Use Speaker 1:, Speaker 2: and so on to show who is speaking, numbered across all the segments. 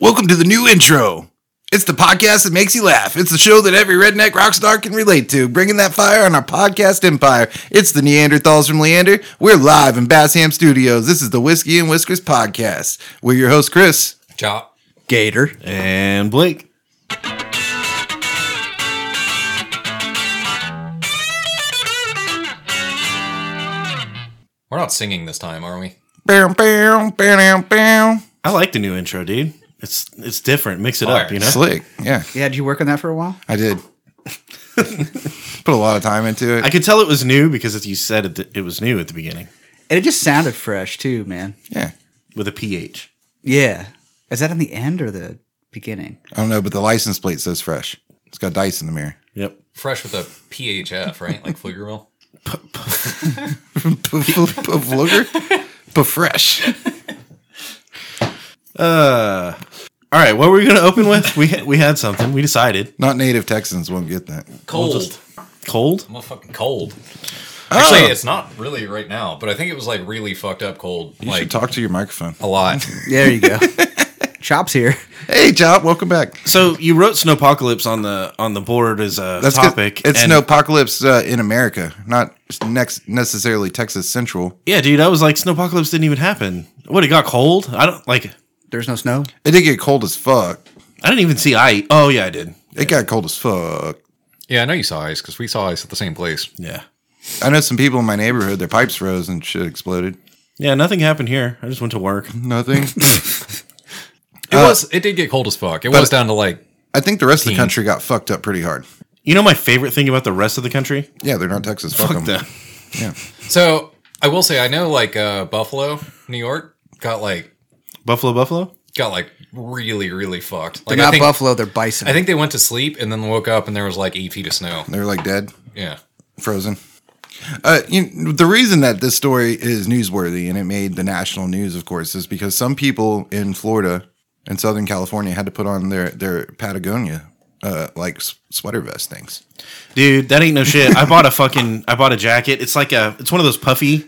Speaker 1: Welcome to the new intro. It's the podcast that makes you laugh. It's the show that every redneck rock star can relate to, bringing that fire on our podcast empire. It's the Neanderthals from Leander. We're live in Bassham Studios. This is the Whiskey and Whiskers podcast. We're your host, Chris.
Speaker 2: Chop.
Speaker 3: Gator.
Speaker 4: And Blake.
Speaker 2: We're not singing this time, are we?
Speaker 1: Bam, bam, bam, bam.
Speaker 4: I like the new intro, dude. It's it's different. Mix it up,
Speaker 2: Fire.
Speaker 4: you know.
Speaker 1: Slick. Yeah,
Speaker 3: Yeah, did you work on that for a while?
Speaker 1: I did. Put a lot of time into it.
Speaker 4: I could tell it was new because as you said it, it was new at the beginning
Speaker 3: And it just sounded fresh too, man.
Speaker 1: yeah.
Speaker 4: with a ph.
Speaker 3: Yeah. Is that on the end or the beginning?
Speaker 1: I don't know, but the license plate says fresh. It's got dice in the mirror.
Speaker 4: Yep.
Speaker 2: Fresh with a PHF, right? Like Pflugerville.
Speaker 1: Vlogger? But fresh.
Speaker 4: All right, what were we going to open with? We ha- we had something. We decided
Speaker 1: Not native Texans won't get that.
Speaker 2: Cold.
Speaker 4: cold.
Speaker 2: I'm a fucking cold.
Speaker 1: Oh,
Speaker 2: Actually, it's not really right now, but I think it was like really fucked up cold.
Speaker 1: you
Speaker 2: like
Speaker 1: should talk to your microphone.
Speaker 2: a lot.
Speaker 3: There you go. Chops here.
Speaker 1: Hey, Job, welcome back.
Speaker 4: So you wrote snowpocalypse on the on the board as a
Speaker 1: That's 'cause
Speaker 4: topic.
Speaker 1: It's
Speaker 4: and-
Speaker 1: no apocalypse uh, in America, not next necessarily Texas Central.
Speaker 4: Yeah, dude. I was like, snowpocalypse didn't even happen. What? It got cold. I don't like.
Speaker 3: There's no snow.
Speaker 1: It did get cold as fuck.
Speaker 4: I didn't even see ice. Oh yeah, I did.
Speaker 1: It got cold as fuck.
Speaker 2: yeah, I know you saw ice because we saw ice at the same place.
Speaker 4: Yeah.
Speaker 1: I know some people in my neighborhood. Their pipes froze and shit exploded.
Speaker 4: Yeah. Nothing happened here. I just went to work.
Speaker 1: Nothing.
Speaker 2: It was. It did get cold as fuck. It was down to like
Speaker 1: I think the rest of the country got fucked up pretty hard.
Speaker 4: You know my favorite thing about the rest of the country?
Speaker 1: Yeah, they're not Texas. Fuck,
Speaker 4: Fuck
Speaker 1: 'em.
Speaker 4: them.
Speaker 2: so. I will say I know like uh, Buffalo, New York got like
Speaker 4: Buffalo, Buffalo.
Speaker 2: got like really really fucked.
Speaker 3: They're
Speaker 2: Like I
Speaker 3: not
Speaker 2: think
Speaker 3: buffalo, they're bison.
Speaker 2: I think they went to sleep and then woke up and there was like eight feet of snow.
Speaker 1: They're like dead.
Speaker 2: Yeah.
Speaker 1: frozen. Uh, you, the reason that this story is newsworthy and it made the national news, of course, is because some people in Florida and Southern California had to put on their their Patagonia uh, like s- sweater vest things.
Speaker 4: Dude, that ain't no shit. I bought a fucking I bought a jacket. It's like a it's one of those puffy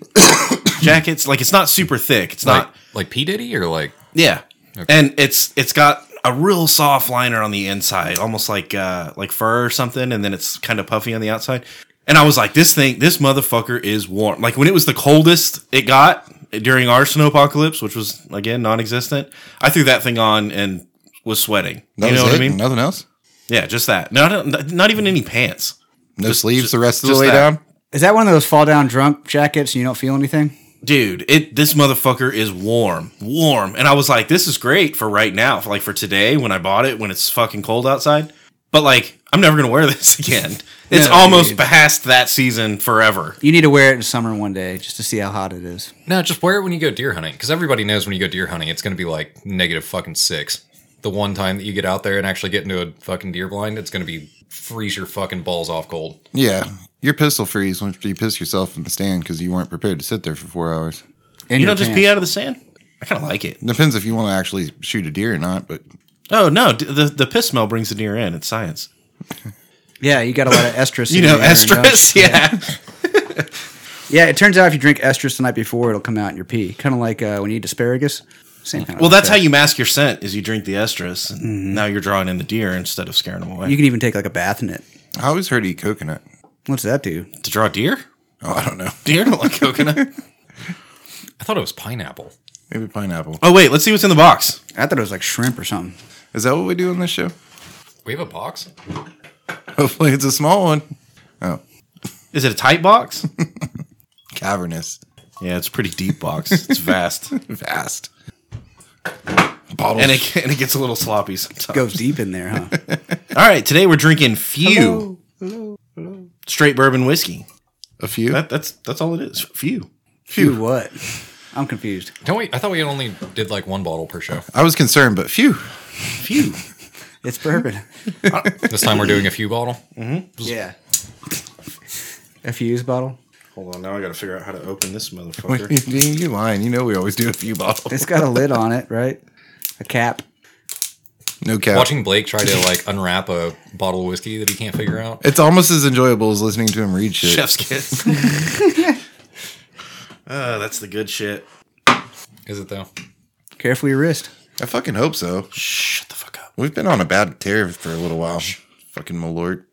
Speaker 4: jackets. Like it's not super thick. It's
Speaker 2: Like
Speaker 4: not
Speaker 2: like P Diddy or like
Speaker 4: yeah. And it's it's got a real soft liner on the inside, almost like uh like fur or something, and then it's kind of puffy on the outside. And I was like, this thing, this motherfucker is warm. Like when it was the coldest it got during our snow apocalypse, which was again non-existent, I threw that thing on and was sweating.
Speaker 1: That
Speaker 4: you
Speaker 1: was
Speaker 4: know what I
Speaker 1: it?
Speaker 4: mean?
Speaker 1: Nothing else.
Speaker 4: Yeah, just that. No, no, not even any pants.
Speaker 1: No sleeves the rest of the
Speaker 4: just
Speaker 1: way
Speaker 4: that.
Speaker 1: down.
Speaker 3: Is that one of those fall down drunk jackets and you don't feel anything?
Speaker 4: dude it this motherfucker is warm warm and i was like this is great for right now for like for today when i bought it when it's fucking cold outside but like i'm never gonna wear this again it's
Speaker 3: No,
Speaker 4: almost
Speaker 3: dude.
Speaker 4: past that season forever
Speaker 3: You need to wear it in summer one day just to see how hot it is.
Speaker 2: No, just wear it when you go deer hunting because everybody knows when you go deer hunting, it's going to be like negative fucking six. The one time that you get out there and actually get into a fucking deer blind, it's going to be freeze your fucking balls off cold.
Speaker 1: Yeah, your pistol freeze once you piss yourself in the stand because you weren't prepared to sit there for four hours.
Speaker 3: And
Speaker 4: you
Speaker 3: your
Speaker 4: don't just
Speaker 3: pants.
Speaker 4: pee out of the sand i kind of like it
Speaker 1: Depends if you want to actually shoot a deer or not. But
Speaker 4: oh no d- the, the piss smell brings the deer in it's science
Speaker 3: Yeah, you got a lot of estrus.
Speaker 4: you
Speaker 3: in
Speaker 4: know
Speaker 3: your urine, don't you?
Speaker 4: estrus yeah
Speaker 3: Yeah, it turns out if you drink estrus the night before, it'll come out in your pee. Kind of like uh, when you eat asparagus. Same kind of
Speaker 4: well that's how
Speaker 3: effect.
Speaker 4: you mask your scent is you drink the estrus and now you're drawing in the deer instead of scaring them away
Speaker 3: Mm-hmm. you can even take like a bath in it.
Speaker 1: I always heard eat coconut.
Speaker 3: What's that do?
Speaker 4: to draw deer
Speaker 1: Oh, I don't know.
Speaker 4: deer don't like coconut
Speaker 2: I thought it was pineapple.
Speaker 1: Maybe pineapple.
Speaker 4: oh wait let's see what's in the box
Speaker 3: I thought it was like shrimp or something.
Speaker 1: Is that what we do on this show?
Speaker 2: We have a box?
Speaker 1: Hopefully, it's a small one. Oh,
Speaker 4: Is it a tight box?
Speaker 1: cavernous.
Speaker 4: yeah, it's a pretty deep box. It's vast,
Speaker 1: Fast. Bottles.
Speaker 4: and it and it gets a little sloppy sometimes.
Speaker 3: Goes deep in there, huh?
Speaker 4: All right, today we're drinking few straight bourbon whiskey.
Speaker 1: a few.
Speaker 4: That, that's that's all it is. Few.
Speaker 3: Phew, what? I'm confused.
Speaker 2: Don't we? I thought we only did like one bottle per show.
Speaker 1: I was concerned, but phew.
Speaker 4: Few.
Speaker 3: It's bourbon.
Speaker 2: This time we're doing a few bottle.
Speaker 3: yeah. A fuse bottle.
Speaker 4: Hold on, now I got to figure out how to open this motherfucker.
Speaker 1: You're lying. You know we always do a few bottles.
Speaker 3: It's got a lid on it, right? A cap.
Speaker 1: No cap.
Speaker 2: Watching Blake try to like unwrap a bottle of whiskey that he can't figure out.
Speaker 1: It's almost as enjoyable as listening to him read shit.
Speaker 4: Chef's kiss. Oh, that's the good shit.
Speaker 2: Is it though?
Speaker 3: Careful your wrist.
Speaker 1: I fucking hope so.
Speaker 4: Shut the fuck up.
Speaker 1: We've been on a bad tear for a little while. Fucking Malort.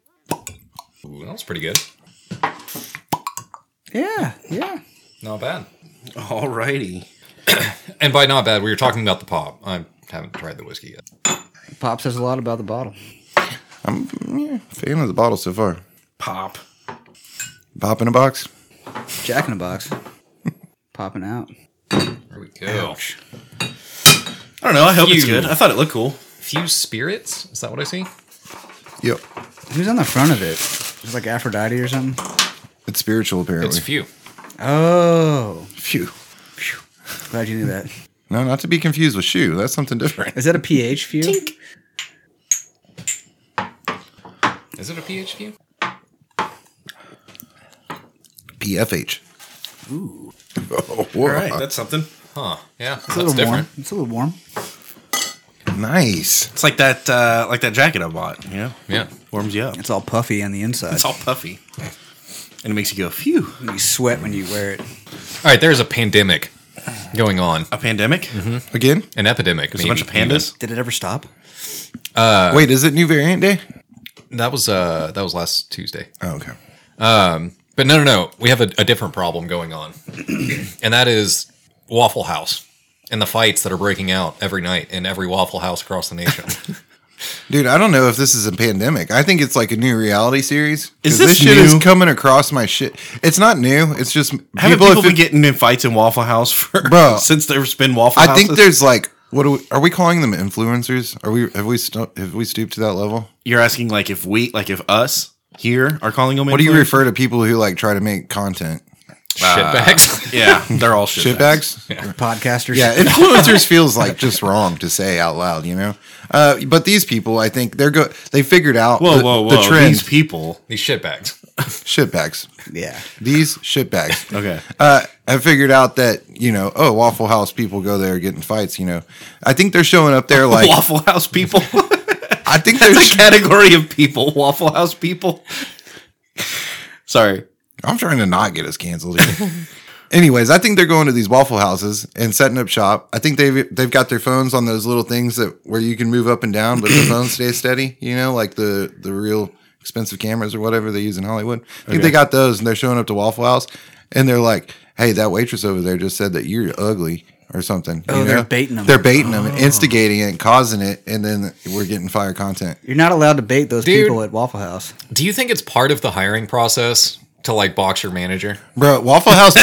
Speaker 2: Ooh, that was pretty good.
Speaker 3: Yeah, yeah.
Speaker 2: Not bad.
Speaker 4: Alrighty.
Speaker 2: And by not bad, we were talking about the pop. I haven't tried the whiskey yet.
Speaker 3: Pop says a lot about the bottle.
Speaker 1: I'm yeah, fan of the bottle so far.
Speaker 4: Pop.
Speaker 1: Pop in a box.
Speaker 3: Jack in a box. Popping out.
Speaker 2: There we go.
Speaker 4: I don't know. I hope it's
Speaker 2: You.
Speaker 4: good. I thought it looked cool.
Speaker 2: Fused spirits. Is that what I see?
Speaker 1: Yep.
Speaker 3: Who's on the front of it? It's like Aphrodite or something.
Speaker 1: It's spiritual apparently.
Speaker 2: It's few.
Speaker 3: Oh,
Speaker 1: Phew.
Speaker 3: glad you knew that.
Speaker 1: No, not to be confused with shoe. That's something different.
Speaker 3: Is that a pH view?
Speaker 2: Is it a pH few?
Speaker 1: PFH. Ooh. Oh,
Speaker 4: All right, that's something.
Speaker 2: Huh. Yeah. That's,
Speaker 3: It's a little
Speaker 2: different.
Speaker 3: warm. It's a little warm.
Speaker 1: nice.
Speaker 4: It's like that, uh, like that jacket I bought. You know,
Speaker 2: Yeah.
Speaker 4: warms you up.
Speaker 3: It's all puffy on the inside.
Speaker 4: It's all puffy, and it makes you go, "Phew!"
Speaker 3: you sweat when you wear it.
Speaker 2: All right. There's a pandemic going on.
Speaker 4: A pandemic.
Speaker 1: Again?
Speaker 2: An epidemic.
Speaker 4: There's a bunch of pandas.
Speaker 3: Did it ever stop?
Speaker 4: Uh,
Speaker 1: Wait, is it new variant day?
Speaker 2: That was uh that was last Tuesday.
Speaker 1: Oh, okay.
Speaker 2: But no, no, no. We have a, a different problem going on, and that is Waffle House and the fights that are breaking out every night in every Waffle House across the nation.
Speaker 1: Dude, I don't know if this is a pandemic. I think it's like a new reality series. 'Cause
Speaker 4: Is this
Speaker 1: shit is
Speaker 4: new?
Speaker 1: coming across my shit. It's not new. It's just
Speaker 4: Haven't people,
Speaker 1: if
Speaker 4: been
Speaker 1: it-
Speaker 4: getting in fights in Waffle House for
Speaker 1: Bro.
Speaker 4: since there's been Waffle
Speaker 1: I
Speaker 4: Houses?
Speaker 1: think there's like what are we, are we calling them influencers? Are we have we stu- have we stooped to that level?
Speaker 4: You're asking like if we, like if us here are calling them.
Speaker 1: What do you refer to people who like try to make content?
Speaker 2: Shitbags.
Speaker 4: Yeah, they're all shit. bags.
Speaker 1: Shitbags?
Speaker 3: Podcasters.
Speaker 1: Yeah, influencers feels like just wrong to say out loud, you know. Uh, but these people, I think they're go they figured out
Speaker 4: Whoa,
Speaker 1: the,
Speaker 4: whoa, whoa!
Speaker 1: the trend.
Speaker 4: These people.
Speaker 2: These shitbags.
Speaker 1: shitbags.
Speaker 3: Yeah.
Speaker 1: These shitbags.
Speaker 4: Okay.
Speaker 1: uh, I figured out that you know, oh, Waffle House people go there getting fights. You know, I think they're showing up there like
Speaker 4: Waffle House people.
Speaker 1: I think they're.
Speaker 4: That's a category of people. Waffle House people. Sorry.
Speaker 1: I'm trying to not get us canceled. Here. Anyways, I think they're going to these Waffle Houses and setting up shop. I think they've they've got their phones on those little things that where you can move up and down, but the phone stays steady. You know, like the the real expensive cameras or whatever they use in Hollywood. I think they got those, and they're showing up to Waffle House, and they're like, "Hey, that waitress over there just said that you're ugly." Or something.
Speaker 3: Oh, they're baiting 'em.
Speaker 1: They're baiting Oh. them, instigating it, causing it, and then we're getting fire content.
Speaker 3: You're not allowed to bait those
Speaker 2: Dude.
Speaker 3: people at Waffle House.
Speaker 2: Do you think it's part of the hiring process to like box your manager?
Speaker 1: Bro, Waffle House,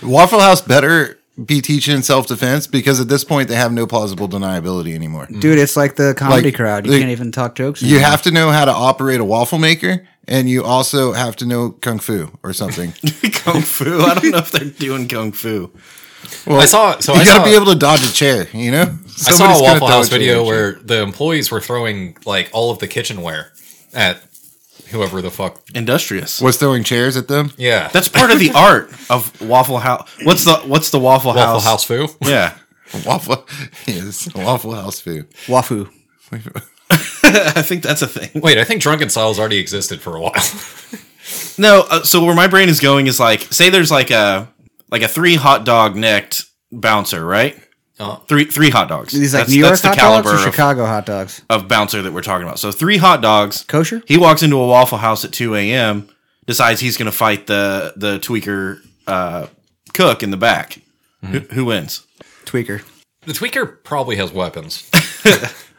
Speaker 1: be- Waffle House better be teaching self defense because at this point they have no plausible deniability anymore.
Speaker 3: Dude, it's like the comedy
Speaker 1: Like,
Speaker 3: crowd. You
Speaker 1: they-
Speaker 3: can't even talk jokes.
Speaker 1: You
Speaker 3: anymore.
Speaker 1: have to know how to operate a waffle maker, and you also have to know kung fu or something.
Speaker 4: kung fu. I don't know if they're doing kung fu.
Speaker 1: Well,
Speaker 2: I saw- so
Speaker 1: you
Speaker 2: I
Speaker 1: gotta
Speaker 2: saw-
Speaker 1: be able to dodge a chair. You know,
Speaker 2: I
Speaker 1: Somebody's
Speaker 2: saw a
Speaker 1: gonna
Speaker 2: Waffle
Speaker 1: throw
Speaker 2: House
Speaker 1: chair
Speaker 2: video
Speaker 1: at you.
Speaker 2: where the employees were throwing like all of the kitchenware at whoever the fuck.
Speaker 4: Industrious.
Speaker 1: was throwing chairs at them.
Speaker 2: Yeah,
Speaker 4: That's part of the art of Waffle House. What's the What's the Waffle,
Speaker 2: Waffle
Speaker 4: House?
Speaker 2: House foo.
Speaker 4: Yeah.
Speaker 1: Waffle, yes, Waffle House food.
Speaker 3: Wafu.
Speaker 4: I think that's a thing.
Speaker 2: Wait, I think Drunken Styles already existed for a while.
Speaker 4: No, uh, so where my brain is going is like, say there's like a like a three hot dog necked bouncer, right?
Speaker 2: Uh-huh.
Speaker 4: Three three hot dogs.
Speaker 3: These like New York hot dogs or
Speaker 4: of-
Speaker 3: Chicago hot dogs.
Speaker 4: of, bouncer that we're talking about. So three hot dogs.
Speaker 3: Kosher?
Speaker 4: He walks into a Waffle House at two a.m. Decides he's going to fight the the tweaker uh, cook in the back. Who, who wins?
Speaker 3: Tweaker.
Speaker 2: the tweaker probably has weapons.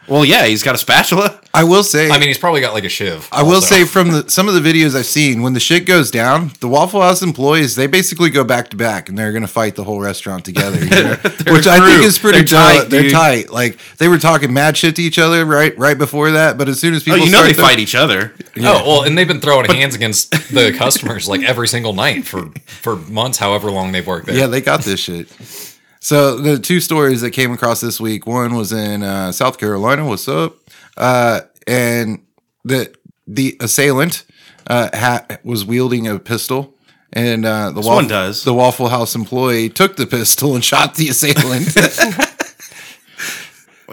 Speaker 4: Well, yeah, he's got a spatula.
Speaker 1: I will say,
Speaker 2: I mean, he's probably got like a shiv.
Speaker 1: I will say from the some of the videos I've seen, when the shit goes down, the Waffle House employees they basically go back to back and they're gonna fight the whole restaurant together, you know? which I think
Speaker 4: crew.
Speaker 1: is pretty
Speaker 4: They're
Speaker 1: tight.
Speaker 4: tight,
Speaker 1: they're
Speaker 4: dude.
Speaker 1: tight. Like they were talking mad shit to each other right right before that, but as soon as
Speaker 4: Oh,
Speaker 1: people
Speaker 4: you know they
Speaker 1: start their-
Speaker 4: fight each other.
Speaker 2: Oh well, and they've been throwing hands against the customers like every single night for for months, however long they've worked there.
Speaker 1: yeah, they got this shit. So the two stories that came across this week, one was in uh, South Carolina. What's up? Uh, and the the assailant uh, ha- was wielding a pistol, and uh, the
Speaker 4: one
Speaker 1: Waffle-
Speaker 4: does.
Speaker 1: the Waffle House employee took the pistol and shot the assailant.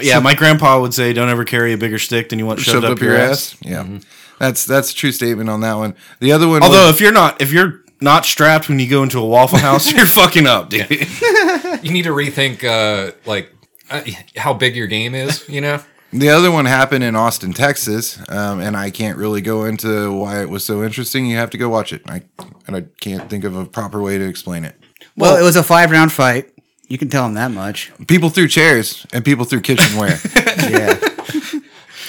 Speaker 4: Yeah, my grandpa would say, "Don't ever carry a bigger stick than you want shoved, up, your ass. Mm-hmm.
Speaker 1: Yeah, that's that's a true statement on that one. The other one,
Speaker 4: Although
Speaker 1: was,
Speaker 4: if you're not if you're not strapped when you go into a Waffle House, you're fucking up, dude.
Speaker 2: You need to rethink uh like uh, how big your game is, you know?
Speaker 1: The other one happened in Austin, Texas, um, and I can't really go into why it was so interesting. You have to go watch it. I and I can't think of a proper way to explain it.
Speaker 3: Well, it was a five round fight. You can tell him that much.
Speaker 1: People threw chairs and people threw kitchenware.
Speaker 3: Yeah.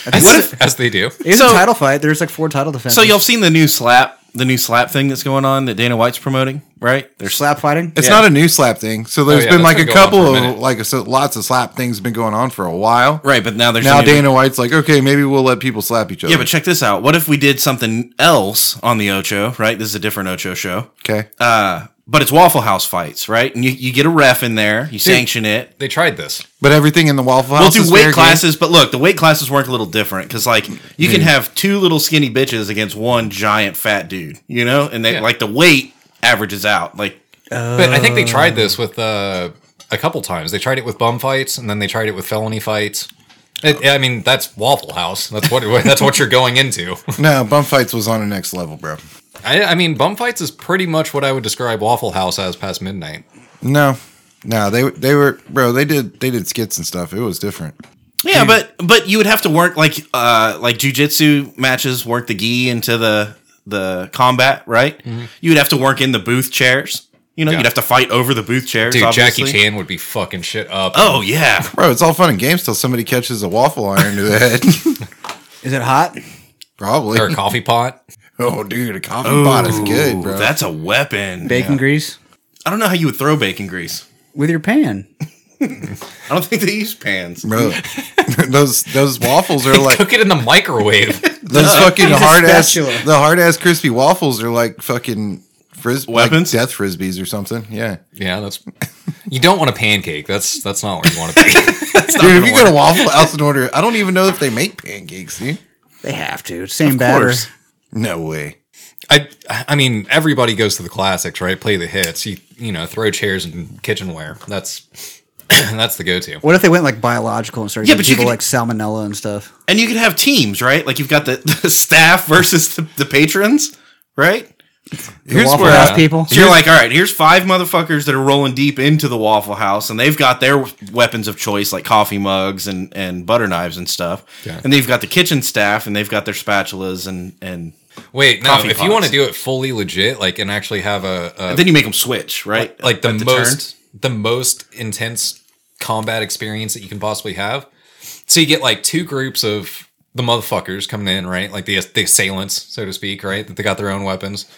Speaker 2: As, as they do.
Speaker 3: It was
Speaker 4: So-
Speaker 3: a title fight. There's like four title defenses.
Speaker 4: So y'all seen the new slap, the new slap thing that's going on that Dana White's promoting, right? There's
Speaker 3: slap fighting?
Speaker 1: It's
Speaker 4: Yeah.
Speaker 1: not a new slap thing. So there's
Speaker 2: yeah,
Speaker 1: been
Speaker 2: that's
Speaker 1: like a
Speaker 2: been going on
Speaker 1: couple
Speaker 2: for a
Speaker 1: of
Speaker 2: minute.
Speaker 1: like so lots of slap things been going on for a while.
Speaker 4: right, but now there's
Speaker 1: Now
Speaker 4: a new-
Speaker 1: Dana White's like, okay, maybe we'll let people slap each other.
Speaker 4: Yeah, but check this out. What if we did something else on the Ocho? Right, this is a different Ocho show,
Speaker 1: okay,
Speaker 4: uh, but it's Waffle House fights, right? And you, you get a ref in there, you sanction it.
Speaker 2: They tried this.
Speaker 1: but everything in the Waffle
Speaker 4: We'll
Speaker 1: House. is
Speaker 4: do
Speaker 1: fair
Speaker 4: weight
Speaker 1: game.
Speaker 4: classes, but look, the weight classes work a little different because, like, you can have two little skinny bitches against one giant fat dude, you know, and they
Speaker 2: Yeah.
Speaker 4: like the weight averages out. Like,
Speaker 2: But I think they tried this with uh, a couple times. They tried it with bum fights, and then they tried it with felony fights. It, I mean, that's Waffle House. That's what that's what you're going into.
Speaker 1: No, bump fights was on the next level, bro.
Speaker 2: I, I mean, bum fights is pretty much what I would describe Waffle House as past midnight.
Speaker 1: No, no, they they were bro. They did they did skits and stuff. It was different.
Speaker 4: yeah, but but you would have to work like uh like jujitsu matches work the gi into the the combat, right? You would have to work in the booth chairs. You know,
Speaker 2: Mm-hmm. Yeah.
Speaker 4: you'd have to fight over the booth chairs.
Speaker 2: Dude,
Speaker 4: obviously.
Speaker 2: Jackie Chan would be fucking shit up.
Speaker 4: Oh yeah,
Speaker 1: Bro, it's all fun and games till somebody catches a waffle iron to the head.
Speaker 3: Is it hot?
Speaker 1: Probably.
Speaker 2: Or a coffee pot.
Speaker 1: Oh, dude, a coffee pot is good, bro.
Speaker 4: that's a weapon.
Speaker 3: Bacon grease?
Speaker 4: I don't know how you would throw bacon grease.
Speaker 3: With your pan.
Speaker 4: I don't think they use pans.
Speaker 1: bro. those those waffles are like
Speaker 2: Cook it in the microwave.
Speaker 1: those fucking
Speaker 3: Use a
Speaker 1: hard ass
Speaker 3: spatula.
Speaker 1: the hard ass crispy waffles are like fucking fris- like
Speaker 4: Weapons?
Speaker 1: death frisbees or something. Yeah,
Speaker 2: yeah, that's. You don't want a pancake. That's that's not where you want to be.
Speaker 1: dude, if you go to Waffle House and order, I don't even know if they make pancakes. Dude,
Speaker 3: They have to. Same batter.
Speaker 4: course.
Speaker 1: no way.
Speaker 2: I I mean everybody goes to the classics, right? Play the hits. You you know throw chairs and kitchenware. That's that's the go to.
Speaker 3: What if they went like biological and started
Speaker 4: Yeah,
Speaker 3: yeah,
Speaker 4: but you
Speaker 3: people
Speaker 4: could-
Speaker 3: like salmonella and stuff?
Speaker 4: And you could have teams, right? Like you've got the, the staff versus the, the patrons, right?
Speaker 3: The Waffle
Speaker 4: where-
Speaker 3: House people?
Speaker 4: So you're like, all right, here's five motherfuckers that are rolling deep into the Waffle House, and they've got their weapons of choice, like coffee mugs and, and butter knives and stuff.
Speaker 2: Yeah.
Speaker 4: And they've got the kitchen staff, and they've got their spatulas, and and
Speaker 2: Wait, no.
Speaker 4: Coffee
Speaker 2: If
Speaker 4: pots.
Speaker 2: you want to do it fully legit, like and actually have a, a
Speaker 4: then you make them switch, right?
Speaker 2: like the,
Speaker 4: At turn.
Speaker 2: most the most intense combat experience that you can possibly have. So you get like two groups of the motherfuckers coming in, right? Like the the assailants, so to speak, right? That they got their own weapons.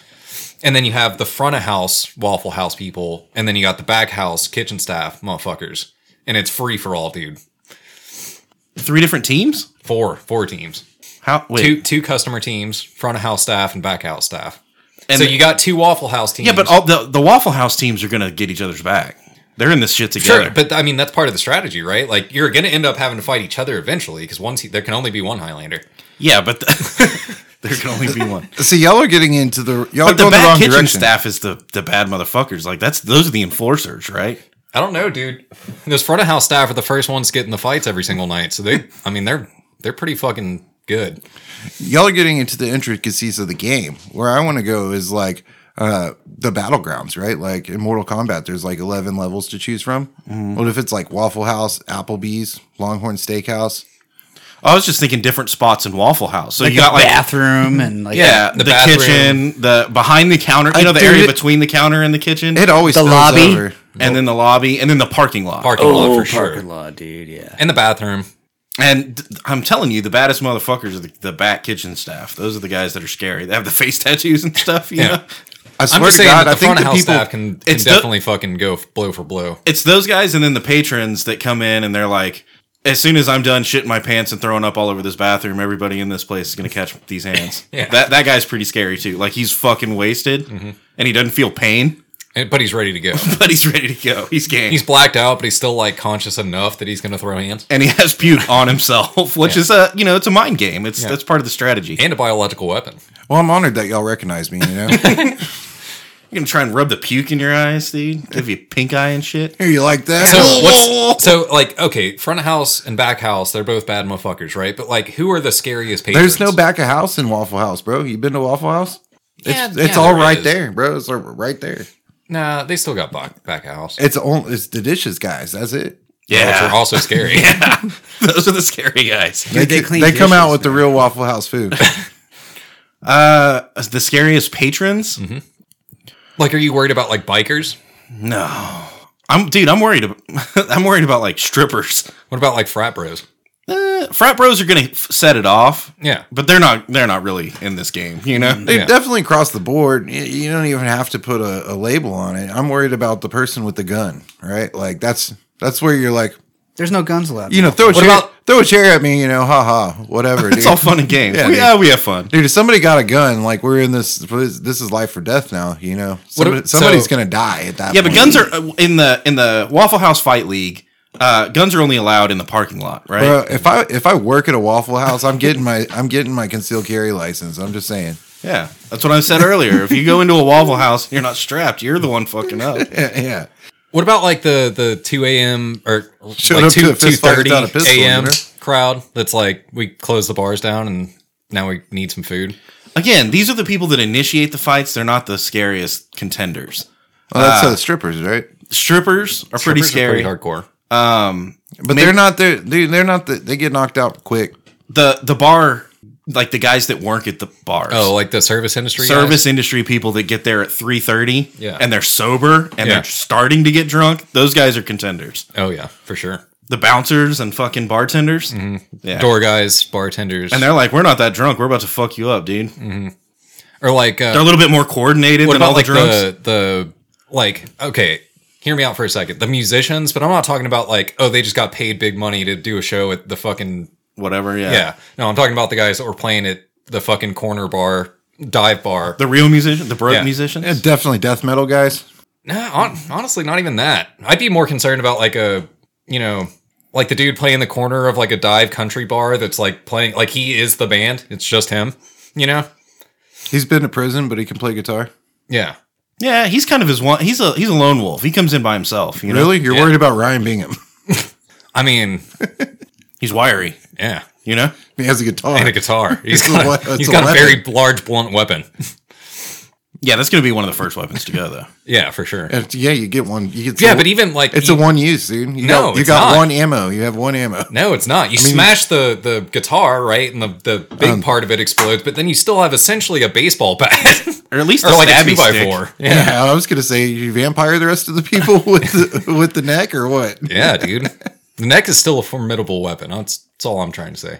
Speaker 2: And then you have the front of house waffle house people, and then you got the back house kitchen staff motherfuckers. And it's free for all, dude.
Speaker 4: three different teams.
Speaker 2: Four, four teams.
Speaker 4: How wait?
Speaker 2: Two two customer teams, front of house staff and back house staff.
Speaker 4: And
Speaker 2: so
Speaker 4: the-
Speaker 2: you got two waffle house teams.
Speaker 4: yeah, but all the the Waffle House teams are gonna get each other's back. They're in this shit together.
Speaker 2: Sure, but I mean that's part of the strategy, right? Like you're going to end up having to fight each other eventually because one te- there can only be one Highlander.
Speaker 4: yeah, but the- there can only be one.
Speaker 1: See, y'all are getting into the y'all are going
Speaker 4: But the
Speaker 1: the, wrong
Speaker 4: bad kitchen
Speaker 1: direction.
Speaker 4: staff is the the bad motherfuckers. Like that's those are the enforcers, right?
Speaker 2: I don't know, dude. Those front of house staff are the first ones getting the fights every single night, so they, I mean, they're they're pretty fucking good.
Speaker 1: Y'all are getting into the intricacies of the game. Where I want to go is like uh the battlegrounds, right? Like in Mortal Kombat, there's like eleven levels to choose from.
Speaker 3: Mm-hmm.
Speaker 1: What if it's like Waffle House, Applebee's, Longhorn Steakhouse?
Speaker 4: I was just thinking different spots in Waffle House. So you
Speaker 3: The
Speaker 4: got like
Speaker 3: bathroom and like
Speaker 4: yeah,
Speaker 2: the
Speaker 4: the,
Speaker 2: bathroom.
Speaker 4: kitchen, the behind the counter, you know, the
Speaker 1: dude,
Speaker 4: area
Speaker 1: it-
Speaker 4: between the counter and the kitchen,
Speaker 1: It always
Speaker 3: The
Speaker 1: spills
Speaker 3: lobby?
Speaker 1: over.
Speaker 4: and then the lobby, and then the parking lot.
Speaker 2: Parking lot
Speaker 1: Oh,
Speaker 2: for sure,
Speaker 3: law, dude. Yeah.
Speaker 2: and the bathroom.
Speaker 4: And th- I'm telling you, the baddest motherfuckers are the, the back kitchen staff. Those are the guys that are scary. They have the face tattoos and stuff. You
Speaker 2: Yeah.
Speaker 4: know,
Speaker 1: I
Speaker 2: I'm
Speaker 1: swear
Speaker 2: just
Speaker 1: to
Speaker 2: saying
Speaker 1: God,
Speaker 2: that
Speaker 1: I
Speaker 2: the
Speaker 1: think
Speaker 2: front of
Speaker 1: the
Speaker 2: house
Speaker 1: people.
Speaker 2: staff can, can
Speaker 4: it's the-
Speaker 2: definitely fucking go f- blow for blow.
Speaker 4: it's those guys, and then the patrons that come in, and they're like. As soon as I'm done shitting my pants and throwing up all over this bathroom, everybody in this place is gonna catch these hands.
Speaker 2: Yeah.
Speaker 4: That that guy's pretty scary too. Like he's fucking wasted, and he doesn't feel pain,
Speaker 2: And- Eh, But he's ready to go.
Speaker 4: but he's ready to go. He's game.
Speaker 2: He's blacked out, but he's still like conscious enough that he's going to throw hands
Speaker 4: and he has puke on himself, which is a you know it's a mind game. It's that's part of the strategy.
Speaker 2: and a biological weapon.
Speaker 1: well, I'm honored that y'all recognize me. You know,
Speaker 4: You're gonna try and rub the puke in your eyes, dude. Give you pink eye and shit.
Speaker 1: here you like that?
Speaker 2: So what's so like okay, front of house and back house, they're both bad motherfuckers, right? But like who are the scariest patrons?
Speaker 1: There's no back of house in Waffle House, bro. You been to Waffle House?
Speaker 2: Yeah,
Speaker 1: it's
Speaker 2: yeah,
Speaker 1: it's all
Speaker 2: there
Speaker 1: right
Speaker 2: is.
Speaker 1: there, bro. It's all right there.
Speaker 2: Nah, they still got back back of house.
Speaker 1: It's all it's the dishes, guys. That's it.
Speaker 2: which are also scary.
Speaker 4: Those are the scary guys.
Speaker 3: Dude,
Speaker 1: they,
Speaker 3: they clean
Speaker 1: they come out
Speaker 3: dishes,
Speaker 1: with the real Waffle House food.
Speaker 4: Uh, the scariest patrons?
Speaker 2: like, are you worried about like bikers?
Speaker 4: No, I'm dude. I'm worried. About, I'm worried about like strippers.
Speaker 2: What about like frat bros?
Speaker 4: Uh, frat bros are gonna f- set it off.
Speaker 2: Yeah.
Speaker 4: but they're not. They're not really in this game. You know.
Speaker 1: They
Speaker 2: Yeah.
Speaker 1: definitely cross the board. You- You don't even have to put a, a label on it. I'm worried about the person with the gun, right? Like that's that's where you're like,
Speaker 3: There's no guns allowed.
Speaker 1: you know, throw a chair,
Speaker 2: about-
Speaker 1: throw a chair at me, you know, haha, whatever.
Speaker 4: It's
Speaker 1: dude.
Speaker 4: all fun and games.
Speaker 1: Yeah,
Speaker 4: we,
Speaker 1: dude.
Speaker 4: yeah, we have fun.
Speaker 1: Dude, if somebody got a gun, like we're in this, this is life or death now. You know, Somebody,
Speaker 2: ab-
Speaker 1: somebody's
Speaker 2: so-
Speaker 1: gonna die at that.
Speaker 4: Yeah, but
Speaker 1: point.
Speaker 4: guns are uh, in the in the Waffle House Fight League. Uh, guns are only allowed in the parking lot, right?
Speaker 1: Bro, if I if I work at a Waffle House, I'm getting my I'm getting my concealed carry license. I'm just saying.
Speaker 4: Yeah, that's what I said earlier. if you go into a Waffle House, you're not strapped. You're the one fucking up.
Speaker 1: Yeah, yeah.
Speaker 2: What about like the the two a.m. or
Speaker 1: Showed
Speaker 2: like
Speaker 1: up to
Speaker 2: two
Speaker 1: a
Speaker 2: two
Speaker 1: fist fight
Speaker 2: thirty
Speaker 1: without a pistol,
Speaker 2: a.m.
Speaker 1: you know?
Speaker 2: crowd? That's like we close the bars down and now we need some food.
Speaker 4: Again, these are the people that initiate the fights. They're not the scariest contenders.
Speaker 1: Well, that's uh, strippers, right?
Speaker 4: Strippers are pretty
Speaker 2: Strippers are
Speaker 4: scary.
Speaker 2: pretty hardcore.
Speaker 4: um,
Speaker 1: But they're not there. They, they're not. The, they get knocked out quick.
Speaker 4: the the bar, like the guys that work at the bars.
Speaker 2: Oh, like the service industry. guys?
Speaker 4: service industry people that get there at 3.30
Speaker 2: Yeah.
Speaker 4: and they're sober and
Speaker 2: Yeah.
Speaker 4: they're starting to get drunk those guys are contenders
Speaker 2: Oh yeah, for sure.
Speaker 4: the bouncers and fucking bartenders yeah.
Speaker 2: Mm-hmm. Door guys, bartenders,
Speaker 4: and they're like we're not that drunk we're about to fuck you up dude
Speaker 2: or like uh,
Speaker 4: they're a little bit more coordinated
Speaker 2: Mm-hmm. what
Speaker 4: than all
Speaker 2: about like
Speaker 4: the drunks
Speaker 2: the the like okay hear me out for a second the musicians but i'm not talking about like oh they just got paid big money to do a show at the fucking
Speaker 4: whatever yeah.
Speaker 2: yeah, no i'm talking about the guys that were playing at the fucking corner bar dive bar
Speaker 4: the real musician the broke
Speaker 2: Yeah.
Speaker 4: musicians
Speaker 1: Yeah, definitely death metal guys.
Speaker 2: nah hon- honestly not even that i'd be more concerned about like a you know like the dude playing the corner of like a dive country bar that's like playing like he is the band it's just him you know
Speaker 1: He's been to prison, but he can play guitar.
Speaker 2: yeah
Speaker 4: yeah he's kind of his one he's a he's a lone wolf he comes in by himself you know
Speaker 1: Really? You're
Speaker 2: Yeah.
Speaker 1: worried about Ryan Bingham?
Speaker 2: i mean
Speaker 4: he's wiry
Speaker 2: yeah
Speaker 4: you know
Speaker 1: he has a guitar.
Speaker 2: and a guitar he's
Speaker 1: It's a
Speaker 2: got
Speaker 1: we-
Speaker 2: a, he's
Speaker 1: it's a
Speaker 2: got a very
Speaker 1: weapon.
Speaker 2: large blunt weapon
Speaker 4: yeah that's gonna be one of the first weapons to go though
Speaker 2: Yeah, for sure.
Speaker 1: And yeah, you get one. You get
Speaker 2: yeah, but even like
Speaker 1: it's
Speaker 2: you-
Speaker 1: a one use, dude. You
Speaker 2: No,
Speaker 1: got, you
Speaker 2: it's
Speaker 1: got
Speaker 2: not.
Speaker 1: one ammo. You have one ammo.
Speaker 2: no, it's not. You smash the the guitar right, and the the
Speaker 1: Um,
Speaker 2: big part of it explodes, but then you still have essentially a baseball bat
Speaker 4: or at least
Speaker 2: or
Speaker 4: the
Speaker 2: like a
Speaker 4: stabby
Speaker 2: two by
Speaker 4: stick.
Speaker 2: four. Yeah,
Speaker 1: Yeah, I was gonna say you vampire the rest of the people with the, with the neck or what?
Speaker 2: yeah, dude. The neck is still a formidable weapon. That's, that's all I'm trying to say.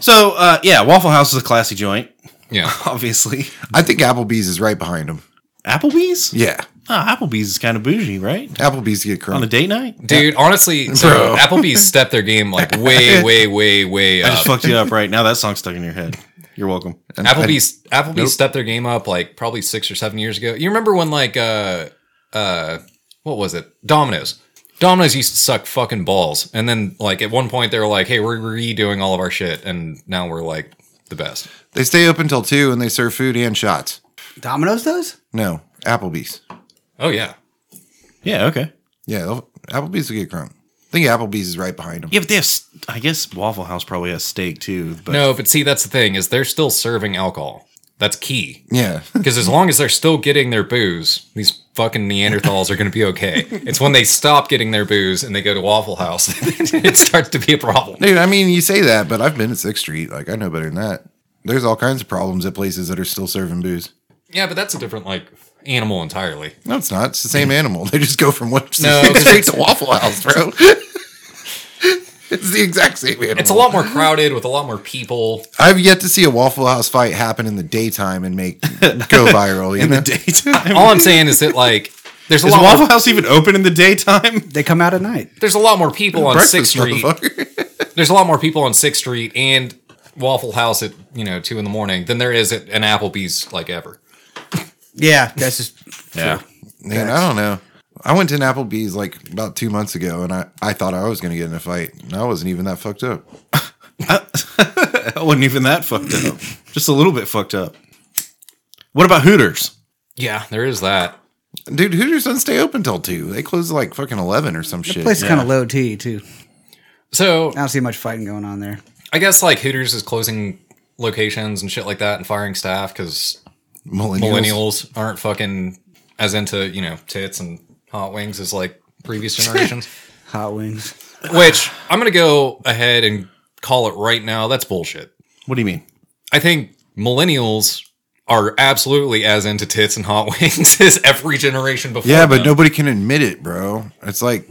Speaker 4: so uh yeah waffle house is a classy joint
Speaker 2: Yeah,
Speaker 4: obviously
Speaker 1: I think Applebee's is right behind him.
Speaker 4: applebee's
Speaker 1: Yeah,
Speaker 4: Oh, Applebee's is kind of bougie, right?
Speaker 1: Applebee's get
Speaker 4: On
Speaker 1: crunk.
Speaker 4: a date night?
Speaker 2: dude. Honestly, so
Speaker 1: Bro.
Speaker 2: Applebee's stepped their game like way, way, way, way
Speaker 4: I just
Speaker 2: up.
Speaker 4: fucked you up right now. That song's stuck in your head. You're welcome.
Speaker 2: Applebee's Applebee's stepped their game up like probably six or seven years ago. You remember when like uh uh what was it? Domino's. Domino's used to suck fucking balls, and then like at one point they were like, "Hey, we're redoing all of our shit," and now we're like the best.
Speaker 1: They stay up until two and they serve food and shots.
Speaker 3: Domino's does?
Speaker 1: No, Applebee's.
Speaker 2: Oh yeah,
Speaker 4: Yeah, okay.
Speaker 1: Yeah, they'll- Applebee's will get crunk. I think Applebee's is right behind them.
Speaker 4: Yeah, but they have, s- I guess Waffle House probably has steak too. But
Speaker 2: no, but see that's the thing is they're still serving alcohol. That's key
Speaker 1: Yeah,
Speaker 2: because as long as they're still getting their booze, these fucking Neanderthals are going to be okay. It's when they stop getting their booze and they go to Waffle House, it starts to be a problem.
Speaker 1: dude. I mean, you say that, but I've been at Sixth Street. Like I know better than that. There's all kinds of problems at places that are still serving booze.
Speaker 2: Yeah, but that's a different like animal entirely.
Speaker 1: No, it's not. It's the same animal. They just go from one
Speaker 2: No,
Speaker 1: Sixth
Speaker 2: 'cause
Speaker 1: Street to Waffle House, bro. it's the exact same animal.
Speaker 2: It's a lot more crowded with a lot more people.
Speaker 1: I've yet to see a Waffle House fight happen in the daytime and make go viral. You
Speaker 4: in the
Speaker 1: know?
Speaker 4: daytime?
Speaker 2: All I'm saying is that like there's a
Speaker 4: is
Speaker 2: lot
Speaker 4: Waffle
Speaker 2: more,
Speaker 4: House even open in the daytime?
Speaker 3: They come out at night.
Speaker 2: there's a lot more people on
Speaker 1: Breakfast,
Speaker 2: Sixth Street.
Speaker 1: motherfucker.
Speaker 2: There's a lot more people on Sixth Street and Waffle House at you know two in the morning than there is at an Applebee's like ever.
Speaker 3: Yeah, that's just
Speaker 4: Yeah.
Speaker 1: Man, I don't know. I went to an Applebee's like about two months ago, and I, I thought I was going to get in a fight, and I wasn't even that fucked up.
Speaker 4: That wasn't even that fucked up. Just a little bit fucked up. What about Hooters?
Speaker 2: Yeah, there is that.
Speaker 1: Dude, Hooters doesn't stay open till two. They close at like fucking eleven or some shit.
Speaker 3: place is kind of low T too.
Speaker 2: So
Speaker 3: I don't see much fighting going on there.
Speaker 2: I guess like Hooters is closing locations and shit like that and firing staff because
Speaker 1: Millennials.
Speaker 2: millennials aren't fucking as into you know tits and hot wings as like previous generations.
Speaker 3: Hot wings.
Speaker 2: Which I'm going to go ahead and call it right now. That's bullshit.
Speaker 4: What do you mean?
Speaker 2: I think millennials are absolutely as into tits and hot wings as every generation before.
Speaker 1: Yeah, but
Speaker 2: them.
Speaker 1: nobody can admit it, bro. It's like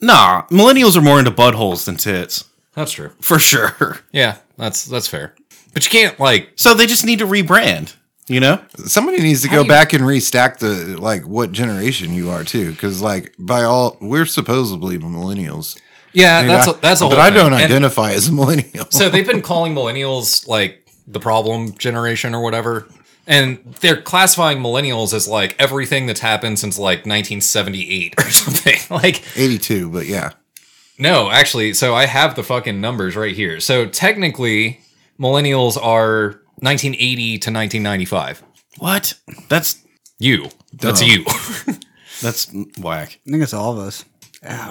Speaker 4: Nah, millennials are more into buttholes than tits
Speaker 2: that's true.
Speaker 4: for sure.
Speaker 2: Yeah, that's that's fair. But you can't like
Speaker 4: So they just need to rebrand. You know,
Speaker 1: somebody needs to go
Speaker 2: you-
Speaker 1: back and restack the like what generation you are too, because like by all we're supposedly millennials.
Speaker 2: yeah, that's
Speaker 1: And
Speaker 2: a, that's a
Speaker 1: I-
Speaker 2: whole
Speaker 1: but I don't
Speaker 2: thing. And-
Speaker 1: identify as a millennial.
Speaker 2: so they've been calling millennials like the problem generation or whatever and they're classifying millennials as like everything that's happened since like 1978 or something like
Speaker 1: 82, but yeah.
Speaker 2: no actually so i have the fucking numbers right here so technically millennials are 1980 to 1995
Speaker 4: what? That's
Speaker 2: you that's
Speaker 4: Oh.
Speaker 2: you
Speaker 4: that's whack.
Speaker 3: I think it's all of us.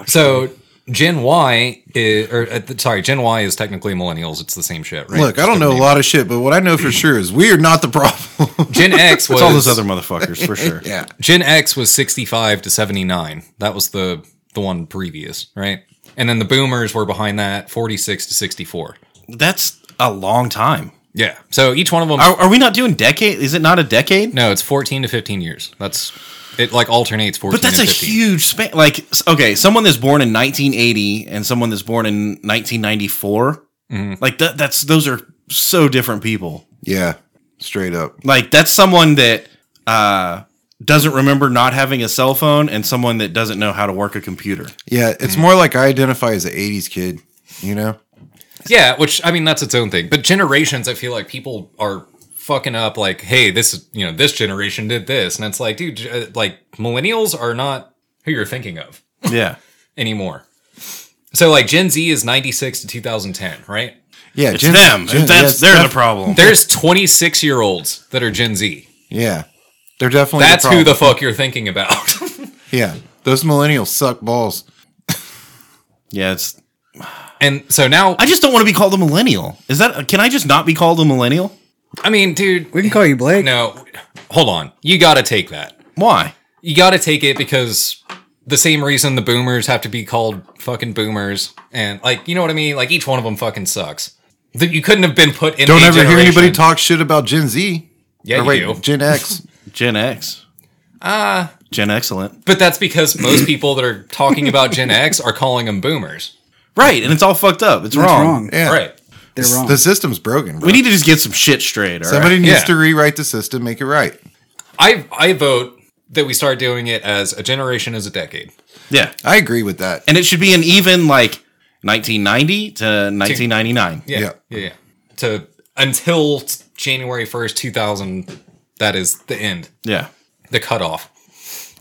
Speaker 2: so gen y is, or uh, th- sorry gen y is technically millennials it's the same shit right
Speaker 1: Look, I don't know a lot of shit, but what I know for sure is we are not the problem.
Speaker 2: gen x was
Speaker 4: It's all those other motherfuckers for sure.
Speaker 1: yeah.
Speaker 2: Gen X was 65 to 79. That was the the one previous, right? And then the boomers were behind that 46 to 64.
Speaker 4: That's a long time.
Speaker 2: Yeah. So each one of them
Speaker 4: Are, are we not doing decade? Is it not a decade?
Speaker 2: No, it's 14 to 15 years. That's it like alternates 14
Speaker 4: But that's a
Speaker 2: to 15.
Speaker 4: huge span. Like, s- okay, someone that's born in 1980 and someone that's born in 1994, like that. That's those are so different people.
Speaker 1: Yeah. Straight up.
Speaker 4: Like that's someone that uh, doesn't remember not having a cell phone and someone that doesn't know how to work a computer.
Speaker 1: Yeah. It's more like I identify as an 80s kid, you know?
Speaker 2: yeah, which I mean that's its own thing. But generations I feel like people are fucking up like, "Hey, this is, you know, this generation did this." And it's like, dude, j- uh, like millennials are not who you're thinking of.
Speaker 4: Yeah.
Speaker 2: anymore. So like Gen Z is 96 to 2010, right?
Speaker 1: Yeah.
Speaker 4: It's
Speaker 1: Gen-
Speaker 4: them.
Speaker 1: Gen- yes,
Speaker 4: that's they're
Speaker 1: def-
Speaker 4: the problem.
Speaker 2: There's 26 year olds that are Gen Z.
Speaker 1: Yeah. They're definitely
Speaker 2: That's
Speaker 1: the
Speaker 2: who
Speaker 1: problem.
Speaker 2: the fuck you're thinking about.
Speaker 1: Yeah. Those millennials suck balls.
Speaker 4: yeah, it's.
Speaker 2: and so now,
Speaker 4: I just don't want to be called a millennial. Is that? Can I just not be called a millennial?
Speaker 2: I mean, dude,
Speaker 3: We can call you Blake.
Speaker 2: no, hold on. You got to take that.
Speaker 4: Why?
Speaker 2: You got to take it because the same reason the boomers have to be called fucking boomers. And like, you know what I mean? Like each one of them fucking sucks. That you couldn't have been put in.
Speaker 1: Don't
Speaker 2: a
Speaker 1: ever hear anybody
Speaker 2: generation-
Speaker 1: talk shit about Gen Z.
Speaker 2: Yeah,
Speaker 1: Or
Speaker 2: you
Speaker 1: wait,
Speaker 2: do.
Speaker 1: Gen X.
Speaker 4: Gen X. Ah. Gen excellent.
Speaker 2: But that's because most people that are talking about Gen X are calling them boomers.
Speaker 4: Right, and it's all fucked up. It's
Speaker 3: That's
Speaker 4: wrong.
Speaker 3: wrong.
Speaker 1: Yeah.
Speaker 2: Right.
Speaker 3: They're wrong.
Speaker 1: The system's broken, bro.
Speaker 4: We need to just get some shit straight. all right?
Speaker 1: Somebody needs
Speaker 2: Yeah.
Speaker 1: to rewrite the system, make it right.
Speaker 2: I I vote that we start doing it as a generation as a decade.
Speaker 4: Yeah,
Speaker 1: I agree with that.
Speaker 4: and it should be an even like 1990 to 1999.
Speaker 2: Yeah.
Speaker 1: Yeah.
Speaker 2: Yeah. Yeah. To until t- January 1st, 2000, that is the end,
Speaker 4: Yeah,
Speaker 2: the cutoff.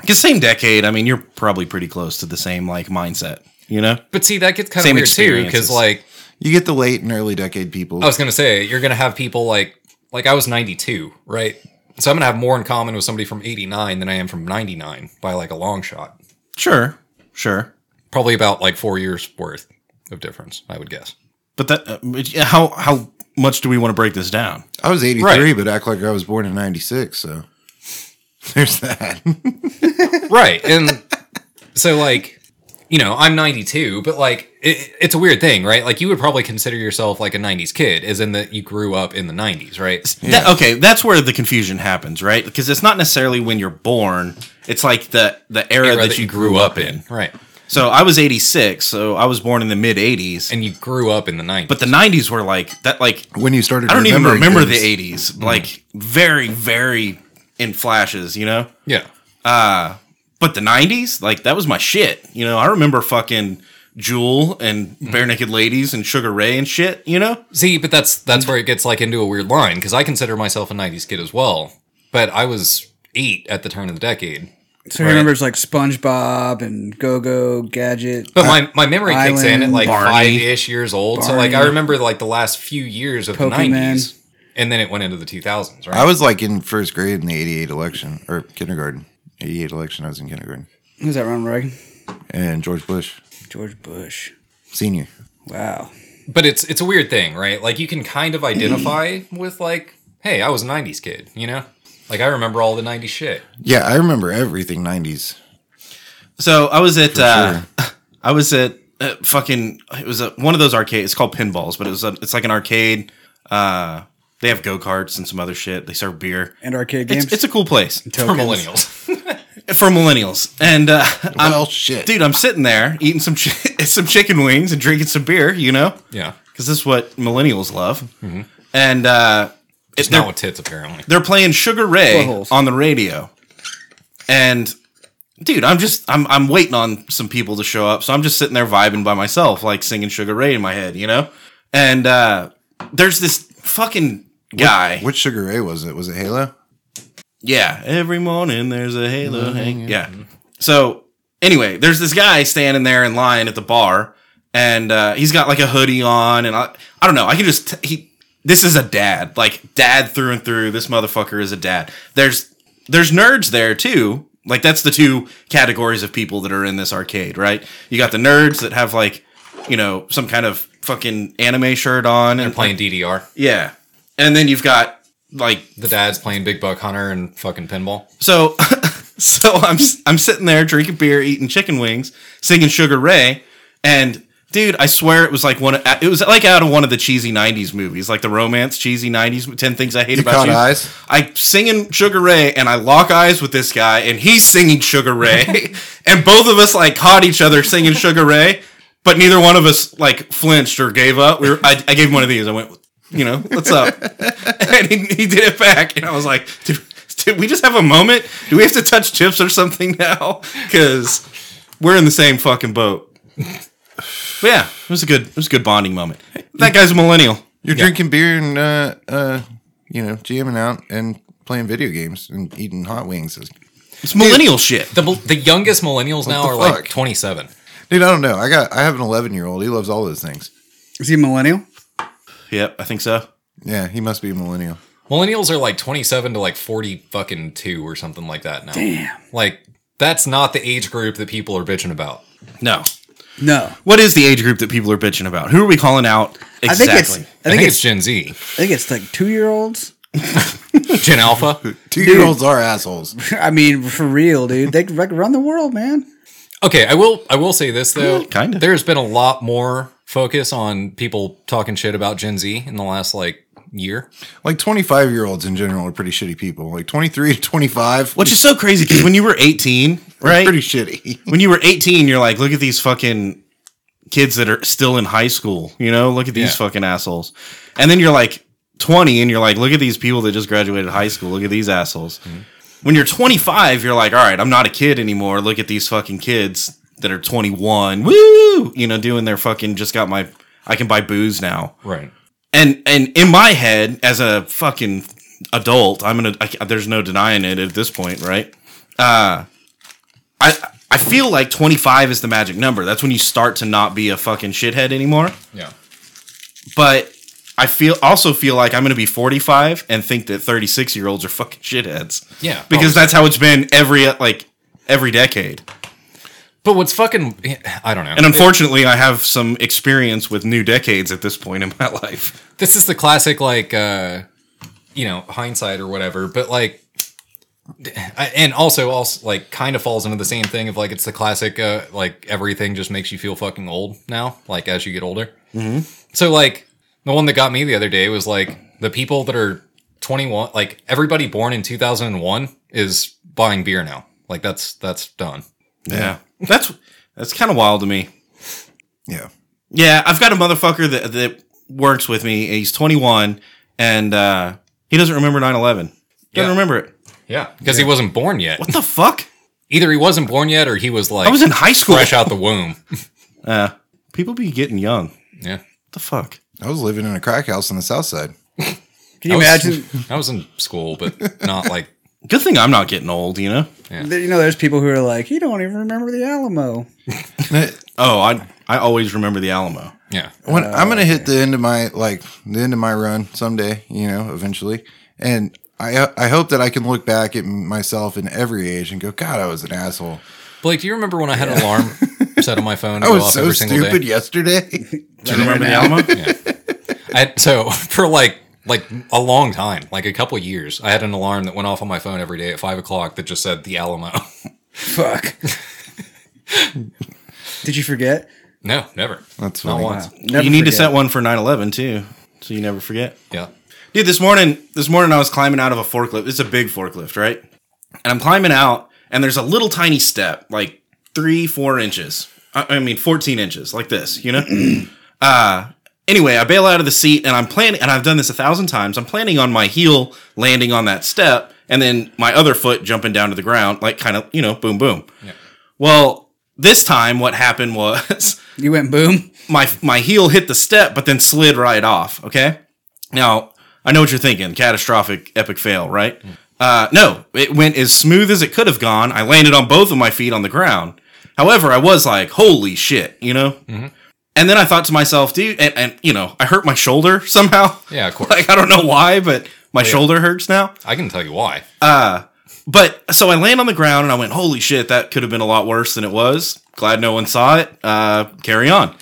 Speaker 4: because same decade. I mean, you're probably pretty close to the same like mindset. You know?
Speaker 2: But see, that gets kind of
Speaker 4: Same
Speaker 2: weird too, because
Speaker 4: experiences.
Speaker 2: like
Speaker 1: You get the late and early decade people.
Speaker 4: Oh,
Speaker 2: I was gonna say, you're gonna have people like like I was 92, right? So I'm gonna have more in common with somebody from 89 than I am from 99 by like a long shot.
Speaker 4: Sure, sure.
Speaker 2: Probably about like four years worth of difference, I would guess.
Speaker 4: But that uh, but how how much do we want to break this down?
Speaker 1: I was 83,
Speaker 2: Right.
Speaker 1: but act like I was born in 96. So there's that.
Speaker 2: right and so like you know i'm 92 but like it, it's a weird thing right like you would probably consider yourself like a 90s kid as in that you grew up in the 90s right
Speaker 4: That- okay, that's where the confusion happens, right? Because it's not necessarily when you're born. It's like the the era,
Speaker 2: Era
Speaker 4: that, you grew up in.
Speaker 2: right
Speaker 4: So I was 86, so I was born in the mid 80s.
Speaker 2: and you grew up in the 90s
Speaker 4: but the 90s were like that like
Speaker 1: When you started,
Speaker 4: I don't even
Speaker 1: remembering
Speaker 4: remember
Speaker 1: things.
Speaker 4: the 80s. Like very very in flashes, you know?
Speaker 2: yeah
Speaker 4: But the 90s, like that was my shit. You know, I remember fucking Jewel and Bare Naked Ladies and Sugar Ray and shit, you know?
Speaker 2: see but that's
Speaker 3: Mm-hmm.
Speaker 2: that's where it gets like into a weird line because i consider myself a 90s kid as well but i was eight at the turn of the decade
Speaker 3: so he remembers like SpongeBob and Go Go Gadget.
Speaker 2: but my, my memory kicks in at
Speaker 3: Uh, Island,
Speaker 2: like
Speaker 4: Barney.
Speaker 2: five-ish years old so like i
Speaker 3: Barney.
Speaker 2: remember like the last few years of
Speaker 3: Pokemon.
Speaker 2: the 90s and then it went into the 2000s right
Speaker 1: I was like in first grade in the 88 election or kindergarten. 88 election, I was in kindergarten.
Speaker 3: Who's that? Ronald Reagan,
Speaker 1: And George Bush,
Speaker 3: George Bush.
Speaker 1: senior.
Speaker 3: Wow.
Speaker 2: but it's it's a weird thing, right? Like you can kind of identify with like, hey, I was a '90s kid, you know. Like I remember all the '90s shit.
Speaker 1: Yeah, I remember everything 90s.
Speaker 4: So I was at uh, I was at uh, fucking it was a, one of those arcades. It's called Pinballs, but it was a, it's like an arcade. Uh, they have go karts and some other shit. They serve beer.
Speaker 3: And arcade games.
Speaker 4: It's, it's a cool place
Speaker 2: for
Speaker 3: Tokens.
Speaker 2: millennials.
Speaker 4: for millennials. And uh, I'm,
Speaker 1: Well, shit.
Speaker 4: dude, I'm sitting there eating some chi- some chicken wings and drinking some beer. You know,
Speaker 2: yeah,
Speaker 4: because this is what millennials love. And uh,
Speaker 2: it's not with tits apparently.
Speaker 4: they're playing Sugar Ray
Speaker 3: Buttholes.
Speaker 4: on the radio, and dude, I'm just I'm I'm waiting on some people to show up, so I'm just sitting there vibing by myself, like singing Sugar Ray in my head, you know. And uh, there's this fucking guy.
Speaker 1: Which Sugar Ray was it? Was it Halo?
Speaker 4: Yeah, every morning there's a halo hang. Yeah. So anyway, there's this guy standing there in line at the bar, and uh, he's got like a hoodie on, and I, I don't know. I can just t- he. This is a dad, like dad through and through. This motherfucker is a dad. There's there's nerds there too. Like that's the two categories of people that are in this arcade, right? You got the nerds that have like, you know, some kind of fucking anime shirt on, and
Speaker 2: Playing DDR.
Speaker 4: yeah, and then you've got like
Speaker 2: The dad's playing Big Buck Hunter and fucking pinball.
Speaker 4: so, so I'm I'm sitting there drinking beer, eating chicken wings, singing Sugar Ray, and dude, I swear it was like one. Of, it was like out of one of the cheesy '90s movies, like the romance cheesy '90s Ten Things I Hate About
Speaker 1: caught
Speaker 4: You.
Speaker 1: eyes?
Speaker 4: I singing Sugar Ray, and I lock eyes with this guy, and he's singing Sugar Ray, and both of us like caught each other singing Sugar Ray, but neither one of us like flinched or gave up. We were, I, I gave him one of these. I went. You know, what's up? and he, he did it back. And I was like, did, did we just have a moment? Do we have to touch chips or something now? Because we're in the same fucking boat. But yeah, it was a good, it was a good bonding moment. That guy's a millennial.
Speaker 1: You're drinking beer and uh, uh, you know, jamming out and playing video games and eating hot wings.
Speaker 4: It's millennial shit.
Speaker 2: The the youngest millennials now
Speaker 1: the
Speaker 2: are
Speaker 1: fuck?
Speaker 2: like 27.
Speaker 1: Dude, I don't know. I got I have an 11 year old. He loves all those things.
Speaker 3: Is he a millennial?
Speaker 4: Yep, I think so.
Speaker 1: Yeah, he must be a millennial.
Speaker 2: Millennials are like 27 to like 40 fucking 2 or something like that now.
Speaker 3: Damn.
Speaker 2: Like that's not the age group that people are bitching about.
Speaker 4: No.
Speaker 3: No.
Speaker 4: What is the age group that people are bitching about? Who are we calling out
Speaker 3: I think
Speaker 4: exactly?
Speaker 3: it's.
Speaker 2: I think, it's, Gen Z.
Speaker 3: I think it's like two year olds.
Speaker 2: Gen Alpha.
Speaker 1: Two year olds are assholes.
Speaker 3: I mean, for real, dude. They could, like run the world, man.
Speaker 2: Okay, I will I will say this though.
Speaker 4: kinda.
Speaker 2: There's been a lot more focus on people talking shit about Gen Z in the last like year.
Speaker 1: Like 25 year olds in general are pretty shitty people. Like 23 to 25,
Speaker 4: Which is so crazy because when you were 18, right?
Speaker 1: pretty shitty.
Speaker 4: when you were 18, you're like, look at these fucking kids that are still in high school. You know, look at these
Speaker 2: Yeah.
Speaker 4: fucking assholes. And then you're like 20 and you're like, look at these people that just graduated high school. Look at these assholes. When you're 25, you're like, all right, I'm not a kid anymore. Look at these fucking kids that are 21. Woo! You know, doing their fucking just got my, I can buy booze now
Speaker 2: Right.
Speaker 4: and and in my head as a fucking adult i'm gonna I, there's no denying it at this point right uh i i feel like 25 is the magic number that's when you start to not be a fucking shithead anymore
Speaker 2: Yeah.
Speaker 4: but i feel also feel like i'm gonna be 45 and think that 36 year olds are fucking shitheads
Speaker 2: Yeah,
Speaker 4: because that's how it's been every uh, like every decade
Speaker 2: But what's fucking I don't know.
Speaker 4: and unfortunately i have some experience with new decades at this point in my life
Speaker 2: this is the classic like uh you know hindsight or whatever but like I- and also also like kind of falls into the same thing of like it's the classic uh like everything just makes you feel fucking old now like as you get older mm-hmm. so like the one that got me the other day was like the people that are 21 like everybody born in 2001 is buying beer now like that's that's done
Speaker 4: yeah. that's that's kind of wild to me
Speaker 1: Yeah.
Speaker 4: Yeah, I've got a motherfucker that that works with me. He's 21 and uh, he doesn't remember 9/11. Doesn't
Speaker 2: Yeah.
Speaker 4: remember it.
Speaker 2: yeah because he wasn't born yet
Speaker 4: What the fuck?
Speaker 2: either he wasn't born yet or he was like
Speaker 4: I was in high school.
Speaker 2: fresh out the womb
Speaker 4: Uh, people be getting young. What
Speaker 2: yeah
Speaker 4: the fuck?
Speaker 1: I was living in a crack house on the south side.
Speaker 3: Can you
Speaker 2: I was-
Speaker 3: imagine?
Speaker 2: I was in school, but not like
Speaker 4: Good thing I'm not getting old, you know.
Speaker 3: that, you know, there's people who are like, you don't even remember the Alamo.
Speaker 4: Oh, I I always remember the Alamo.
Speaker 2: yeah.
Speaker 1: When I'm gonna hit the end of my like the end of my run someday, you know, eventually, and I I hope that I can look back at myself in every age and go, God, I was an asshole.
Speaker 2: Blake, do you remember when I had an alarm set on my phone to
Speaker 1: I
Speaker 2: go
Speaker 1: was
Speaker 2: off
Speaker 1: so
Speaker 2: every single
Speaker 1: stupid
Speaker 2: day?
Speaker 1: yesterday.
Speaker 4: Do you remember the Alamo?
Speaker 2: I, so for like like a long time, like a couple years, I had an alarm that went off on my phone every day at five o'clock that just said the Alamo.
Speaker 3: Fuck. Did you forget?
Speaker 2: No, never.
Speaker 1: That's
Speaker 2: not
Speaker 1: funny.
Speaker 2: once.
Speaker 3: Never
Speaker 4: you need to
Speaker 3: forget.
Speaker 4: set one for 9-11 too, so you never forget.
Speaker 2: Yeah.
Speaker 4: Dude, this morning, this morning I was climbing out of a forklift. It's a big forklift, right? And I'm climbing out, and there's a little tiny step, like three, four inches. I, I mean, fourteen inches, like this, you know. uh anyway, I bail out of the seat, and I'm planning, and I've done this a thousand times. I'm planning on my heel landing on that step, and then my other foot jumping down to the ground, like kind of, you know, boom, boom. Well, this time, what happened was
Speaker 3: You went boom.
Speaker 4: my my heel hit the step, but then slid right off. Okay. Now I know what you're thinking: catastrophic, epic fail, right?
Speaker 2: Hmm.
Speaker 4: Uh, no, it went as smooth as it could have gone. I landed on both of my feet on the ground. However, I was like, "Holy shit!" You know.
Speaker 2: Mm-hmm.
Speaker 4: And then I thought to myself, "Dude," and, and you know, I hurt my shoulder somehow.
Speaker 2: Yeah, of course. Oh,
Speaker 4: like I don't know why, but my shoulder hurts now.
Speaker 2: I can tell you why.
Speaker 1: Oh,
Speaker 4: But so I land on the ground and I went, holy shit, that could have been a lot worse than it was. Glad no one saw it. Uh, carry on.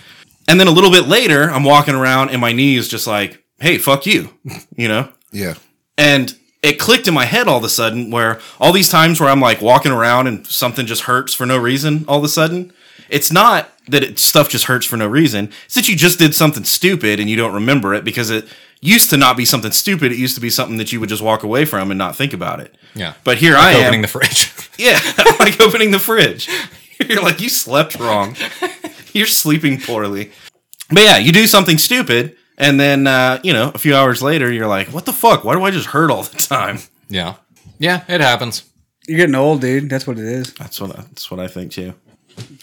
Speaker 4: And then a little bit later, I'm walking around and my knee is just like, hey, fuck you, you know?
Speaker 1: Yeah.
Speaker 4: And it clicked in my head all of a sudden where all these times where I'm like walking around and something just hurts for no reason all of a sudden. It's not that it, stuff just hurts for no reason. It's that you just did something stupid and you don't remember it because it used to not be something stupid. It used to be something that you would just walk away from and not think about it.
Speaker 2: Yeah.
Speaker 4: But here I am.
Speaker 2: opening the fridge.
Speaker 4: Yeah, like opening the fridge. You're like, you slept wrong. You're sleeping poorly. But yeah, you do something stupid, and then uh, you know, a few hours later, you're like, what the fuck? Why do I just hurt all the time?
Speaker 2: yeah. Yeah, it happens.
Speaker 3: You're getting old, dude. That's what it is.
Speaker 4: That's what I, that's what I think too.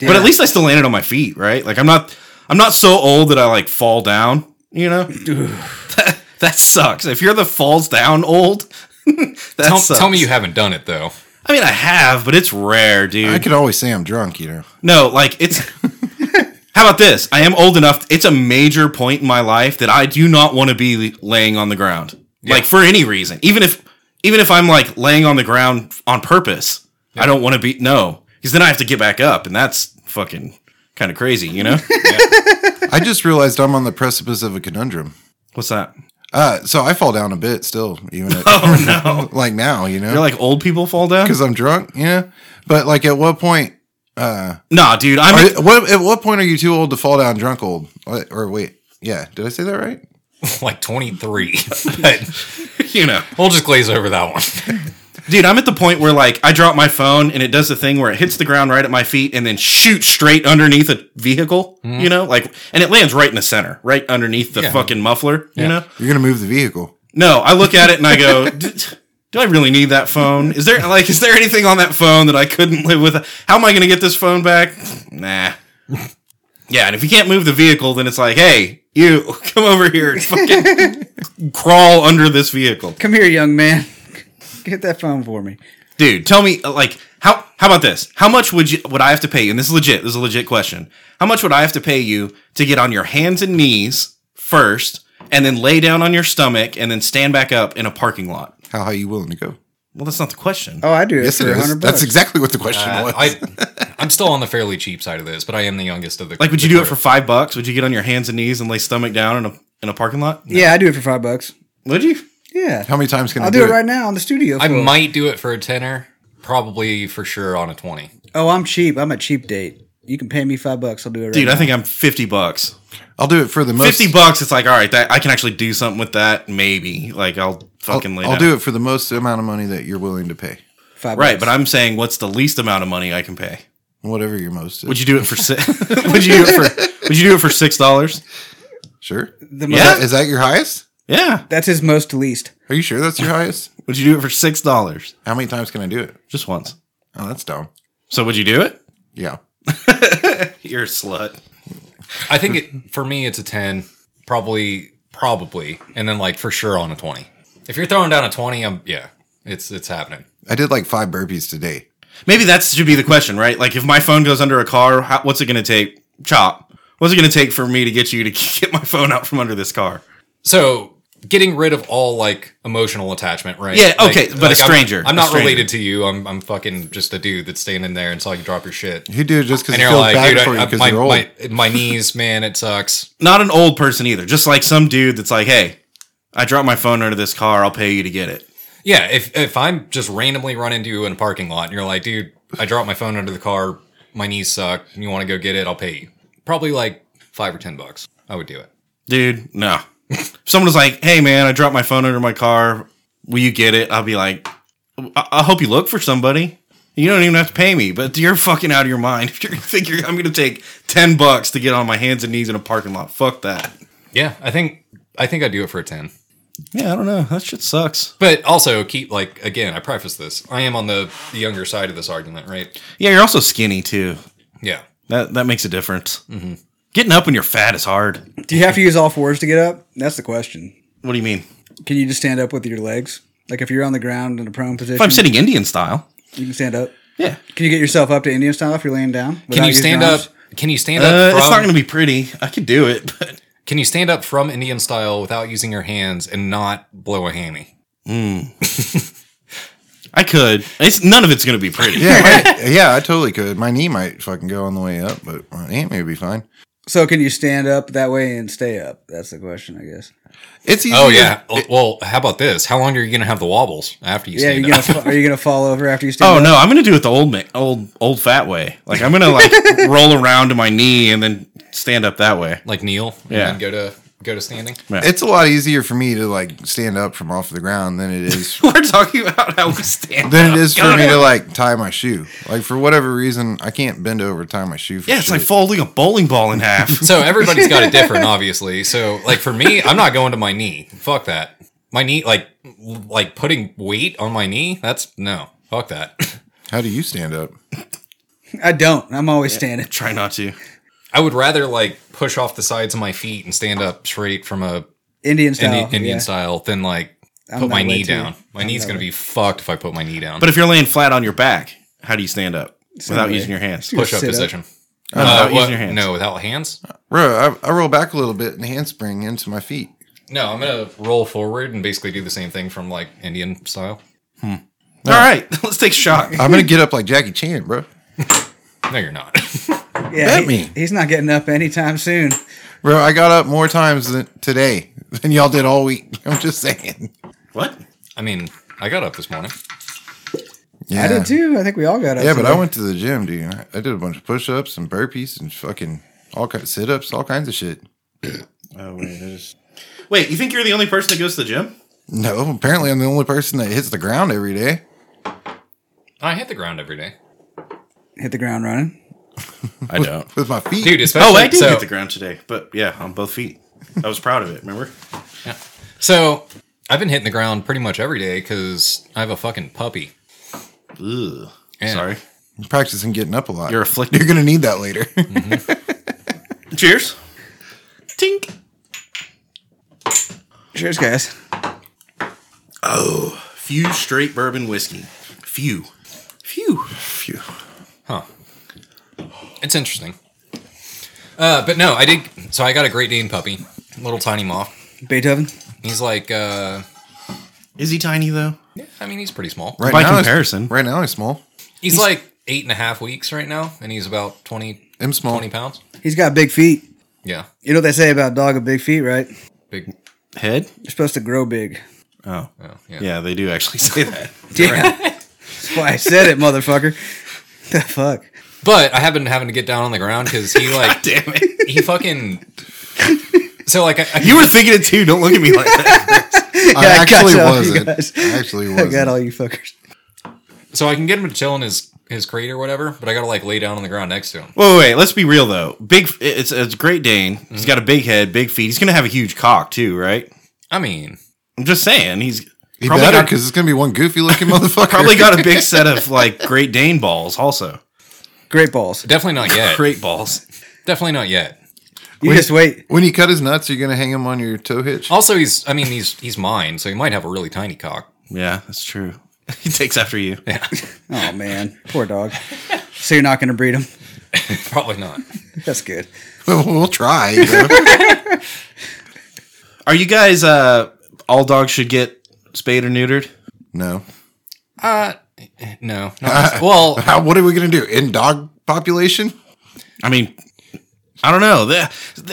Speaker 3: Yeah.
Speaker 4: But at least I still landed on my feet, right? Like I'm not I'm not so old that I like fall down. You know, that, that sucks. If you're the falls down old, that
Speaker 2: Tell,
Speaker 4: sucks.
Speaker 2: tell me you haven't done it though.
Speaker 4: I mean, I have, but it's rare, dude.
Speaker 1: I could always say I'm drunk, you know.
Speaker 4: No, like it's. how about this? I am old enough. It's a major point in my life that I do not want to be laying on the ground, like for any reason. Even if, even if I'm like laying on the ground on purpose, I don't want to be no, because then I have to get back up, and that's fucking kind of crazy, you know?
Speaker 1: I just realized I'm on the precipice of a conundrum.
Speaker 4: What's that?
Speaker 1: Uh, so I fall down a bit still, even at,
Speaker 4: Oh
Speaker 1: like now, you
Speaker 4: no, you're
Speaker 1: know,
Speaker 4: like old people fall down.
Speaker 1: because I'm drunk, you know. But like, at what point?
Speaker 4: Nah, dude, I'm.
Speaker 1: Are, what at what point are you too old to fall down drunk old? Or, or wait, yeah, did I say that right?
Speaker 2: like 23. but
Speaker 4: you know.
Speaker 2: we'll just glaze over that one.
Speaker 4: Dude, I'm at the point where like I drop my phone and it does the thing where it hits the ground right at my feet and then shoots straight underneath a vehicle, you know, like and it lands right in the center, right underneath the
Speaker 2: Mm-hmm. Yeah.
Speaker 4: fucking muffler, you know.
Speaker 1: You're gonna move the vehicle.
Speaker 4: No, I look at it and I go, "D- "Do I really need that phone? Is there like is there anything on that phone that I couldn't live with? How am I going to get this phone back? Nah." Yeah, and if you can't move the vehicle, then it's like, "Hey, you come over here and fucking crawl under this vehicle."
Speaker 3: Come here, young man. Get that phone for me.
Speaker 4: dude tell me uh, like how how about this how much would you would i have to pay you and this is legit this is a legit question how much would i have to pay you to get on your hands and knees first and then lay down on your stomach and then stand back up in a parking lot
Speaker 1: How high you willing to go?
Speaker 4: well that's not the question
Speaker 3: Oh, I do it
Speaker 1: Yes, it
Speaker 3: for
Speaker 1: is.
Speaker 3: hundred
Speaker 1: That's
Speaker 3: bucks.
Speaker 1: exactly what the question was.
Speaker 2: Uh, I, I'm still on the fairly cheap side of this, but I am the youngest of the.
Speaker 4: like would you
Speaker 2: the
Speaker 4: do it for
Speaker 2: group.
Speaker 4: five bucks would you get on your hands and knees and lay stomach down in a in a parking lot
Speaker 3: yeah, I do it for five bucks.
Speaker 4: would you
Speaker 3: Yeah,
Speaker 1: How many times can i
Speaker 3: I'll
Speaker 1: do, it?
Speaker 3: right now on the studio.
Speaker 2: I
Speaker 3: floor.
Speaker 2: might do it for a tenner, probably for sure on a 20.
Speaker 3: Oh, I'm cheap. I'm a cheap date. You can pay me five bucks. I'll do it. Right
Speaker 4: dude
Speaker 3: now.
Speaker 4: i think i'm 50 bucks
Speaker 1: I'll do it for the most.
Speaker 4: 50 bucks it's like all right that i can actually do something with that maybe like i'll fucking
Speaker 1: I'll,
Speaker 4: lay
Speaker 1: I'll
Speaker 4: down
Speaker 1: do it for the most amount of money that you're willing to pay,
Speaker 3: five.
Speaker 4: right
Speaker 3: bucks.
Speaker 4: but i'm saying what's the least amount of money i can pay
Speaker 1: whatever your most. Is.
Speaker 4: Would you do it for six? would you do it for? Would you do it for six dollars?
Speaker 1: sure?
Speaker 3: the
Speaker 1: Is
Speaker 3: most,
Speaker 1: that- is that your highest?
Speaker 4: Yeah.
Speaker 3: that's his most least.
Speaker 1: Are you sure that's your highest?
Speaker 4: Would you do it for six dollars?
Speaker 1: How many times can I do it?
Speaker 4: Just once.
Speaker 1: Oh, that's dumb.
Speaker 4: So would you do it?
Speaker 1: Yeah.
Speaker 4: You're a slut.
Speaker 2: I think it for me it's a 10, probably probably, and then like for sure on a 20. If you're throwing down a 20, I'm yeah, it's it's happening.
Speaker 1: I did like five burpees today.
Speaker 4: Maybe that should be the question, right? Like, if my phone goes under a car, how, what's it going to take? Chop. What's it going to take for me to get you to get my phone out from under this car?
Speaker 2: So getting rid of all like emotional attachment, right?
Speaker 4: Yeah,
Speaker 2: Like-
Speaker 4: okay, but a
Speaker 2: I'm-
Speaker 4: stranger,
Speaker 2: I'm,
Speaker 4: a
Speaker 2: not
Speaker 4: stranger.
Speaker 2: related to you. I'm I'm fucking just a dude that's standing there until I can drop your shit.
Speaker 1: You do it just because
Speaker 2: And
Speaker 1: you
Speaker 2: you're
Speaker 1: feel
Speaker 2: like,
Speaker 1: bad
Speaker 2: dude,
Speaker 1: for
Speaker 2: I,
Speaker 1: you
Speaker 2: I,
Speaker 1: because
Speaker 2: my,
Speaker 1: you're old.
Speaker 2: my my knees, man, it sucks.
Speaker 4: Not an old person either. Just like some dude that's like, "Hey, I dropped my phone under this car. I'll pay you to get it."
Speaker 2: Yeah, if if I'm just randomly run into you in a parking lot and you're like, dude, I dropped my phone under the car. my knees suck. You want to go get it? I'll pay you. Probably like five or ten bucks. I would do it.
Speaker 4: dude. No. if someone was like, "Hey, man, I dropped my phone under my car. Will you get it?" I'll be like, "I, I hope you look for somebody. You don't even have to pay me, but you're fucking out of your mind if you're thinking I'm going to take ten bucks to get on my hands and knees in a parking lot. Fuck that.
Speaker 2: Yeah, I think I think I'd do it for a ten.
Speaker 4: Yeah, I don't know. That shit sucks.
Speaker 2: But also keep like again, I preface this. I am on the the younger side of this argument, right?
Speaker 4: Yeah, you're also skinny too.
Speaker 2: Yeah.
Speaker 4: That that makes a difference. Getting up when you're fat is hard.
Speaker 3: Do you have to use all fours to get up? That's the question.
Speaker 4: What do you mean?
Speaker 3: Can you just stand up with your legs? Like if you're on the ground in a prone position,
Speaker 4: If I'm sitting Indian style,
Speaker 3: you can stand up.
Speaker 4: yeah,
Speaker 3: Can you get yourself up to Indian style if you're laying down?
Speaker 2: Can
Speaker 3: without
Speaker 2: you
Speaker 3: using
Speaker 2: stand
Speaker 3: your
Speaker 2: up?
Speaker 3: arms?
Speaker 2: Can you stand
Speaker 4: uh,
Speaker 2: up? From,
Speaker 4: it's not going to be pretty. I could do it, but
Speaker 2: Can you stand up from Indian style without using your hands and not blow a hammy?
Speaker 4: I could. It's none of it's going to be pretty.
Speaker 1: Yeah, right. yeah, I totally could. My knee might fucking go on the way up, but my aunt may be fine.
Speaker 3: So can you stand up that way and stay up? That's the question, I guess.
Speaker 1: It's easy.
Speaker 2: Oh yeah. well, how about this? How long are you going to have the wobbles after you
Speaker 3: Yeah,
Speaker 2: stand
Speaker 3: you're gonna
Speaker 2: up?
Speaker 3: fa- are you gonna fall over after you stand
Speaker 4: Oh
Speaker 3: up?
Speaker 4: no, I'm gonna do it the old ma- old old fat way. Like I'm gonna like roll around to my knee and then stand up that way.
Speaker 2: like kneel and
Speaker 4: Yeah.
Speaker 2: then go to go to standing.
Speaker 1: It's a lot easier for me to like stand up from off the ground than it is
Speaker 4: We're talking about how we stand.
Speaker 1: than it is for me to like tie my shoe. Like for whatever reason, I can't bend over to tie my shoe. For
Speaker 4: Yeah, it's like
Speaker 1: shit.
Speaker 4: folding a bowling ball in half.
Speaker 2: So everybody's got it different, obviously. So like for me, I'm not going to my knee. Fuck that. My knee, like like putting weight on my knee. That's no. Fuck that.
Speaker 1: how do you stand up?
Speaker 3: I don't. I'm always standing.
Speaker 4: Try not to.
Speaker 2: I would rather like push off the sides of my feet and stand up straight from a
Speaker 3: Indian style.
Speaker 2: Indi- Indian
Speaker 3: yeah.
Speaker 2: style than like
Speaker 3: I'm
Speaker 2: put my
Speaker 3: that way
Speaker 2: knee
Speaker 3: too.
Speaker 2: down. My
Speaker 3: I'm
Speaker 2: knee's
Speaker 3: that
Speaker 2: gonna
Speaker 3: way.
Speaker 2: be fucked if I put my knee down.
Speaker 4: But if you're laying flat on your back, how do you stand up without
Speaker 3: way.
Speaker 4: using your hands?
Speaker 2: push up
Speaker 3: sit up.
Speaker 2: position.
Speaker 4: Oh, without
Speaker 2: Uh,
Speaker 4: using
Speaker 2: what-
Speaker 4: your hands.
Speaker 2: No, without hands.
Speaker 1: Bro, I, I roll back a little bit and handspring into my feet.
Speaker 2: No, I'm gonna roll forward and basically do the same thing from like Indian style.
Speaker 4: All right, let's take a shot.
Speaker 1: I'm gonna get up like Jackie Chan, bro.
Speaker 2: No, you're not.
Speaker 3: Yeah,
Speaker 1: at
Speaker 3: he-
Speaker 1: me.
Speaker 3: he's not getting up anytime soon.
Speaker 1: Bro, I got up more times than today than y'all did all week. I'm just saying.
Speaker 4: What?
Speaker 2: I mean, I got up this morning.
Speaker 1: Yeah.
Speaker 3: I did too. I think we all got up.
Speaker 1: Yeah, but I
Speaker 3: today.
Speaker 1: went to the gym, dude. I I did a bunch of push ups and burpees and fucking all kinds of sit ups, all kinds of shit.
Speaker 4: Oh wait, I just. Wait, you think you're the only person that goes to the gym?
Speaker 1: No, apparently I'm the only person that hits the ground every day.
Speaker 2: I hit the ground every day,
Speaker 3: hit the ground running.
Speaker 4: I don't.
Speaker 1: with my feet.
Speaker 2: dude. Especially
Speaker 4: Oh, I did
Speaker 2: so,
Speaker 4: hit the ground today, but yeah, on both feet. I was proud of it. Remember?
Speaker 2: So I've been hitting the ground pretty much every day because I have a fucking puppy.
Speaker 4: Ugh.
Speaker 2: Yeah.
Speaker 4: Sorry.
Speaker 1: I'm practicing getting up a lot.
Speaker 4: You're
Speaker 1: You're,
Speaker 4: afflicted.
Speaker 1: gonna need that later.
Speaker 4: Cheers. Tink.
Speaker 3: Cheers, guys.
Speaker 4: Few straight bourbon whiskey. Few. Few. Few.
Speaker 2: It's interesting. Uh, but no, I did. So I got a Great Dane puppy, little tiny moth.
Speaker 3: Beethoven.
Speaker 2: He's like, uh,
Speaker 4: Is he tiny though?
Speaker 2: yeah, I mean, he's pretty small.
Speaker 1: Right
Speaker 4: By
Speaker 1: now,
Speaker 4: comparison.
Speaker 1: I'm, right now I'm small.
Speaker 2: He's, like eight and a half weeks right now, and he's about 20,
Speaker 1: I'm small.
Speaker 2: 20 pounds.
Speaker 3: He's got big feet.
Speaker 2: Yeah,
Speaker 3: You know what they say about a dog with big feet, right?
Speaker 2: big.
Speaker 4: Head?
Speaker 3: You're supposed to grow big.
Speaker 4: Oh.
Speaker 2: Oh, yeah.
Speaker 4: Yeah, they do actually say that.
Speaker 3: Yeah. That's why I said it, motherfucker. The fuck.
Speaker 2: But I have been having to get down on the ground because he like
Speaker 4: Damn it.
Speaker 2: he fucking. So like I, I
Speaker 4: You were thinking it too. Don't look at me like that.
Speaker 1: I
Speaker 3: I got
Speaker 1: actually
Speaker 3: you, you
Speaker 1: wasn't.
Speaker 3: guys.
Speaker 1: I actually
Speaker 3: I got
Speaker 1: wasn't.
Speaker 3: all you fuckers.
Speaker 2: so I can get him to chill in his his crate or whatever, but I gotta like lay down on the ground next to him.
Speaker 4: Whoa, wait, wait, let's be real though. Big it's it's a great Dane. He's got a big head, big feet. He's gonna have a huge cock too, right?
Speaker 2: I mean,
Speaker 4: I'm just saying he's
Speaker 1: He
Speaker 4: probably
Speaker 1: better
Speaker 4: got,
Speaker 1: because it's gonna be one goofy looking motherfucker.
Speaker 4: probably got a big set of like great Dane balls also.
Speaker 3: Great balls.
Speaker 2: definitely not yet.
Speaker 4: Great balls.
Speaker 2: Definitely not yet.
Speaker 3: You just wait.
Speaker 1: When you cut his nuts, you're gonna hang him on your toe hitch.
Speaker 2: Also, he's I mean he's he's mine, so he might have a really tiny cock.
Speaker 4: Yeah, that's true. He takes after you.
Speaker 3: Oh man, poor dog. So you're not gonna breed him?
Speaker 2: Probably not.
Speaker 3: That's good.
Speaker 1: we'll try. you know.
Speaker 4: Are you guys uh all dogs should get spayed or neutered?
Speaker 1: no.
Speaker 2: No. Not well,
Speaker 1: How, what are we gonna do in dog population?
Speaker 4: I mean, I don't know. They,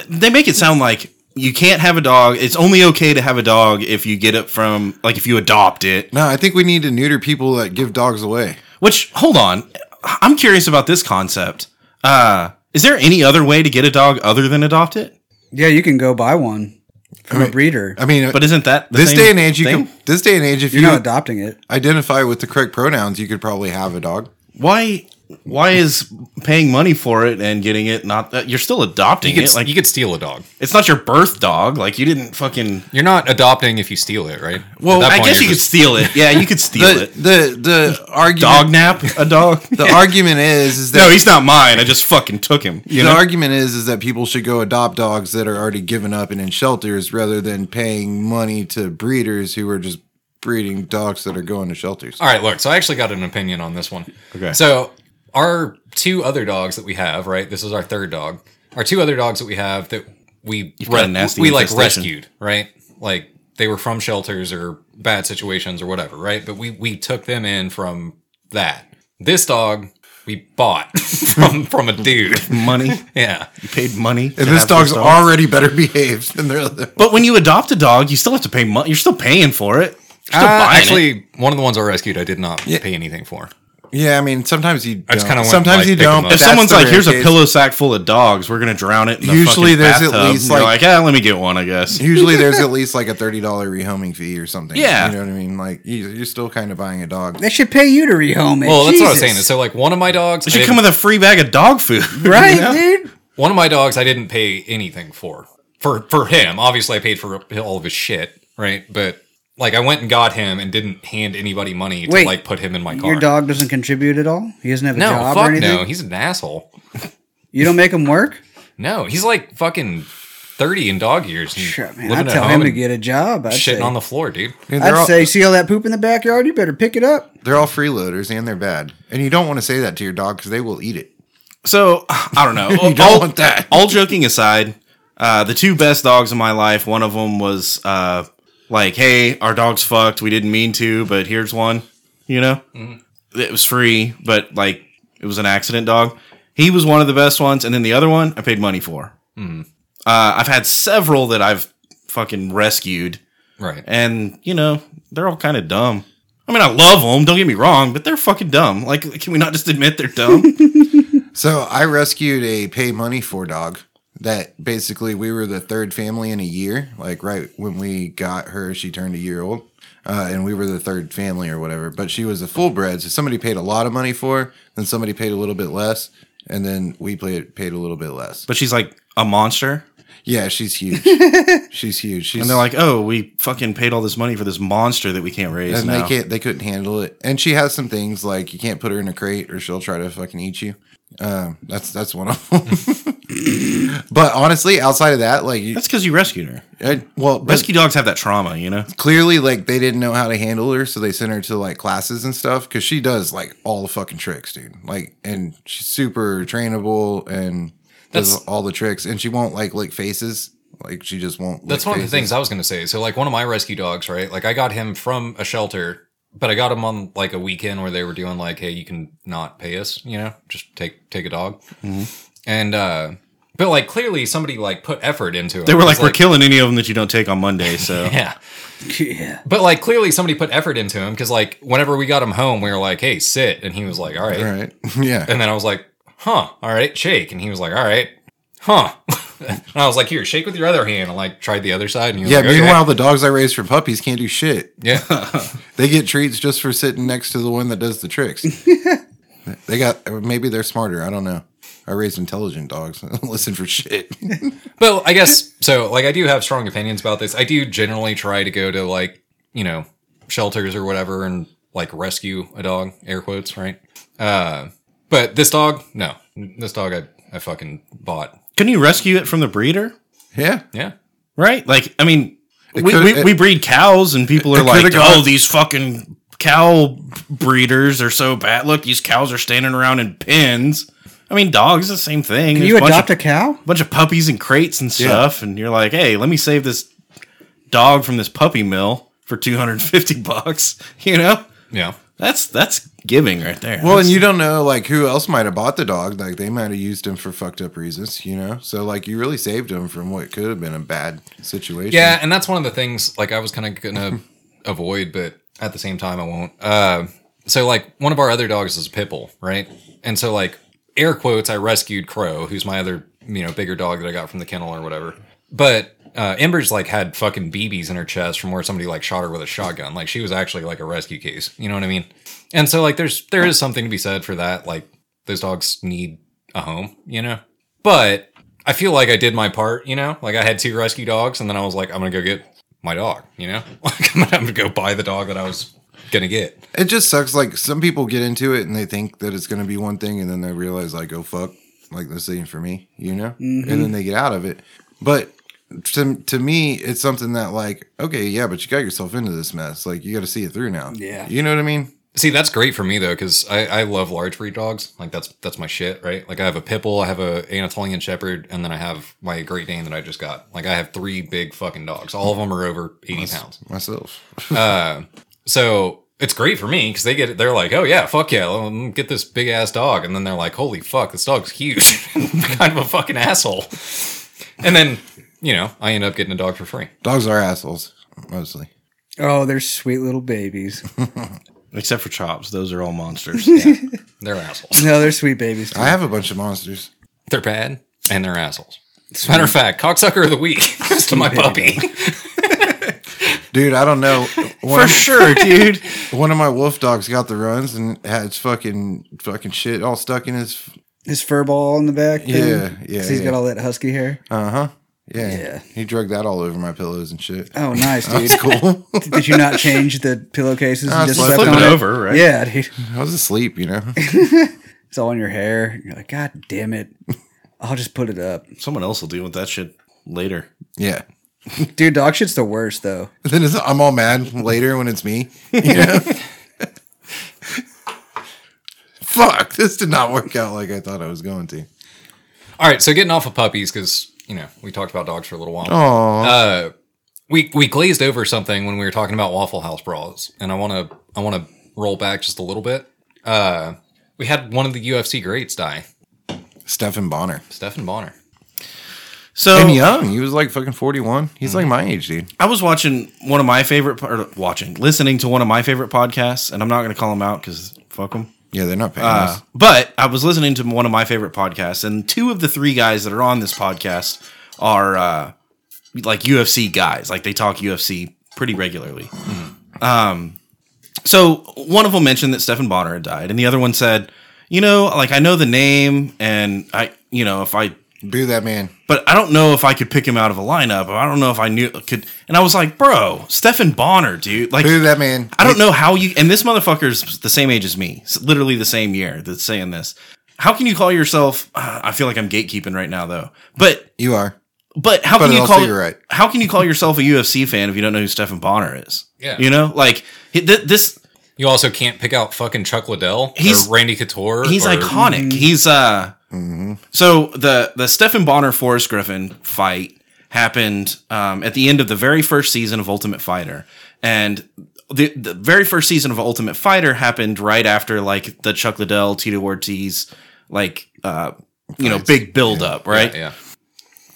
Speaker 4: they make it sound like you can't have a dog. It's only okay to have a dog if you get it from like if you adopt it.
Speaker 1: No, I think we need to neuter people that give dogs away.
Speaker 4: Which hold on, I'm curious about this concept. Uh, is there any other way to get a dog other than adopt it?
Speaker 3: Yeah, you can go buy one from
Speaker 1: mean-
Speaker 3: a breeder.
Speaker 1: I mean,
Speaker 4: But isn't that the
Speaker 1: this
Speaker 4: same
Speaker 1: day and age, you
Speaker 4: thing?
Speaker 1: can. This day and age, if
Speaker 3: You're
Speaker 1: you
Speaker 3: not adopting it.
Speaker 1: identify with the correct pronouns, you could probably have a dog.
Speaker 4: why? Why is paying money for it and getting it not that you're still adopting
Speaker 2: You could,
Speaker 4: it? Like
Speaker 2: you could steal a dog.
Speaker 4: it's not your birth dog. Like you didn't fucking.
Speaker 2: You're not adopting if you steal it, right? At
Speaker 1: Well,
Speaker 2: that
Speaker 4: I
Speaker 2: point,
Speaker 4: guess
Speaker 2: you're
Speaker 4: you could
Speaker 2: just-
Speaker 4: steal it. Yeah, you could steal
Speaker 1: The
Speaker 4: it.
Speaker 1: the the argument.
Speaker 4: Dog nap a dog.
Speaker 1: The argument is is that
Speaker 4: no, he's not mine. I just fucking took him. You
Speaker 1: the
Speaker 4: know.
Speaker 1: argument is is that people should go adopt dogs that are already given up and in shelters rather than paying money to breeders who are just breeding dogs that are going to shelters.
Speaker 2: All right, look. So I actually got an opinion on this one.
Speaker 4: Okay.
Speaker 2: So our two other dogs that we have, right? This is our third dog. Our two other dogs that we have that we
Speaker 4: got a nasty
Speaker 2: we like
Speaker 4: infestation.
Speaker 2: rescued, right? Like they were from shelters or bad situations or whatever, right? But we we took them in from that. This dog we bought from from a dude.
Speaker 4: Money.
Speaker 2: Yeah.
Speaker 4: You paid money. to
Speaker 1: And this
Speaker 4: have
Speaker 1: dog's
Speaker 4: dog.
Speaker 1: already better behaved than their other.
Speaker 4: But when you adopt a dog, you still have to pay money. You're still paying for it. You're still
Speaker 2: Uh,
Speaker 4: buying it.
Speaker 2: actually, one of the ones I rescued, I did not pay anything for.
Speaker 1: Yeah, I mean sometimes you. Don't.
Speaker 2: just kinda went,
Speaker 1: sometimes
Speaker 2: like,
Speaker 1: you
Speaker 2: pick them
Speaker 1: don't.
Speaker 2: up.
Speaker 4: if
Speaker 1: that's
Speaker 4: someone's
Speaker 1: the
Speaker 4: like,
Speaker 1: rare
Speaker 4: "Here's a
Speaker 1: case."
Speaker 4: pillow sack full of dogs, we're gonna drown it." In the
Speaker 1: Usually
Speaker 4: fucking
Speaker 1: there's at
Speaker 4: bathtub,"
Speaker 1: least,
Speaker 4: and you're
Speaker 1: like-
Speaker 4: like, "Ah, let me get one, I guess."
Speaker 1: Usually there's at least like a thirty dollar rehoming fee or something.
Speaker 4: Yeah.
Speaker 1: you know what I mean. Like you, you're still kind of buying a dog.
Speaker 3: They should pay you to rehome it.
Speaker 2: Well, that's what I was
Speaker 3: Jesus.
Speaker 2: saying. So like one of my dogs,
Speaker 4: It
Speaker 2: I
Speaker 4: should
Speaker 2: didn't-
Speaker 4: come with a free bag of dog food,
Speaker 3: Right,
Speaker 4: You know?
Speaker 3: dude.
Speaker 2: one of my dogs I didn't pay anything for. For for him, obviously I paid for all of his shit, right? But like I went and got him and didn't hand anybody money to
Speaker 3: Wait,
Speaker 2: like put him in my car.
Speaker 3: Your dog doesn't contribute at all. He doesn't have a
Speaker 2: no,
Speaker 3: job or
Speaker 2: fuck
Speaker 3: anything.
Speaker 2: no. He's an asshole.
Speaker 3: You don't make him work.
Speaker 2: No, he's like fucking 30 in dog years. and
Speaker 3: Shit, man,
Speaker 2: living
Speaker 3: I'd
Speaker 2: at
Speaker 3: tell
Speaker 2: home
Speaker 3: him to
Speaker 2: and
Speaker 3: get a job. I'd
Speaker 2: shitting
Speaker 3: say.
Speaker 2: on the floor, dude.
Speaker 1: And
Speaker 3: I'd
Speaker 1: they're all,
Speaker 3: say, see all that poop in the backyard? You better pick it up.
Speaker 1: they're all freeloaders and they're bad. And you don't want to say that to your dog because they will eat it.
Speaker 4: So I don't know.
Speaker 1: don't
Speaker 4: all,
Speaker 1: want that.
Speaker 4: all joking aside, uh, the two best dogs in my life. One of them was uh, like, "Hey, our dog's fucked. We didn't mean to, but here's one." You know,
Speaker 1: Mm-hmm.
Speaker 4: it was free, but like it was an accident dog. He was one of the best ones, and then the other one I paid money for.
Speaker 1: Mm-hmm.
Speaker 4: Uh, I've had several that I've fucking rescued,
Speaker 2: Right.
Speaker 4: and you know they're all kind of dumb. I mean, I love them. Don't get me wrong, but they're fucking dumb. Like, can we not just admit they're dumb?
Speaker 1: So I rescued a pay money for dog that basically we were the third family in a year. Like right when we got her, she turned a year old. Uh, and we were the third family or whatever. But she was a full bred. So somebody paid a lot of money for her, then somebody paid a little bit less. And then we played, paid a little bit less.
Speaker 4: but she's like a monster.
Speaker 1: Yeah, she's huge. she's huge. She's
Speaker 4: And they're like, oh, we fucking paid all this money for this monster that we can't raise
Speaker 1: and
Speaker 4: now.
Speaker 1: they can't they couldn't handle it and she has some things like you can't put her in a crate or she'll try to fucking eat you um that's that's one of them but honestly outside of that like you,
Speaker 4: That's because you rescued her.
Speaker 1: I, well but
Speaker 4: Rescue dogs have that trauma, you know?
Speaker 1: clearly like they didn't know how to handle her so they sent her to like classes and stuff because she does like all the fucking tricks dude like and she's super trainable and does
Speaker 2: That's-
Speaker 1: all the tricks and she won't like lick faces like she just won't
Speaker 2: That's
Speaker 1: lick
Speaker 2: one of the
Speaker 1: faces.
Speaker 2: things I was going to say. So, like, one of my rescue dogs, right? Like, I got him from a shelter, but I got him on like a weekend where they were doing like, "Hey, you can not pay us, you know, just take take a dog." And uh but like clearly somebody like put effort into it.
Speaker 4: They were
Speaker 2: It's
Speaker 4: like, we're killing any of them that you don't take on Monday. So
Speaker 2: yeah.
Speaker 3: Yeah.
Speaker 2: But like clearly somebody put effort into him because like whenever we got him home, we were like, "Hey, sit," and he was like, "All right."
Speaker 1: all right yeah
Speaker 2: And then I was like, "Huh, all right, shake," and he was like, "All right, huh." and I was like, "Here, shake with your other hand." And like tried the other side, and he was
Speaker 1: yeah
Speaker 2: like, "Okay."
Speaker 1: meanwhile the dogs i raised from puppies can't do shit
Speaker 2: yeah.
Speaker 1: They get treats just for sitting next to the one that does the tricks. they got or maybe they're smarter. I don't know. I raised intelligent dogs. I don't Listen for shit.
Speaker 2: Well, I guess so. Like, I do have strong opinions about this. I do generally try to go to like you know shelters or whatever and like rescue a dog, air quotes, right? Uh, but this dog, no, this dog I I fucking bought.
Speaker 4: couldn't you rescue it from the breeder?
Speaker 1: yeah.
Speaker 2: Yeah,
Speaker 4: Right? Like, I mean, we,
Speaker 1: could-
Speaker 4: we,
Speaker 1: it-
Speaker 4: we breed cows and people are
Speaker 1: it coulda
Speaker 4: like,
Speaker 1: gone-
Speaker 4: oh, these fucking cow breeders are so bad. Look, these cows are standing around in pens. I mean, dogs, the same thing.
Speaker 3: Can you adopt a cow?
Speaker 4: bunch of puppies and crates and stuff, and you're like, hey, let me save this dog from this puppy mill for 250 bucks. You know,
Speaker 2: yeah.
Speaker 4: that's that's giving right there.
Speaker 1: Well, and you don't know like who else might have bought the dog. Like they might have used him for fucked up reasons, you know. So like you really saved him from what could have been a bad situation.
Speaker 2: Yeah, and that's one of the things like I was kind of gonna avoid, but at the same time I won't. Uh, so like one of our other dogs is a pit bull, right? And so like air quotes, I rescued Crow, who's my other, you know, bigger dog that I got from the kennel or whatever. But uh, Ember's like had fucking BBs in her chest from where somebody like shot her with a shotgun. Like she was actually like a rescue case. You know what I mean? And so like there's there is something to be said for that. Like those dogs need a home, you know. But I feel like I did my part, you know. Like I had two rescue dogs, and then I was like, I'm gonna go get my dog, you know. Like I'm gonna, I'm gonna go buy the dog that I was gonna get.
Speaker 1: It just sucks. Like some people get into it and they think that it's going to be one thing, and then they realize like, oh fuck, like this ain't for me, you know.
Speaker 3: Mm-hmm.
Speaker 1: And then they get out of it. But to to me, it's something that like, okay, yeah, but you got yourself into this mess. Like you got to see it through now.
Speaker 3: Yeah.
Speaker 1: you know what I mean.
Speaker 2: See, that's great for me though, because I, I love large breed dogs. Like that's that's my shit, right? Like I have a pit bull, I have a Anatolian Shepherd, and then I have my Great Dane that I just got. Like I have three big fucking dogs. All of them are over eighty pounds.
Speaker 1: Myself,
Speaker 2: So it's great for me because they get it. They're like, oh yeah, fuck yeah, let me get this big ass dog, and then they're like, holy fuck, this dog's huge, kind of a fucking asshole. And then you know I end up getting a dog for free.
Speaker 1: dogs are assholes mostly.
Speaker 3: Oh, they're sweet little babies.
Speaker 4: Except for chops, those are all monsters.
Speaker 2: They're assholes.
Speaker 3: No, they're sweet babies. too.
Speaker 1: I have a bunch of monsters.
Speaker 2: They're bad and they're assholes. As a matter of fact, cocksucker of the week goes to my puppy.
Speaker 1: Dude, I don't know. One,
Speaker 4: for
Speaker 1: of,
Speaker 4: sure, dude.
Speaker 1: one of my wolf dogs got the runs and had its fucking fucking shit all stuck in his.
Speaker 3: His fur ball on the back. too,
Speaker 1: Yeah, yeah,
Speaker 3: 'cause he's
Speaker 1: yeah.
Speaker 3: got all that husky hair.
Speaker 1: Uh huh. Yeah.
Speaker 3: Yeah.
Speaker 1: He drugged that all over my pillows and shit.
Speaker 3: Oh, nice, dude.
Speaker 1: That's cool.
Speaker 3: Did you not change the pillowcases?
Speaker 1: I
Speaker 3: and just
Speaker 1: slept
Speaker 3: slept
Speaker 1: it
Speaker 3: on
Speaker 4: over, right?
Speaker 3: Yeah, dude.
Speaker 1: I was asleep, you know.
Speaker 3: It's all in your hair. You're like, God damn it. I'll just put it up.
Speaker 4: Someone else will deal with that shit later.
Speaker 1: Yeah.
Speaker 3: Dude, dog shit's the worst, though.
Speaker 1: Then it's, I'm all mad later when it's me. You know? Fuck, this did not work out like I thought I was going to.
Speaker 2: All right, so getting off of puppies because you know we talked about dogs for a little while.
Speaker 1: Oh,
Speaker 2: Uh, we we glazed over something when we were talking about Waffle House brawls, and I want to I want to roll back just a little bit. Uh, we had one of the UFC greats die,
Speaker 1: Stephen Bonner.
Speaker 2: Stephen Bonner.
Speaker 4: So
Speaker 1: And young. He was like fucking 41. He's like my age, dude.
Speaker 4: I was watching one of my favorite, po- or watching, listening to one of my favorite podcasts, and I'm not going to call them out because fuck them.
Speaker 1: Yeah, they're not paying
Speaker 4: Uh,
Speaker 1: us.
Speaker 4: but I was listening to one of my favorite podcasts, and two of the three guys that are on this podcast are uh, like UFC guys. Like they talk UFC pretty regularly. Um, so one of them mentioned that Stephen Bonner had died, and the other one said, "You know, like I know the name, and I, you know, if I
Speaker 1: Boo that man.
Speaker 4: but I don't know if I could pick him out of a lineup. Or I don't know if I knew could. And I was like, bro, Stefan Bonner, dude. Like,
Speaker 1: Boo that man.
Speaker 4: I don't know how you. And this motherfucker's the same age as me, It's literally the same year that's saying this. How can you call yourself? Uh, I feel like I'm gatekeeping right now, though. But
Speaker 1: You are.
Speaker 4: but how
Speaker 1: But
Speaker 4: can you
Speaker 1: also
Speaker 4: call
Speaker 1: you're right.
Speaker 4: how can you call yourself a UFC fan if you don't know who Stefan Bonner is?
Speaker 2: Yeah.
Speaker 4: you know, like he- th- this.
Speaker 2: You also can't pick out fucking Chuck Liddell
Speaker 4: He's-
Speaker 2: or Randy Couture.
Speaker 4: He's
Speaker 2: or- Mm-hmm.
Speaker 4: iconic. He's uh. So the the Stephen Bonner Forrest Griffin fight happened um, at the end of the very first season of Ultimate Fighter, and the the very first season of Ultimate Fighter happened right after like the Chuck Liddell Tito Ortiz like uh you know big build up right
Speaker 2: Yeah,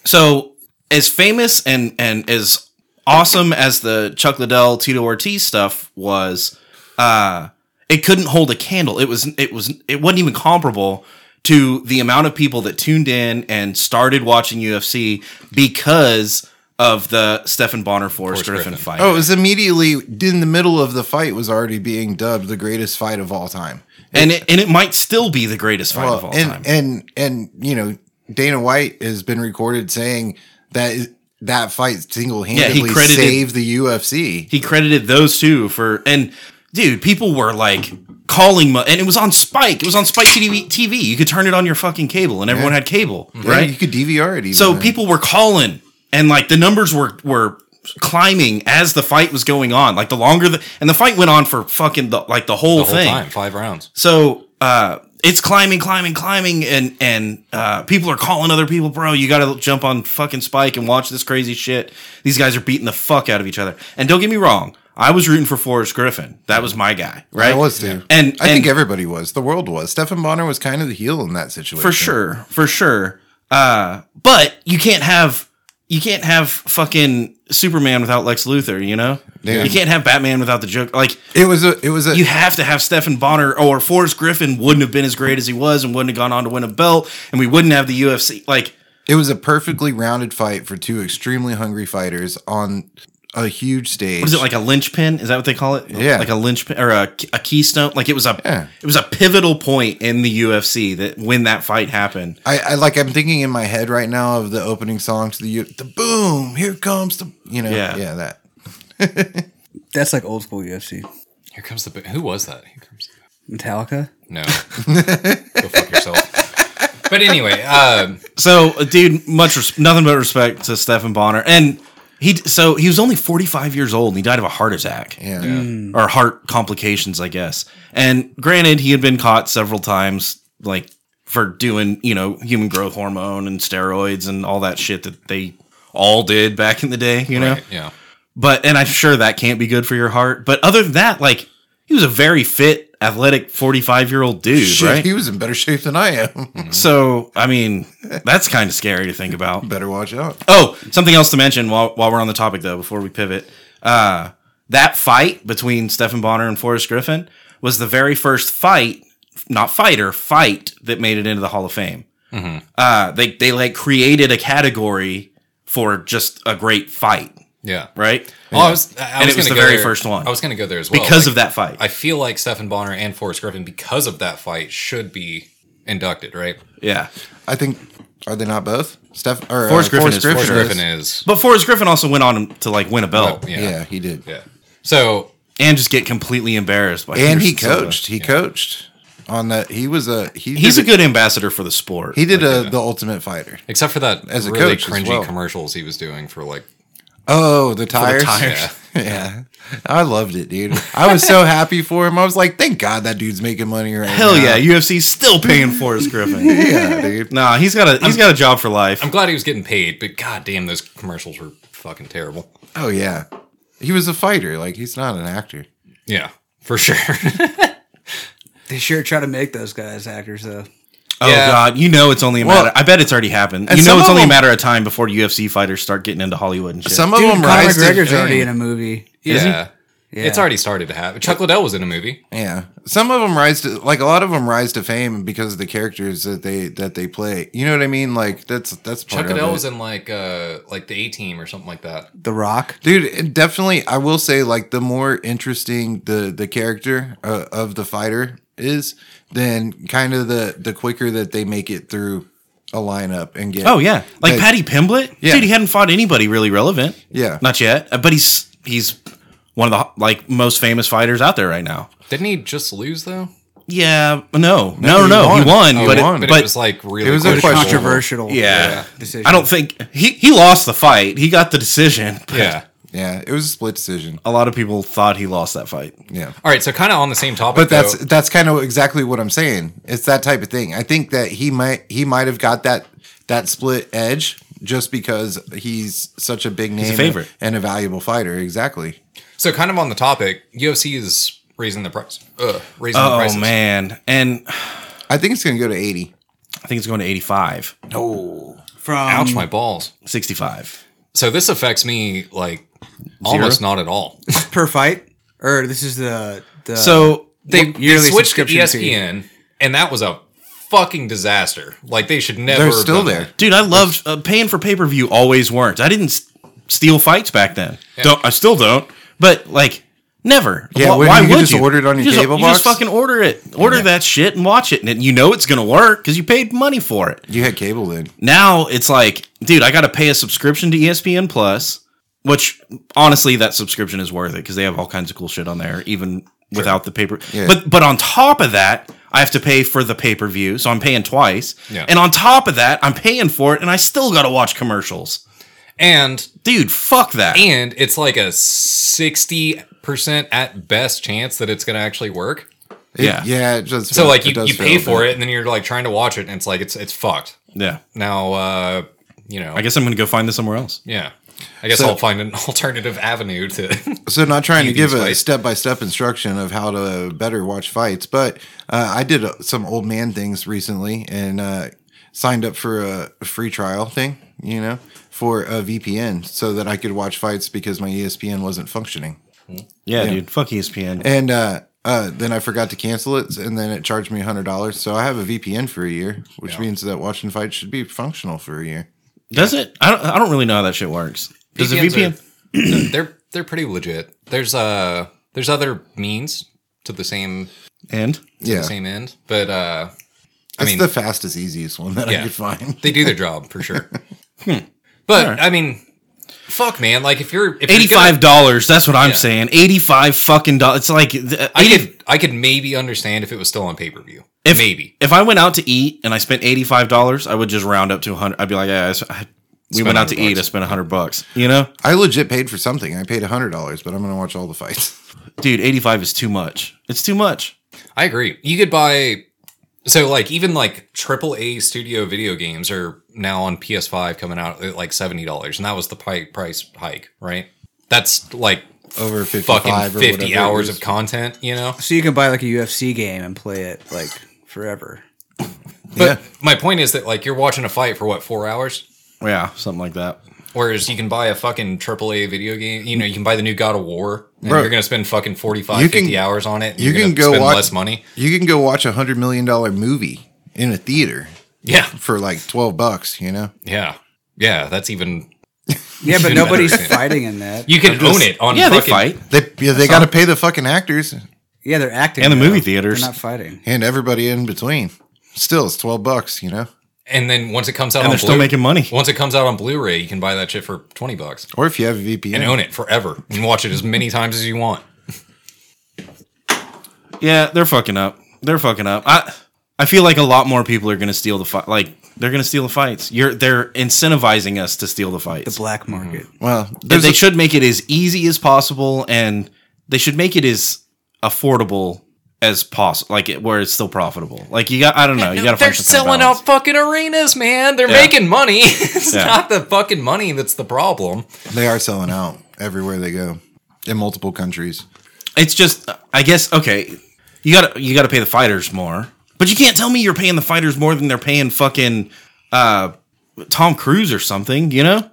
Speaker 4: so as famous and and as awesome as the Chuck Liddell Tito Ortiz stuff was, uh, it couldn't hold a candle. It was it was it wasn't even comparable to the amount of people that tuned in and started watching UFC because of the Stephen Bonner
Speaker 2: Forrest
Speaker 4: Forrest Griffin,
Speaker 2: Griffin.
Speaker 4: fight.
Speaker 1: Oh, it was immediately in the middle of the fight, was already being dubbed the greatest fight of all time.
Speaker 4: and it, and it might still be the greatest fight of all
Speaker 1: and,
Speaker 4: time.
Speaker 1: And and you know, Dana White has been recorded saying that that fight single handedly
Speaker 4: credited-
Speaker 1: saved the UFC.
Speaker 4: he credited those two for and dude people were like calling mo- and it was on spike it was on spike tv tv you could turn it on your fucking cable and everyone had cable
Speaker 1: right?
Speaker 4: right
Speaker 1: You could DVR it. Even
Speaker 4: so
Speaker 1: then.
Speaker 4: people were calling and like the numbers were were climbing as the fight was going on like the longer the and the fight went on for fucking the like the whole,
Speaker 2: the whole
Speaker 4: thing
Speaker 2: time, five rounds.
Speaker 4: so uh, it's climbing, climbing, climbing, and and uh, people are calling other people, bro. You got to jump on fucking Spike and watch this crazy shit. These guys are beating the fuck out of each other. And don't get me wrong, I was rooting for Forrest Griffin. That was my guy, right?
Speaker 1: I was too.
Speaker 4: And
Speaker 1: I
Speaker 4: and
Speaker 1: think everybody was. The world was. Stefan Bonner was kind of the heel in that situation.
Speaker 4: for sure, for sure. Uh, but you can't have you can't have fucking Superman without Lex Luthor, you know?
Speaker 1: Yeah.
Speaker 4: You can't have Batman without the Joker. Like
Speaker 1: It was a. It was a.
Speaker 4: you have to have Stephen Bonner or Forrest Griffin wouldn't have been as great as he was and wouldn't have gone on to win a belt and we wouldn't have the UFC like
Speaker 1: It was a perfectly rounded fight for two extremely hungry fighters on a huge stage.
Speaker 4: what is it like a linchpin? Is that what they call it?
Speaker 1: Yeah.
Speaker 4: like a linchpin or a, a keystone. Like it was a
Speaker 1: Yeah.
Speaker 4: it was a pivotal point in the UFC that when that fight happened.
Speaker 1: I, I like. I'm thinking in my head right now of the opening song to the U- the boom. Here comes the you know yeah,
Speaker 4: Yeah.
Speaker 1: that
Speaker 3: That's like old school UFC.
Speaker 2: Here comes the. Who was that? Here comes the.
Speaker 3: Metallica.
Speaker 2: No. Go fuck yourself. But anyway, um,
Speaker 4: So, uh, dude, much res- nothing but respect to Stephen Bonner and. He, d- so he was only 45 years old and he died of a heart attack.
Speaker 1: yeah.
Speaker 4: or heart complications, I guess. And granted, he had been caught several times, like for doing, you know, human growth hormone and steroids and all that shit that they all did back in the day, you know?
Speaker 2: right, yeah.
Speaker 4: But, and I'm sure that can't be good for your heart. But other than that, like, he was a very fit, athletic 45 year old dude,
Speaker 1: Shit,
Speaker 4: right?
Speaker 1: he was in better shape than I am.
Speaker 4: so, I mean, that's kind of scary to think about.
Speaker 1: better watch out.
Speaker 4: Oh, something else to mention while, while we're on the topic though, before we pivot. Uh, that fight between Stephen Bonner and Forrest Griffin was the very first fight, not fighter, fight that made it into the Hall of Fame. Uh, they they like created a category for just a great fight,
Speaker 2: Yeah.
Speaker 4: right?
Speaker 2: Well, Oh, I was, I- I
Speaker 4: And
Speaker 2: was
Speaker 4: it was
Speaker 2: gonna
Speaker 4: the
Speaker 2: go
Speaker 4: very
Speaker 2: there-
Speaker 4: first one.
Speaker 2: I was going to go there as well.
Speaker 4: Because
Speaker 2: Like,
Speaker 4: of that fight.
Speaker 2: I feel like Stephen Bonner and Forrest Griffin, because of that fight, should be inducted, right?
Speaker 4: yeah.
Speaker 1: I think are they not both? Steph or uh,
Speaker 4: Forrest Griffin is-
Speaker 2: Forrest
Speaker 4: Forrest
Speaker 1: is.
Speaker 2: Griffin is.
Speaker 4: But Forrest Griffin also went on to like win a belt
Speaker 2: yeah.
Speaker 1: Yeah.
Speaker 2: yeah.
Speaker 1: he did.
Speaker 2: So,
Speaker 4: and just get completely embarrassed by
Speaker 1: And he
Speaker 4: Anderson Silva.
Speaker 1: coached. He coached on that. He was a he.
Speaker 4: He's a
Speaker 1: did
Speaker 4: good ambassador for the sport.
Speaker 1: He did a, the Ultimate Fighter.
Speaker 2: except for that
Speaker 1: As a
Speaker 2: really
Speaker 1: coach as
Speaker 2: cringy
Speaker 1: well.
Speaker 2: commercials he was doing for like,
Speaker 1: Oh, the tires.
Speaker 4: tires.
Speaker 2: yeah.
Speaker 1: Yeah. I loved it, dude. I was so happy for him. I was like, thank God that dude's making money right
Speaker 4: Hell
Speaker 1: now.
Speaker 4: yeah, UFC's still paying Forrest Griffin.
Speaker 1: Yeah, dude.
Speaker 4: Nah, he's got a he's got a job for life.
Speaker 2: I'm glad he was getting paid, but god damn, those commercials were fucking terrible.
Speaker 1: Oh yeah. He was a fighter. Like he's not an actor.
Speaker 2: Yeah, for sure.
Speaker 3: They sure try to make those guys actors though.
Speaker 4: Oh
Speaker 2: Yeah.
Speaker 4: God, you know it's only a
Speaker 1: Well-
Speaker 4: matter. I bet it's already happened.
Speaker 1: And
Speaker 4: You know
Speaker 1: some
Speaker 4: it's
Speaker 1: of
Speaker 4: only
Speaker 1: them-
Speaker 4: a matter of time before UFC fighters start getting into Hollywood and shit.
Speaker 1: Some of
Speaker 3: Dude,
Speaker 1: them
Speaker 3: Conor
Speaker 1: rise to
Speaker 3: McGregor's
Speaker 1: fame.
Speaker 3: already in a movie.
Speaker 2: yeah.
Speaker 3: Yeah.
Speaker 2: It's already started to happen. Chuck Liddell was in a movie.
Speaker 1: Yeah, some of them rise to like a lot of them rise to fame because of the characters that they that they play. You know what I mean? Like that's that's part
Speaker 2: Chuck
Speaker 1: of
Speaker 2: Liddell
Speaker 1: it.
Speaker 2: was in like uh like the A Team or something like that.
Speaker 3: The Rock.
Speaker 1: dude it definitely i will say like the more interesting the the character uh, of the fighter is then kind of the the quicker that they make it through a lineup and get
Speaker 4: oh yeah, like
Speaker 1: Hey.
Speaker 4: Paddy Pimblett.
Speaker 1: Yeah.
Speaker 4: Dude, he hadn't fought anybody really relevant.
Speaker 1: Yeah.
Speaker 4: not yet. Uh, But he's he's one of the like most famous fighters out there right now.
Speaker 2: Didn't he just lose though?
Speaker 4: Yeah, no, no, no,
Speaker 1: he won.
Speaker 4: no. He won,
Speaker 1: Oh,
Speaker 4: but,
Speaker 1: he
Speaker 4: it-
Speaker 1: won.
Speaker 2: But,
Speaker 4: but
Speaker 2: it was like really
Speaker 1: It was a
Speaker 2: questionable.
Speaker 3: Controversial.
Speaker 4: yeah.
Speaker 3: Decision.
Speaker 4: I don't think he he lost the fight. He got the decision. But
Speaker 2: Yeah.
Speaker 1: yeah it was a split decision
Speaker 4: a lot of people thought he lost that fight.
Speaker 1: yeah
Speaker 2: All right. So kind of on the same topic,
Speaker 1: but that's
Speaker 2: though,
Speaker 1: that's kind of exactly what i'm saying it's that type of thing i think that he might he might have got that that split edge just because he's such a big name
Speaker 4: favorite.
Speaker 1: and a valuable fighter exactly
Speaker 2: so kind of on the topic. UFC is raising the price. Uh, raising the
Speaker 4: Oh
Speaker 2: prices.
Speaker 4: man, and I
Speaker 1: i think it's going to go to 80
Speaker 4: think it's going to 85,
Speaker 3: From
Speaker 2: Ouch, my balls.
Speaker 4: 65.
Speaker 2: So this affects me like almost not at all.
Speaker 3: per fight, or this is the the
Speaker 1: Uh,
Speaker 4: So
Speaker 2: they, they
Speaker 3: yearly
Speaker 2: switched to E
Speaker 3: subscription fee.
Speaker 2: ESPN, and that was a fucking disaster. Like they should never.
Speaker 1: they're
Speaker 2: have
Speaker 1: still
Speaker 2: done
Speaker 1: there
Speaker 2: that.
Speaker 4: Dude, I loved uh, paying for pay per view. Always weren't. I didn't s- steal fights back then. Don't I still don't? But like never.
Speaker 1: Yeah,
Speaker 4: Wh-
Speaker 1: when you could just order it on your
Speaker 4: you just,
Speaker 1: cable
Speaker 4: you just
Speaker 1: box?
Speaker 4: fucking order it. Order that shit and watch it, and you know it's gonna work because you paid money for it.
Speaker 1: you had cable then
Speaker 4: Now it's like, dude, I got to pay a subscription to E ESPN Plus, which honestly, that subscription is worth it because they have all kinds of cool shit on there, even without the paper.
Speaker 1: Yeah.
Speaker 4: But but on top of that, I have to pay for the pay per view, so I'm paying twice.
Speaker 2: Yeah.
Speaker 4: And on top of that, I'm paying for it, and I still got to watch commercials.
Speaker 2: And
Speaker 4: Dude, fuck that.
Speaker 2: and it's like a sixty percent at best chance that it's going to actually work.
Speaker 4: yeah, yeah,
Speaker 1: Yeah, it just
Speaker 2: So like you,
Speaker 1: does
Speaker 2: you
Speaker 1: feel
Speaker 2: pay
Speaker 1: a
Speaker 2: for
Speaker 1: bit.
Speaker 2: it, and then you're like trying to watch it, and it's like it's it's fucked. Now uh, you know,
Speaker 4: I guess I'm gonna go find this somewhere else.
Speaker 2: yeah. I guess
Speaker 1: So-
Speaker 2: I'll find an alternative avenue to.
Speaker 1: So not trying to give
Speaker 2: these
Speaker 1: a
Speaker 2: fights.
Speaker 1: step by step instruction of how to better watch fights, but uh, I did uh, some old man things recently, and uh, signed up for a free trial thing, you know, for a VPN so that I could watch fights because my E ESPN wasn't functioning.
Speaker 4: Yeah, dude. Fuck E ESPN.
Speaker 1: And uh, uh, then I forgot to cancel it, and then it charged me hundred dollars. So I have a VPN for a year, which means that watching fights should be functional for a year.
Speaker 4: Does it? I don't. I don't really know how that shit works. Does
Speaker 2: VPNs
Speaker 4: a VPN?
Speaker 2: E are- they're they're pretty legit. There's uh there's other means to the same
Speaker 4: and
Speaker 2: to
Speaker 1: Yeah,
Speaker 2: the same end, but uh I
Speaker 1: it's
Speaker 2: mean
Speaker 1: the fastest, easiest one that I
Speaker 2: Yeah.
Speaker 1: could find.
Speaker 2: they do their job for sure.
Speaker 4: Hmm.
Speaker 2: But I mean, fuck, man. Like if you're if you're gonna-
Speaker 4: eighty-five dollars. That's what I'm
Speaker 2: Yeah.
Speaker 4: saying. Eighty-five fucking dollars. It's like th-
Speaker 2: I
Speaker 4: eighty-
Speaker 2: could I could maybe understand if it was still on pay per view.
Speaker 4: If-
Speaker 2: Maybe
Speaker 4: if I went out to eat and I spent eighty-five dollars, I would just round up to hundred. I'd be like, yeah, I s- I- we
Speaker 2: Spent
Speaker 4: went out to
Speaker 2: 100
Speaker 4: eat. I
Speaker 2: bucks.
Speaker 4: spent hundred bucks. You know,
Speaker 1: I legit paid for something. I paid hundred dollars, but I'm gonna watch all the fights.
Speaker 4: dude, eighty-five is too much. It's too much.
Speaker 2: I agree. You could buy so like even like triple A studio video games are now on PS5 coming out at like seventy dollars, and that was the pi- price hike, right? That's like
Speaker 1: Over
Speaker 2: fucking
Speaker 1: 55 or whatever
Speaker 2: fifty
Speaker 1: it
Speaker 2: hours
Speaker 1: is.
Speaker 2: of content, you know.
Speaker 3: So you can buy like a UFC game and play it like forever.
Speaker 2: But my point is that like you're watching a fight for what four hours.
Speaker 4: Yeah, something like that.
Speaker 2: Whereas you can buy a fucking AAA video game, you know, you can buy the new God of War, and
Speaker 1: Bro,
Speaker 2: you're going to spend fucking 45,
Speaker 1: you can-
Speaker 2: 50 hours on it. and
Speaker 1: you
Speaker 2: you're
Speaker 1: can
Speaker 2: gonna
Speaker 1: go
Speaker 2: spend
Speaker 1: watch-
Speaker 2: less money.
Speaker 1: You can go watch a hundred million dollar movie in a theater
Speaker 2: Yeah.
Speaker 1: for like twelve bucks. You know,
Speaker 2: Yeah. Yeah. That's even,
Speaker 3: Yeah, but
Speaker 2: Shouldn't
Speaker 3: nobody's
Speaker 2: matter.
Speaker 3: fighting in that.
Speaker 2: you can own it on
Speaker 4: yeah, they
Speaker 2: fucking,
Speaker 4: fight.
Speaker 1: they yeah, they got to pay the fucking actors
Speaker 3: Yeah, they're acting.
Speaker 4: And the
Speaker 3: though.
Speaker 4: movie theaters.
Speaker 3: They're not fighting.
Speaker 1: and everybody in between. Still, it's twelve bucks. You know,
Speaker 2: And then once it comes out
Speaker 4: And
Speaker 2: on
Speaker 4: they're still
Speaker 2: Blu-
Speaker 4: making money.
Speaker 2: Once it comes out on Blu ray, you can buy that shit for 20 bucks
Speaker 1: or if you have a VPN,
Speaker 2: and own it forever and watch it as many times as you want.
Speaker 4: Yeah, they're fucking up. They're fucking up. I I feel like a lot more people are gonna steal the fight. Like they're gonna steal the fights. You're they're incentivizing us to steal the
Speaker 3: The
Speaker 4: fights.
Speaker 3: black
Speaker 1: Mm-hmm.
Speaker 3: market.
Speaker 1: well,
Speaker 4: they
Speaker 1: there's
Speaker 4: they
Speaker 1: a-
Speaker 4: should make it as easy as possible, and they should make it as affordable as possible. Like it, where it's still profitable. Like you got. I don't know. You got to
Speaker 2: They're
Speaker 4: find something.
Speaker 2: selling
Speaker 4: balance.
Speaker 2: out fucking arenas, man. They're
Speaker 4: Yeah.
Speaker 2: making money. it's
Speaker 4: Yeah.
Speaker 2: not the fucking money that's the problem.
Speaker 1: they are selling out everywhere they go in multiple countries.
Speaker 4: It's just. I guess okay. You gotta you gotta pay the fighters more, but you can't tell me you're paying the fighters more than they're paying fucking uh, Tom Cruise or something. You know.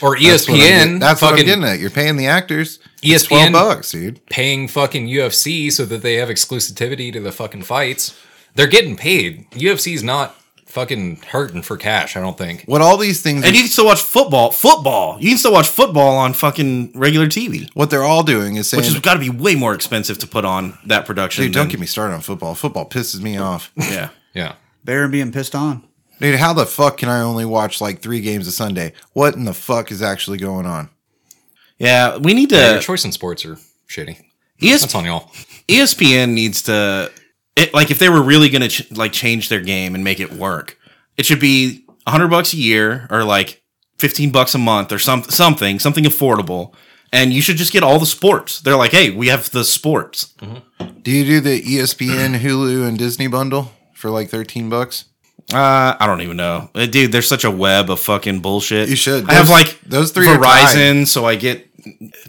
Speaker 2: Or E
Speaker 1: That's what I'm get-
Speaker 2: ESPN.
Speaker 1: That's what I'm
Speaker 2: fucking E
Speaker 1: getting at. You're paying the actors twelve
Speaker 2: ESPN
Speaker 1: bucks, dude.
Speaker 2: paying fucking UFC so that they have exclusivity to the fucking fights. They're getting paid. UFC's not fucking hurting for cash, I don't think.
Speaker 1: What all these things?
Speaker 4: And you can still watch football. Football. You can still watch football on fucking regular TV,
Speaker 1: what they're all doing is saying,
Speaker 4: which has got to be way more expensive to put on that production.
Speaker 1: dude, don't
Speaker 4: than-
Speaker 1: get me started on football. Football pisses me off.
Speaker 4: Yeah.
Speaker 2: Yeah.
Speaker 3: Baron being pissed on.
Speaker 1: Dude, how the fuck can I only watch like three games a Sunday? What in the fuck is actually going on?
Speaker 4: Yeah, we need
Speaker 2: Your
Speaker 4: to. E
Speaker 2: choice in sports are shitty.
Speaker 4: ES,
Speaker 2: That's on y'all.
Speaker 4: E ESPN needs to. It, like, if they were really going to ch- like change their game and make it work, it should be hundred bucks a year or like fifteen bucks a month or some, something, something affordable. And you should just get all the sports. They're like, hey, we have the sports.
Speaker 1: Do you do the E ESPN, Hulu, and Disney bundle for like thirteen bucks?
Speaker 4: Uh, I don't even know, Uh, dude. There's such a web of fucking bullshit.
Speaker 1: You should.
Speaker 4: I have
Speaker 1: Those-
Speaker 4: like
Speaker 1: those three are
Speaker 4: Verizon, so I get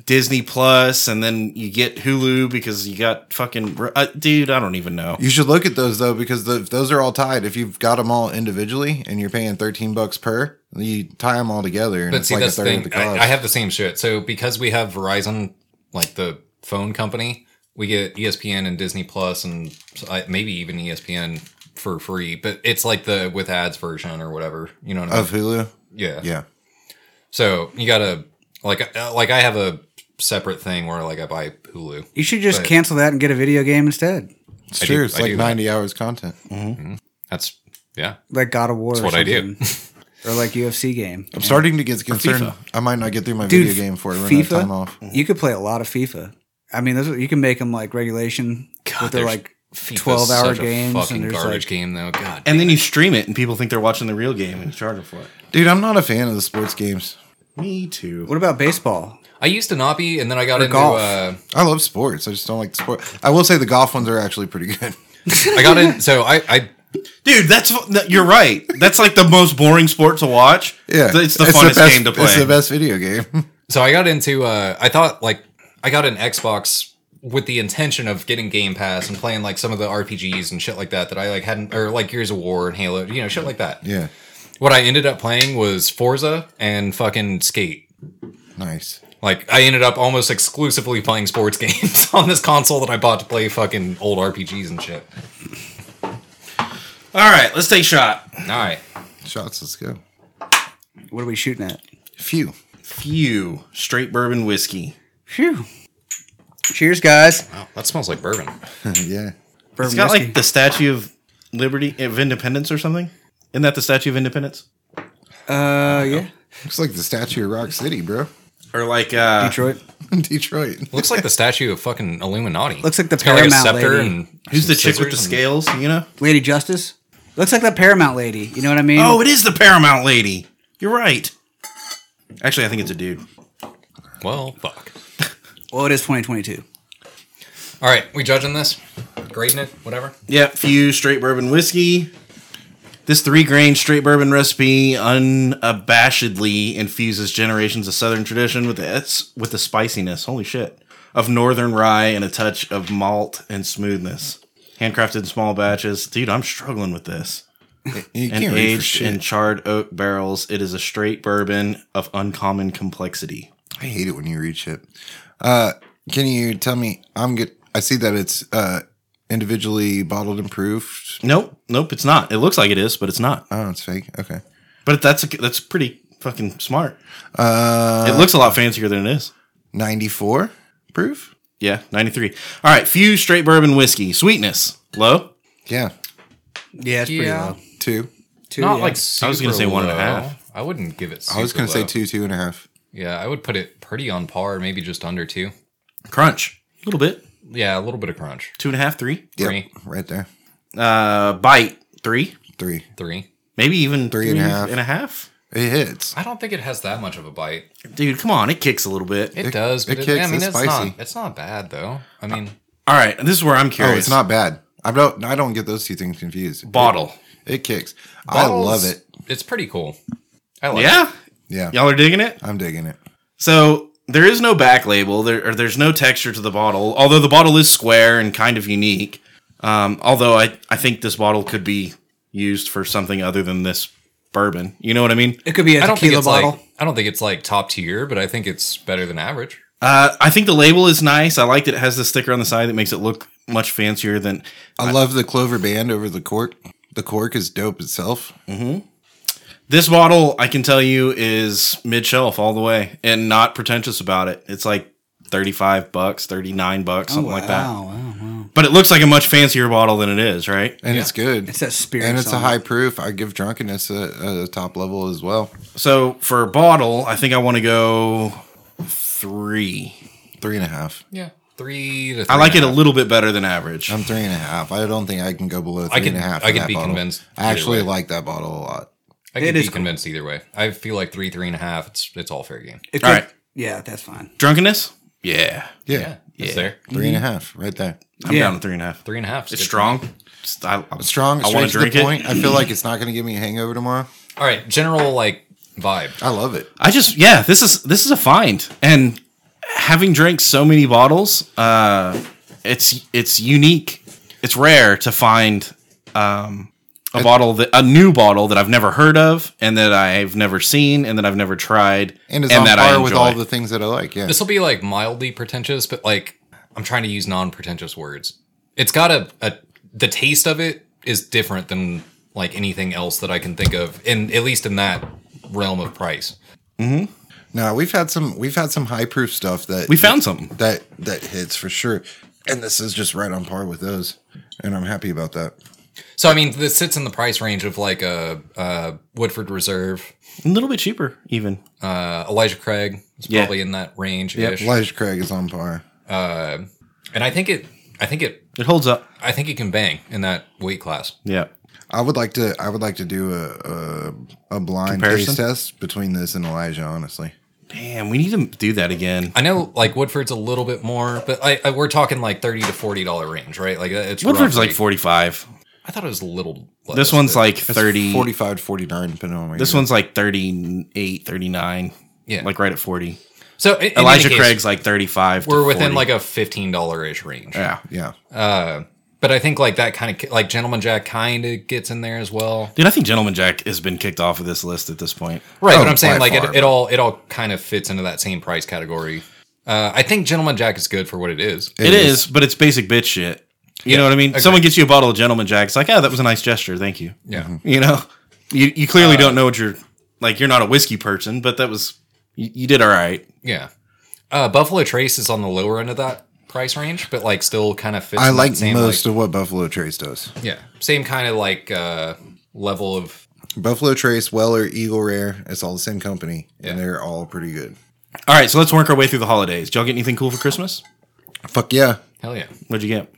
Speaker 4: Disney Plus, and then you get Hulu because you got fucking uh, dude. I don't even know.
Speaker 1: You should look at those though because the, those are all tied. If you've got them all individually and you're paying thirteen bucks per, you tie them all together and
Speaker 2: But
Speaker 1: it's
Speaker 2: see,
Speaker 1: like a
Speaker 2: that's the
Speaker 1: third of the
Speaker 2: thing.
Speaker 1: cost.
Speaker 2: I, I have the same shit. So because we have Verizon, like the phone company, we get E ESPN and Disney Plus and uh, maybe even ESPN for free. But it's like the with ads version or whatever. You know what I mean?
Speaker 1: of Hulu. Yeah,
Speaker 2: So you gotta like uh, like I have a separate thing where like I buy Hulu.
Speaker 3: You should just
Speaker 2: But-
Speaker 3: cancel that and get a video game instead,
Speaker 1: it's
Speaker 2: I
Speaker 1: true.
Speaker 2: do-
Speaker 1: it's
Speaker 2: I
Speaker 1: like
Speaker 2: do that.
Speaker 1: ninety hours content.
Speaker 2: That's yeah.
Speaker 3: like God of War. That's
Speaker 2: what I do.
Speaker 3: or like UFC game.
Speaker 1: I'm starting to get concerned.
Speaker 4: FIFA.
Speaker 1: I might not get through my
Speaker 3: Dude,
Speaker 1: video game for it. We're
Speaker 3: FIFA.
Speaker 1: time off.
Speaker 3: You could play a lot of FIFA. I mean, those are, you can make them like regulation. with their
Speaker 2: there's
Speaker 3: like
Speaker 2: FIFA's
Speaker 3: 12 hour
Speaker 2: such a
Speaker 3: games
Speaker 2: Fucking
Speaker 3: and there's
Speaker 2: garbage
Speaker 3: like
Speaker 2: game though. God.
Speaker 4: And then you stream it, and people think they're watching the real game, and you charge them for it.
Speaker 1: Dude, I'm not a fan of the sports games.
Speaker 4: Me too.
Speaker 3: What about baseball?
Speaker 2: I used to not be, and then I got into
Speaker 3: golf.
Speaker 2: uh,
Speaker 1: I love sports. I just don't like the sport. I will say the golf ones are actually pretty good.
Speaker 2: I got in. So I I
Speaker 4: Dude, that's fu- that- you're right. That's like the most boring sport to watch.
Speaker 1: Yeah,
Speaker 4: it's the funnest
Speaker 1: best-
Speaker 4: game to play.
Speaker 1: It's the best video game.
Speaker 2: so I got into uh I thought like I got an Xbox with the intention of getting Game Pass and playing like some of the RPGs and shit like that that I like hadn't or like Gears of War and Halo, you know, shit like that.
Speaker 1: Yeah.
Speaker 2: What I ended up playing was Forza and fucking Skate.
Speaker 1: Nice.
Speaker 2: Like I ended up almost exclusively playing sports games on this console that I bought to play fucking old RPGs and shit.
Speaker 4: All right, let's take a shot.
Speaker 2: All right.
Speaker 1: Shots. Let's go.
Speaker 3: What are we shooting at?
Speaker 1: Phew.
Speaker 4: Few straight bourbon whiskey.
Speaker 3: Phew. Cheers, guys.
Speaker 2: Wow, that smells like bourbon.
Speaker 1: yeah.
Speaker 3: Bourbon
Speaker 4: It's got
Speaker 3: whiskey.
Speaker 4: like the Statue of Liberty of Independence or something. Isn't that the Statue of Independence?
Speaker 3: uh, yeah.
Speaker 1: Looks like the statue of Rock City, bro.
Speaker 4: Or like uh,
Speaker 3: Detroit.
Speaker 1: In Detroit.
Speaker 2: Looks like the statue of fucking Illuminati.
Speaker 3: Looks like the
Speaker 2: It's got, a
Speaker 3: Paramount
Speaker 2: scepter
Speaker 3: lady.
Speaker 2: and
Speaker 4: who's
Speaker 2: some
Speaker 4: the chick with the
Speaker 2: scissors and-
Speaker 4: scales? You know?
Speaker 3: Lady Justice. Looks like the Paramount lady. You know what I mean?
Speaker 4: Oh, it is the Paramount lady. You're right. Actually, I think it's a dude.
Speaker 2: Well, fuck.
Speaker 3: well, it is 2022.
Speaker 2: All right, we judging this, grading it, whatever.
Speaker 4: Yep, few straight bourbon whiskey. This three grain straight bourbon recipe unabashedly infuses generations of Southern tradition with the it's- with the spiciness. Holy shit! Of Northern rye and a touch of malt and smoothness. Handcrafted in small batches, dude. I'm struggling with this.
Speaker 1: You
Speaker 4: And
Speaker 1: can't read for
Speaker 4: aged
Speaker 1: shit.
Speaker 4: in charred oak barrels, it is a straight bourbon of uncommon complexity.
Speaker 1: I hate it when you read shit. Uh, can you tell me? I'm good. I see that it's uh, individually bottled and proofed.
Speaker 4: Nope, nope, it's not. It looks like it is, but it's not.
Speaker 1: Oh, it's fake. Okay.
Speaker 4: But that's a, that's pretty fucking smart.
Speaker 1: Uh,
Speaker 4: It looks a lot fancier than it is.
Speaker 1: 94 proof.
Speaker 4: Yeah, 93. All right, few straight bourbon whiskey. Sweetness, low.
Speaker 1: Yeah,
Speaker 3: Yeah, it's
Speaker 2: Yeah.
Speaker 3: pretty low.
Speaker 1: two.
Speaker 3: Two,
Speaker 2: Not
Speaker 3: yeah.
Speaker 2: like
Speaker 4: I was
Speaker 2: super
Speaker 4: gonna say one and a
Speaker 2: low.
Speaker 4: half.
Speaker 2: I wouldn't give it.
Speaker 1: I was
Speaker 2: super
Speaker 1: gonna say
Speaker 2: low.
Speaker 1: two, two and a half.
Speaker 2: Yeah, I would put it pretty on par, maybe just under two.
Speaker 4: Crunch, a little bit.
Speaker 2: Yeah, a little bit of crunch.
Speaker 4: Two and a half, three.
Speaker 1: Yep,
Speaker 2: Three.
Speaker 1: right there.
Speaker 4: Uh, bite, three.
Speaker 1: Three.
Speaker 2: Three.
Speaker 4: Maybe even
Speaker 1: Three and a half.
Speaker 4: and a half.
Speaker 1: It hits.
Speaker 2: I don't think it has that much of a bite.
Speaker 4: Dude, come on, it kicks a little bit.
Speaker 2: It, does, but
Speaker 1: it
Speaker 2: it
Speaker 1: kicks,
Speaker 2: I mean,
Speaker 1: it's
Speaker 2: it's,
Speaker 1: spicy.
Speaker 2: not. It's not bad though. I mean,
Speaker 4: All right, this is where I'm
Speaker 1: Oh,
Speaker 4: curious.
Speaker 1: it's not bad. I don't. I don't get those two things confused.
Speaker 4: bottle.
Speaker 1: It, it kicks. I love
Speaker 2: bottles-
Speaker 1: it.
Speaker 2: It's pretty cool. I like. it.
Speaker 4: Yeah,
Speaker 1: Yeah,
Speaker 4: y'all are digging it.
Speaker 1: I'm digging it.
Speaker 4: So there is no back label. There, or there's no texture to the bottle. Although the bottle is square and kind of unique. Um, although I, I think this bottle could be used for something other than this bourbon. You know what I mean?
Speaker 3: it could be a
Speaker 2: I don't think
Speaker 3: tequila
Speaker 2: it's
Speaker 3: bottle.
Speaker 2: like. I don't think it's like top tier, but I think it's better than average.
Speaker 4: Uh, I think the label is nice. I like that it has the sticker on the side that makes it look much fancier than.
Speaker 1: I love the clover band over the cork. The cork is dope itself.
Speaker 4: This bottle, I can tell you, is mid shelf all the way and not pretentious about it. It's like 35 bucks, 39 bucks,
Speaker 2: Oh,
Speaker 4: something like that.
Speaker 3: Wow, wow, wow.
Speaker 4: But it looks like a much fancier bottle than it is, right?
Speaker 1: and it's good.
Speaker 3: It's that spirit
Speaker 1: and it's a
Speaker 3: song.
Speaker 1: high proof. I give drunkenness a, a top level as well.
Speaker 4: So for bottle, I think I want to go three.
Speaker 1: Three and a half.
Speaker 2: Yeah, three to. Three
Speaker 4: I like
Speaker 2: and
Speaker 4: it
Speaker 2: a Um,
Speaker 4: a little bit better than average.
Speaker 1: I'm three and a half. I don't think I can go below three
Speaker 2: could-
Speaker 1: and a half.
Speaker 2: I
Speaker 1: for
Speaker 2: could
Speaker 1: that
Speaker 2: be
Speaker 1: bottle.
Speaker 2: convinced
Speaker 1: I actually
Speaker 2: either way.
Speaker 1: like that bottle a lot.
Speaker 2: I could
Speaker 3: It
Speaker 2: be
Speaker 3: is cool.
Speaker 2: convinced either way. I feel like three, three and a half. It's it's all fair game.
Speaker 3: It
Speaker 4: All
Speaker 3: could-
Speaker 4: right.
Speaker 3: Yeah, that's fine.
Speaker 4: Drunkenness? Yeah.
Speaker 1: Yeah,
Speaker 2: Yeah, it's there.
Speaker 1: three and a half, right there.
Speaker 4: I'm
Speaker 3: Yeah.
Speaker 4: down to three and a half.
Speaker 2: Three and a half.
Speaker 4: It's
Speaker 2: good.
Speaker 4: strong. It's- I, I-
Speaker 1: Strong.
Speaker 4: I
Speaker 1: straight
Speaker 4: wanna
Speaker 1: to the
Speaker 4: drink it.
Speaker 1: Point. I feel like it's not going to give me a hangover tomorrow.
Speaker 2: All right, general like vibe.
Speaker 1: I love it.
Speaker 4: I just yeah, this is this is a find. And having drank so many bottles, uh it's it's unique. It's rare to find um a bottle that a new bottle that I've never heard of and that I've never seen and that I've never tried
Speaker 1: And it's on
Speaker 4: that
Speaker 1: par with
Speaker 4: enjoy.
Speaker 1: all the things that I like. Yeah.
Speaker 2: This will be like mildly pretentious, but like I'm trying to use non-pretentious words. It's got a, a the taste of it is different than like anything else that I can think of, in at least in that realm of price.
Speaker 1: Now we've had some we've had some high proof stuff that
Speaker 4: We found something.
Speaker 1: that that hits for sure, and this is just right on par with those, and I'm happy about that.
Speaker 2: So I mean, this sits in the price range of like a, uh Woodford Reserve,
Speaker 4: A little bit cheaper even.
Speaker 2: uh, Elijah Craig. It's
Speaker 4: Yeah.
Speaker 2: probably in that range ish.
Speaker 1: Elijah Craig is on par.
Speaker 2: and I think it, I think it,
Speaker 4: It holds up.
Speaker 2: I think it can bang in that weight class.
Speaker 4: Yeah.
Speaker 1: I would like to. I would like to do a a, a blind
Speaker 4: Comparison?
Speaker 1: taste test between this and Elijah. Honestly,
Speaker 4: Damn, we need to do that again.
Speaker 2: I know like Woodford's a little bit more, but I, I we're talking like thirty to forty dollar range, right? Like uh, it's
Speaker 4: Woodford's like
Speaker 2: roughly-
Speaker 4: 45.
Speaker 2: I thought it was a little. Less,
Speaker 4: This one's
Speaker 2: but-
Speaker 4: like 30.
Speaker 1: 45 to 49, depending on where
Speaker 4: This
Speaker 1: you-
Speaker 4: one's like 38, 39.
Speaker 2: Yeah.
Speaker 4: Like right at 40.
Speaker 2: So in- in any
Speaker 4: Elijah
Speaker 2: case,
Speaker 4: Craig's like 35. to
Speaker 2: we're within
Speaker 4: 40.
Speaker 2: like a fifteen dollar ish range.
Speaker 4: yeah, yeah.
Speaker 2: But I think like that kind of like Gentleman Jack kind of gets in there as well.
Speaker 4: Dude, I think Gentleman Jack has been kicked off of this list at this point.
Speaker 2: Right,
Speaker 1: Oh,
Speaker 2: but I'm saying
Speaker 1: by
Speaker 2: like
Speaker 1: far,
Speaker 2: it, it all it all kind of fits into that same price category. Uh, I think Gentleman Jack is good for what it is.
Speaker 4: it is. but it's basic bitch shit. You know what I mean? Someone gets you a bottle of Gentleman Jack. It's like, oh, that was a nice gesture. Thank you.
Speaker 2: Yeah. Uh,
Speaker 4: You know, you, you clearly don't know what you're like. You're not a whiskey person, but that was you, you did all right.
Speaker 2: Yeah. Uh, Buffalo Trace is on the lower end of that price range, but like still kind of fits.
Speaker 1: I
Speaker 2: in that
Speaker 1: like
Speaker 2: same,
Speaker 1: most of what Buffalo Trace does.
Speaker 2: Like, yeah. Same kind of like uh, level of.
Speaker 1: Buffalo Trace, Weller, Eagle Rare, it's all the same company, and
Speaker 2: Yeah.
Speaker 1: they're all pretty good.
Speaker 4: All right, so let's work our way through the holidays. Did y'all get anything cool for Christmas?
Speaker 1: Fuck yeah.
Speaker 2: Hell yeah.
Speaker 4: What'd you get?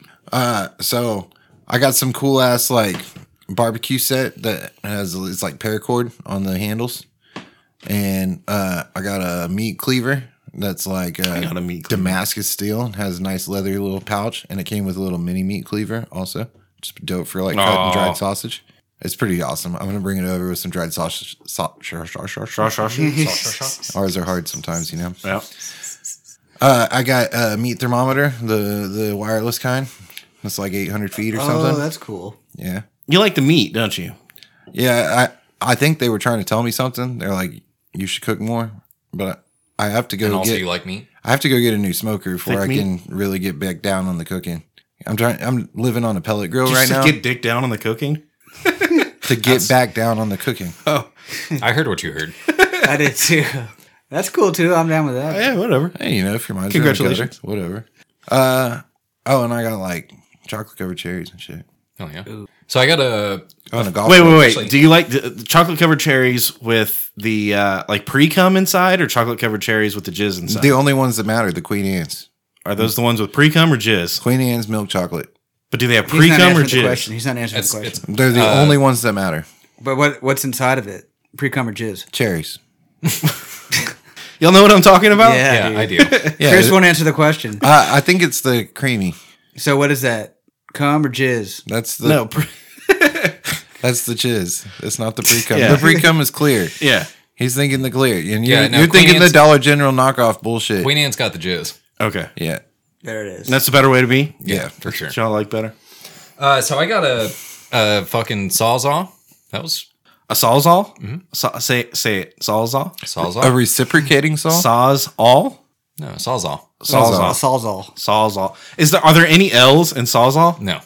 Speaker 1: So I got some cool ass like barbecue set that has it's like paracord on the handles, and uh, I got a meat cleaver that's like uh,
Speaker 4: got a meat cleaver.
Speaker 1: Damascus steel and has a nice leathery little pouch, and it came with a little mini meat cleaver also, just dope for like cut
Speaker 4: Aw.
Speaker 1: and dried sausage. It's pretty awesome. I'm gonna bring it over with some dried sausage, sa- sha- sha- sha- sha- sha- Ours are hard sometimes, you know.
Speaker 4: Yeah.
Speaker 1: Uh, I got a meat thermometer, the the wireless kind. It's like 800 feet
Speaker 4: Oh,
Speaker 1: or something.
Speaker 3: Oh, that's cool.
Speaker 1: yeah.
Speaker 4: You like the meat, don't you?
Speaker 1: Yeah, I I think they were trying to tell me something. They're like, you should cook more, but I have to
Speaker 2: And
Speaker 1: go
Speaker 2: also,
Speaker 1: get
Speaker 2: you like meat?
Speaker 1: I have to go get a new smoker before
Speaker 4: Thick
Speaker 1: I can really get back down on the cooking. I'm trying. I'm living on a pellet grill
Speaker 4: Just
Speaker 1: right
Speaker 4: to
Speaker 1: now
Speaker 4: get dick down on the cooking.
Speaker 1: to get back down on the cooking.
Speaker 2: I heard what you heard.
Speaker 3: I did too. That's cool too. I'm down with that.
Speaker 4: Yeah, whatever.
Speaker 1: Hey, you know, if your mind's
Speaker 4: Congratulations.
Speaker 1: going whatever. Uh, oh, and I got like chocolate covered cherries and shit
Speaker 2: Hell yeah. So I got a.
Speaker 1: on a golf.
Speaker 4: Wait,
Speaker 1: course.
Speaker 4: wait, wait. Do you like the, the chocolate covered cherries with the uh, like pre cum inside, or chocolate covered cherries with the jizz inside?
Speaker 1: The only ones that matter, the Queen Anne's,
Speaker 4: Are those the ones with pre cum or jizz?
Speaker 1: Queen Anne's milk chocolate.
Speaker 4: But do they have
Speaker 3: He's
Speaker 4: pre
Speaker 3: not
Speaker 4: cum or
Speaker 3: answering the
Speaker 4: jizz?
Speaker 3: question. He's not answering
Speaker 2: It's,
Speaker 3: the
Speaker 2: it's
Speaker 3: question.
Speaker 1: They're the
Speaker 4: Uh,
Speaker 1: only ones that matter.
Speaker 3: But what what's inside of it? Pre-cum or jizz?
Speaker 1: Cherries.
Speaker 4: Y'all know what I'm talking about?
Speaker 2: yeah,
Speaker 3: dude.
Speaker 2: I do.
Speaker 1: Yeah,
Speaker 3: Chris won't answer the question.
Speaker 1: I, I think it's the creamy.
Speaker 3: So what is that? Cum or jizz?
Speaker 1: That's the
Speaker 4: No. Pre-
Speaker 1: That's the chiz. It's not the pre cum.
Speaker 4: Yeah.
Speaker 1: The pre cum is clear.
Speaker 4: yeah.
Speaker 1: He's thinking the clear. And you're,
Speaker 2: Yeah, no,
Speaker 1: you're
Speaker 2: Queen
Speaker 1: thinking the
Speaker 2: Anne's-
Speaker 1: Dollar General knockoff bullshit.
Speaker 2: Queen Anne's got the jizz.
Speaker 4: Okay.
Speaker 1: yeah.
Speaker 3: There it is.
Speaker 4: That's the better way to be.
Speaker 1: yeah.
Speaker 2: for sure.
Speaker 4: Y'all like better.
Speaker 2: Uh, so I got a, a fucking sawzall. That was
Speaker 4: A sawzall. Sa- say say it. Sawzall.
Speaker 2: sawzall.
Speaker 1: A reciprocating saw?
Speaker 4: Saws all.
Speaker 2: no, sawzall.
Speaker 1: Sawzall.
Speaker 4: Sawzall.
Speaker 3: Sawzall.
Speaker 4: Sawzall. Is there? Are there any L's in sawzall?
Speaker 2: No,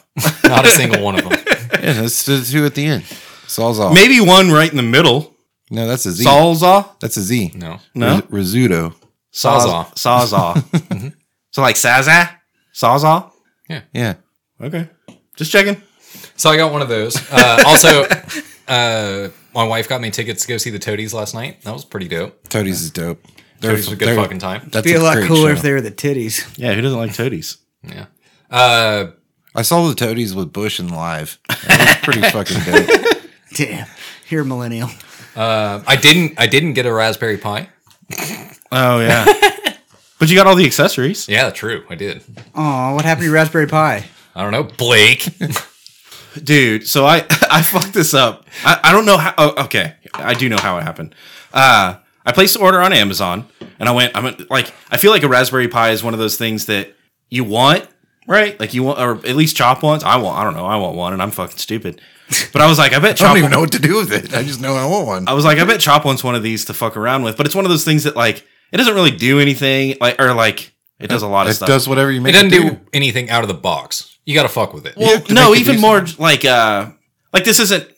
Speaker 2: not a single one of them.
Speaker 1: yeah, that's the two at the end. Sawzall.
Speaker 4: Maybe one right in the middle.
Speaker 1: no, that's a Z.
Speaker 4: Sawzall.
Speaker 1: that's a Z.
Speaker 2: No,
Speaker 4: No.
Speaker 1: Ris- Rizzuto.
Speaker 2: Sawzall.
Speaker 4: Sawzall.
Speaker 3: Mm-hmm.
Speaker 4: So like Saza? Sawzall?
Speaker 1: Yeah.
Speaker 4: Okay. Just checking.
Speaker 2: So I got one of those. Uh, also, uh, my wife got me tickets to go see the Toadies last night. That was pretty dope.
Speaker 1: Toadies is dope. They're,
Speaker 2: It was a good
Speaker 1: they're-
Speaker 2: fucking time.
Speaker 1: That's
Speaker 3: Be a lot
Speaker 1: great
Speaker 3: cooler
Speaker 1: show.
Speaker 3: if they were the titties.
Speaker 4: Yeah, who doesn't like toadies?
Speaker 2: Yeah. Uh,
Speaker 1: I saw the Toadies with Bush and live. That was pretty fucking dope.
Speaker 3: Damn. You're a millennial.
Speaker 2: I didn't. I didn't get a raspberry pie.
Speaker 4: Oh yeah. but you got all the accessories.
Speaker 2: Yeah, true. I did.
Speaker 3: Oh, what happened to your Raspberry Pi?
Speaker 2: I don't know, Blake.
Speaker 4: Dude, so I I fucked this up. I, I don't know how oh, okay. I do know how it happened. Uh I placed an order on Amazon and I went I'm a- like I feel like a Raspberry Pi is one of those things that you want, right? Like you want or at least Chop wants. I want I don't know, I want one and I'm fucking stupid. But I was like, I bet
Speaker 1: I
Speaker 4: Chop
Speaker 1: don't even know what to do with it. I just know I want one.
Speaker 4: I was like, I bet Chop wants one of these to fuck around with, but it's one of those things that like it doesn't really do anything, like or like it does a lot of
Speaker 1: It
Speaker 4: stuff.
Speaker 1: does whatever you
Speaker 2: it
Speaker 1: make it,
Speaker 2: doesn't
Speaker 1: do.
Speaker 2: do anything out of the box. You got to fuck with it.
Speaker 1: You
Speaker 4: well,
Speaker 1: have to
Speaker 4: no,
Speaker 1: make it
Speaker 4: even
Speaker 1: do
Speaker 4: more like uh like this isn't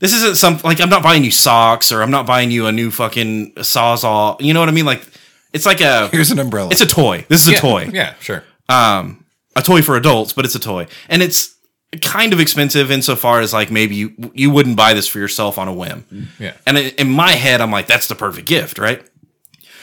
Speaker 4: this isn't some like I'm not buying you socks or I'm not buying you a new fucking sawzall. You know what I mean? Like it's like a
Speaker 1: Here's an umbrella.
Speaker 4: it's a toy. This is
Speaker 2: yeah,
Speaker 4: a toy.
Speaker 2: Yeah, sure.
Speaker 4: um, a toy for adults, but it's a toy, and it's kind of expensive insofar as like maybe you you wouldn't buy this for yourself on a whim.
Speaker 2: Yeah.
Speaker 4: And i- in my head, I'm like, that's the perfect gift, right?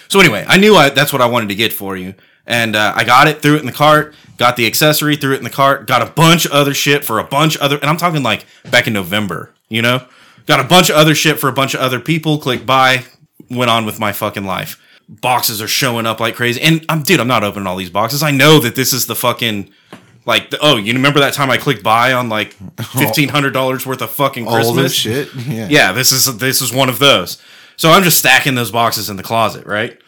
Speaker 4: So anyway, I knew I, that's what I wanted to get for you, and uh, I got it, threw it in the cart, got the accessory, threw it in the cart, got a bunch of other shit for a bunch of other, and I'm talking like back in November, you know, got a bunch of other shit for a bunch of other people. Click buy, went on with my fucking life. Boxes are showing up like crazy, and I'm dude, I'm not opening all these boxes. I know that this is the fucking. Like the, oh, you remember that time I clicked buy on like fifteen hundred dollars worth of fucking Christmas
Speaker 1: All this shit. Yeah.
Speaker 4: yeah, this is this is one of those. So I'm just stacking those boxes in the closet, right?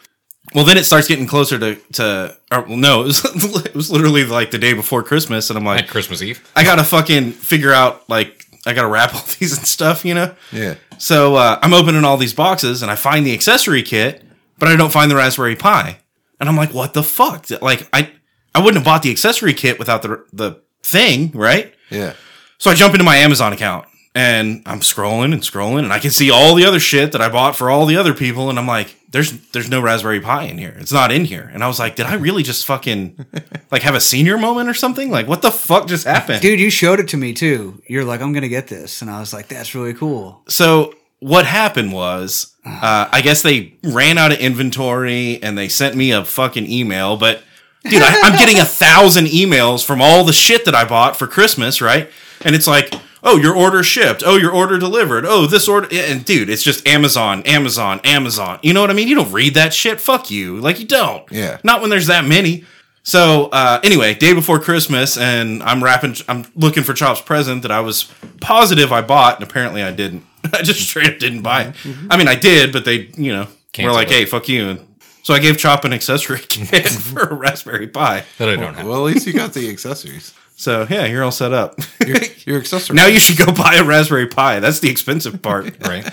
Speaker 4: Well, then it starts getting closer to to. Or, well, no, it was, it was literally like the day before Christmas, and I'm
Speaker 2: at
Speaker 4: like,
Speaker 2: Christmas Eve.
Speaker 4: I gotta fucking figure out like I gotta wrap all these and stuff, you know.
Speaker 1: Yeah.
Speaker 4: So uh, I'm opening all these boxes and I find the accessory kit, but I don't find the Raspberry Pi, and I'm like, what the fuck? Like I I wouldn't have bought the accessory kit without the the thing, right?
Speaker 1: Yeah.
Speaker 4: So I jump into my Amazon account and I'm scrolling and scrolling and I can see all the other shit that I bought for all the other people and I'm like, there's there's no Raspberry Pi in here. It's not in here. And I was like, did I really just fucking like have a senior moment or something? Like what the fuck just happened?
Speaker 3: Dude, you showed it to me too. You're like, I'm gonna get this, and I was like, that's really cool.
Speaker 4: so what happened was uh, i guess they ran out of inventory and they sent me a fucking email but dude I, i'm getting a thousand emails from all the shit that i bought for christmas right and it's like oh your order shipped oh your order delivered oh this order and dude it's just amazon amazon amazon you know what i mean you don't read that shit fuck you like you don't
Speaker 1: Yeah.
Speaker 4: not when there's that many so uh, anyway, day before Christmas, and I'm wrapping. I'm looking for Chop's present that I was positive I bought, and apparently I didn't. I just straight up didn't buy it. I mean, I did, but they, you know, were
Speaker 2: Canceled
Speaker 4: like,
Speaker 2: it.
Speaker 4: "Hey, fuck you." And so I gave Chop an accessory kit for a Raspberry Pi.
Speaker 2: That I don't have.
Speaker 1: Well, at least you got the accessories.
Speaker 4: So yeah, you're all set up.
Speaker 1: Your, your accessorized.
Speaker 4: now you should go buy a Raspberry Pi. That's the expensive part.
Speaker 2: Right?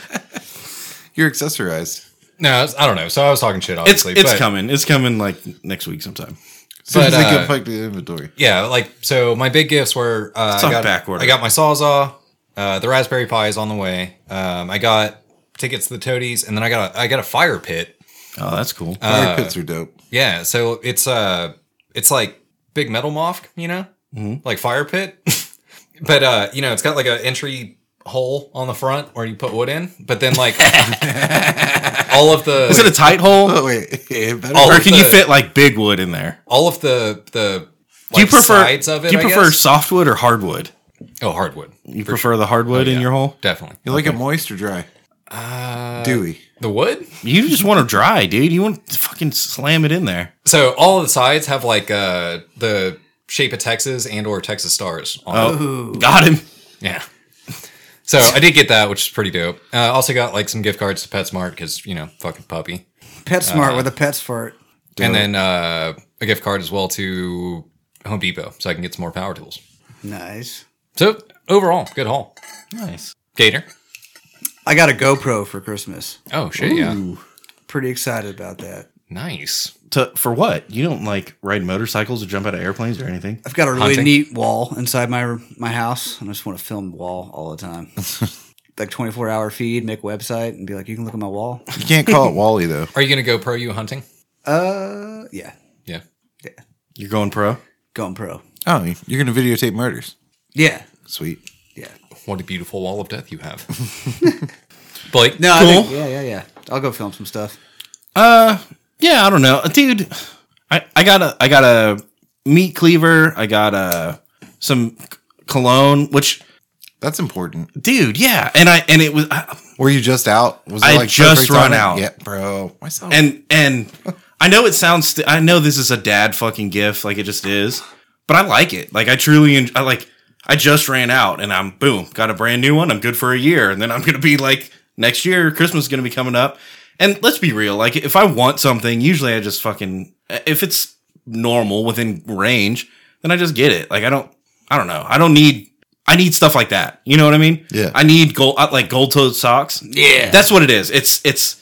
Speaker 1: You're accessorized.
Speaker 2: No, it's- I don't know. So I was talking shit.
Speaker 4: It's
Speaker 2: Obviously,
Speaker 4: it's
Speaker 2: but-
Speaker 4: coming. It's coming like next week sometime.
Speaker 1: As soon
Speaker 2: But,
Speaker 1: as they get
Speaker 2: uh,
Speaker 1: fucked the inventory.
Speaker 2: Yeah, like so. My big gifts were uh,
Speaker 4: on
Speaker 2: I got
Speaker 4: back order.
Speaker 2: I got my sawzall. Uh, the Raspberry Pi is on the way. Um, I got tickets to the Toadies, and then I got a I got a fire pit.
Speaker 4: Oh, that's cool.
Speaker 1: Fire pits are dope.
Speaker 2: Yeah, so it's uh it's like big metal moth, you know,
Speaker 4: Mm-hmm.
Speaker 2: like fire pit, but uh you know it's got like an entry hole on the front where you put wood in, but then like all of the
Speaker 4: Is it a tight hole,
Speaker 1: Oh wait, it better
Speaker 2: Oh,
Speaker 1: work.
Speaker 4: or can you
Speaker 2: the-
Speaker 4: fit like big wood in there?
Speaker 2: all of the the like,
Speaker 4: do you prefer
Speaker 2: sides of it?
Speaker 4: do you
Speaker 2: I
Speaker 4: prefer
Speaker 2: guess?
Speaker 4: softwood or hardwood?
Speaker 2: oh hardwood
Speaker 4: You prefer the hardwood in your hole?
Speaker 2: definitely
Speaker 1: You like it moist or dry? Uh, Dewy.
Speaker 2: the wood.
Speaker 4: You just want to dry, dude. You want to fucking slam it in there.
Speaker 2: So all of the sides have like uh the shape of Texas and or Texas stars on it.
Speaker 4: Oh, got him.
Speaker 2: Yeah. So I did get that, which is pretty dope. Uh, also got like some gift cards to PetSmart because you know fucking puppy,
Speaker 3: PetSmart with a pet's fart.
Speaker 2: and then uh, a gift card as well to Home Depot so I can get some more power tools.
Speaker 3: Nice.
Speaker 2: So overall, good haul.
Speaker 4: Nice.
Speaker 2: Gator.
Speaker 3: I got a GoPro for Christmas.
Speaker 2: Oh shit, yeah,
Speaker 3: Pretty excited about that.
Speaker 2: nice.
Speaker 4: To, for what? You don't like ride motorcycles or jump out of airplanes or anything.
Speaker 3: I've got a really
Speaker 2: Hunting.
Speaker 3: neat wall inside my my house, and I just want to film the wall all the time. like 24 hour feed, make a website, and be like, you can look at my wall.
Speaker 1: You can't call it Wally though.
Speaker 2: Are you gonna go pro you hunting?
Speaker 3: Uh, yeah,
Speaker 2: Yeah.
Speaker 4: You're going pro.
Speaker 3: going pro.
Speaker 1: Oh, you're gonna videotape murders.
Speaker 3: Yeah,
Speaker 1: Sweet.
Speaker 3: yeah.
Speaker 2: What a beautiful wall of death you have, Blake.
Speaker 3: No, I
Speaker 4: Cool.
Speaker 3: think, yeah, yeah, yeah. I'll go film some stuff.
Speaker 4: Uh, Yeah, I don't know, Uh, dude. I I got a I got a meat cleaver. I got a some c- cologne. Which,
Speaker 1: That's important.
Speaker 4: dude, yeah. And I and it was I,
Speaker 1: Were you just out? Was
Speaker 4: I just
Speaker 1: perfect
Speaker 4: run
Speaker 1: timing?
Speaker 4: out.
Speaker 1: Yeah, bro. Myself.
Speaker 4: and and I know it sounds. St- I know this is a dad fucking gift, like it just is. But I like it. Like I truly, en- I like. I just ran out, and I'm boom, got a brand new one. I'm good for a year, and then I'm gonna be like next year. Christmas is gonna be coming up, and let's be real. Like if I want something, usually I just fucking if it's normal within range, then I just get it. Like I don't, I don't know. I don't need. I need stuff like that. You know what I mean?
Speaker 1: Yeah.
Speaker 4: I need gold, I like gold toed socks.
Speaker 3: Yeah.
Speaker 4: That's what it is. It's it's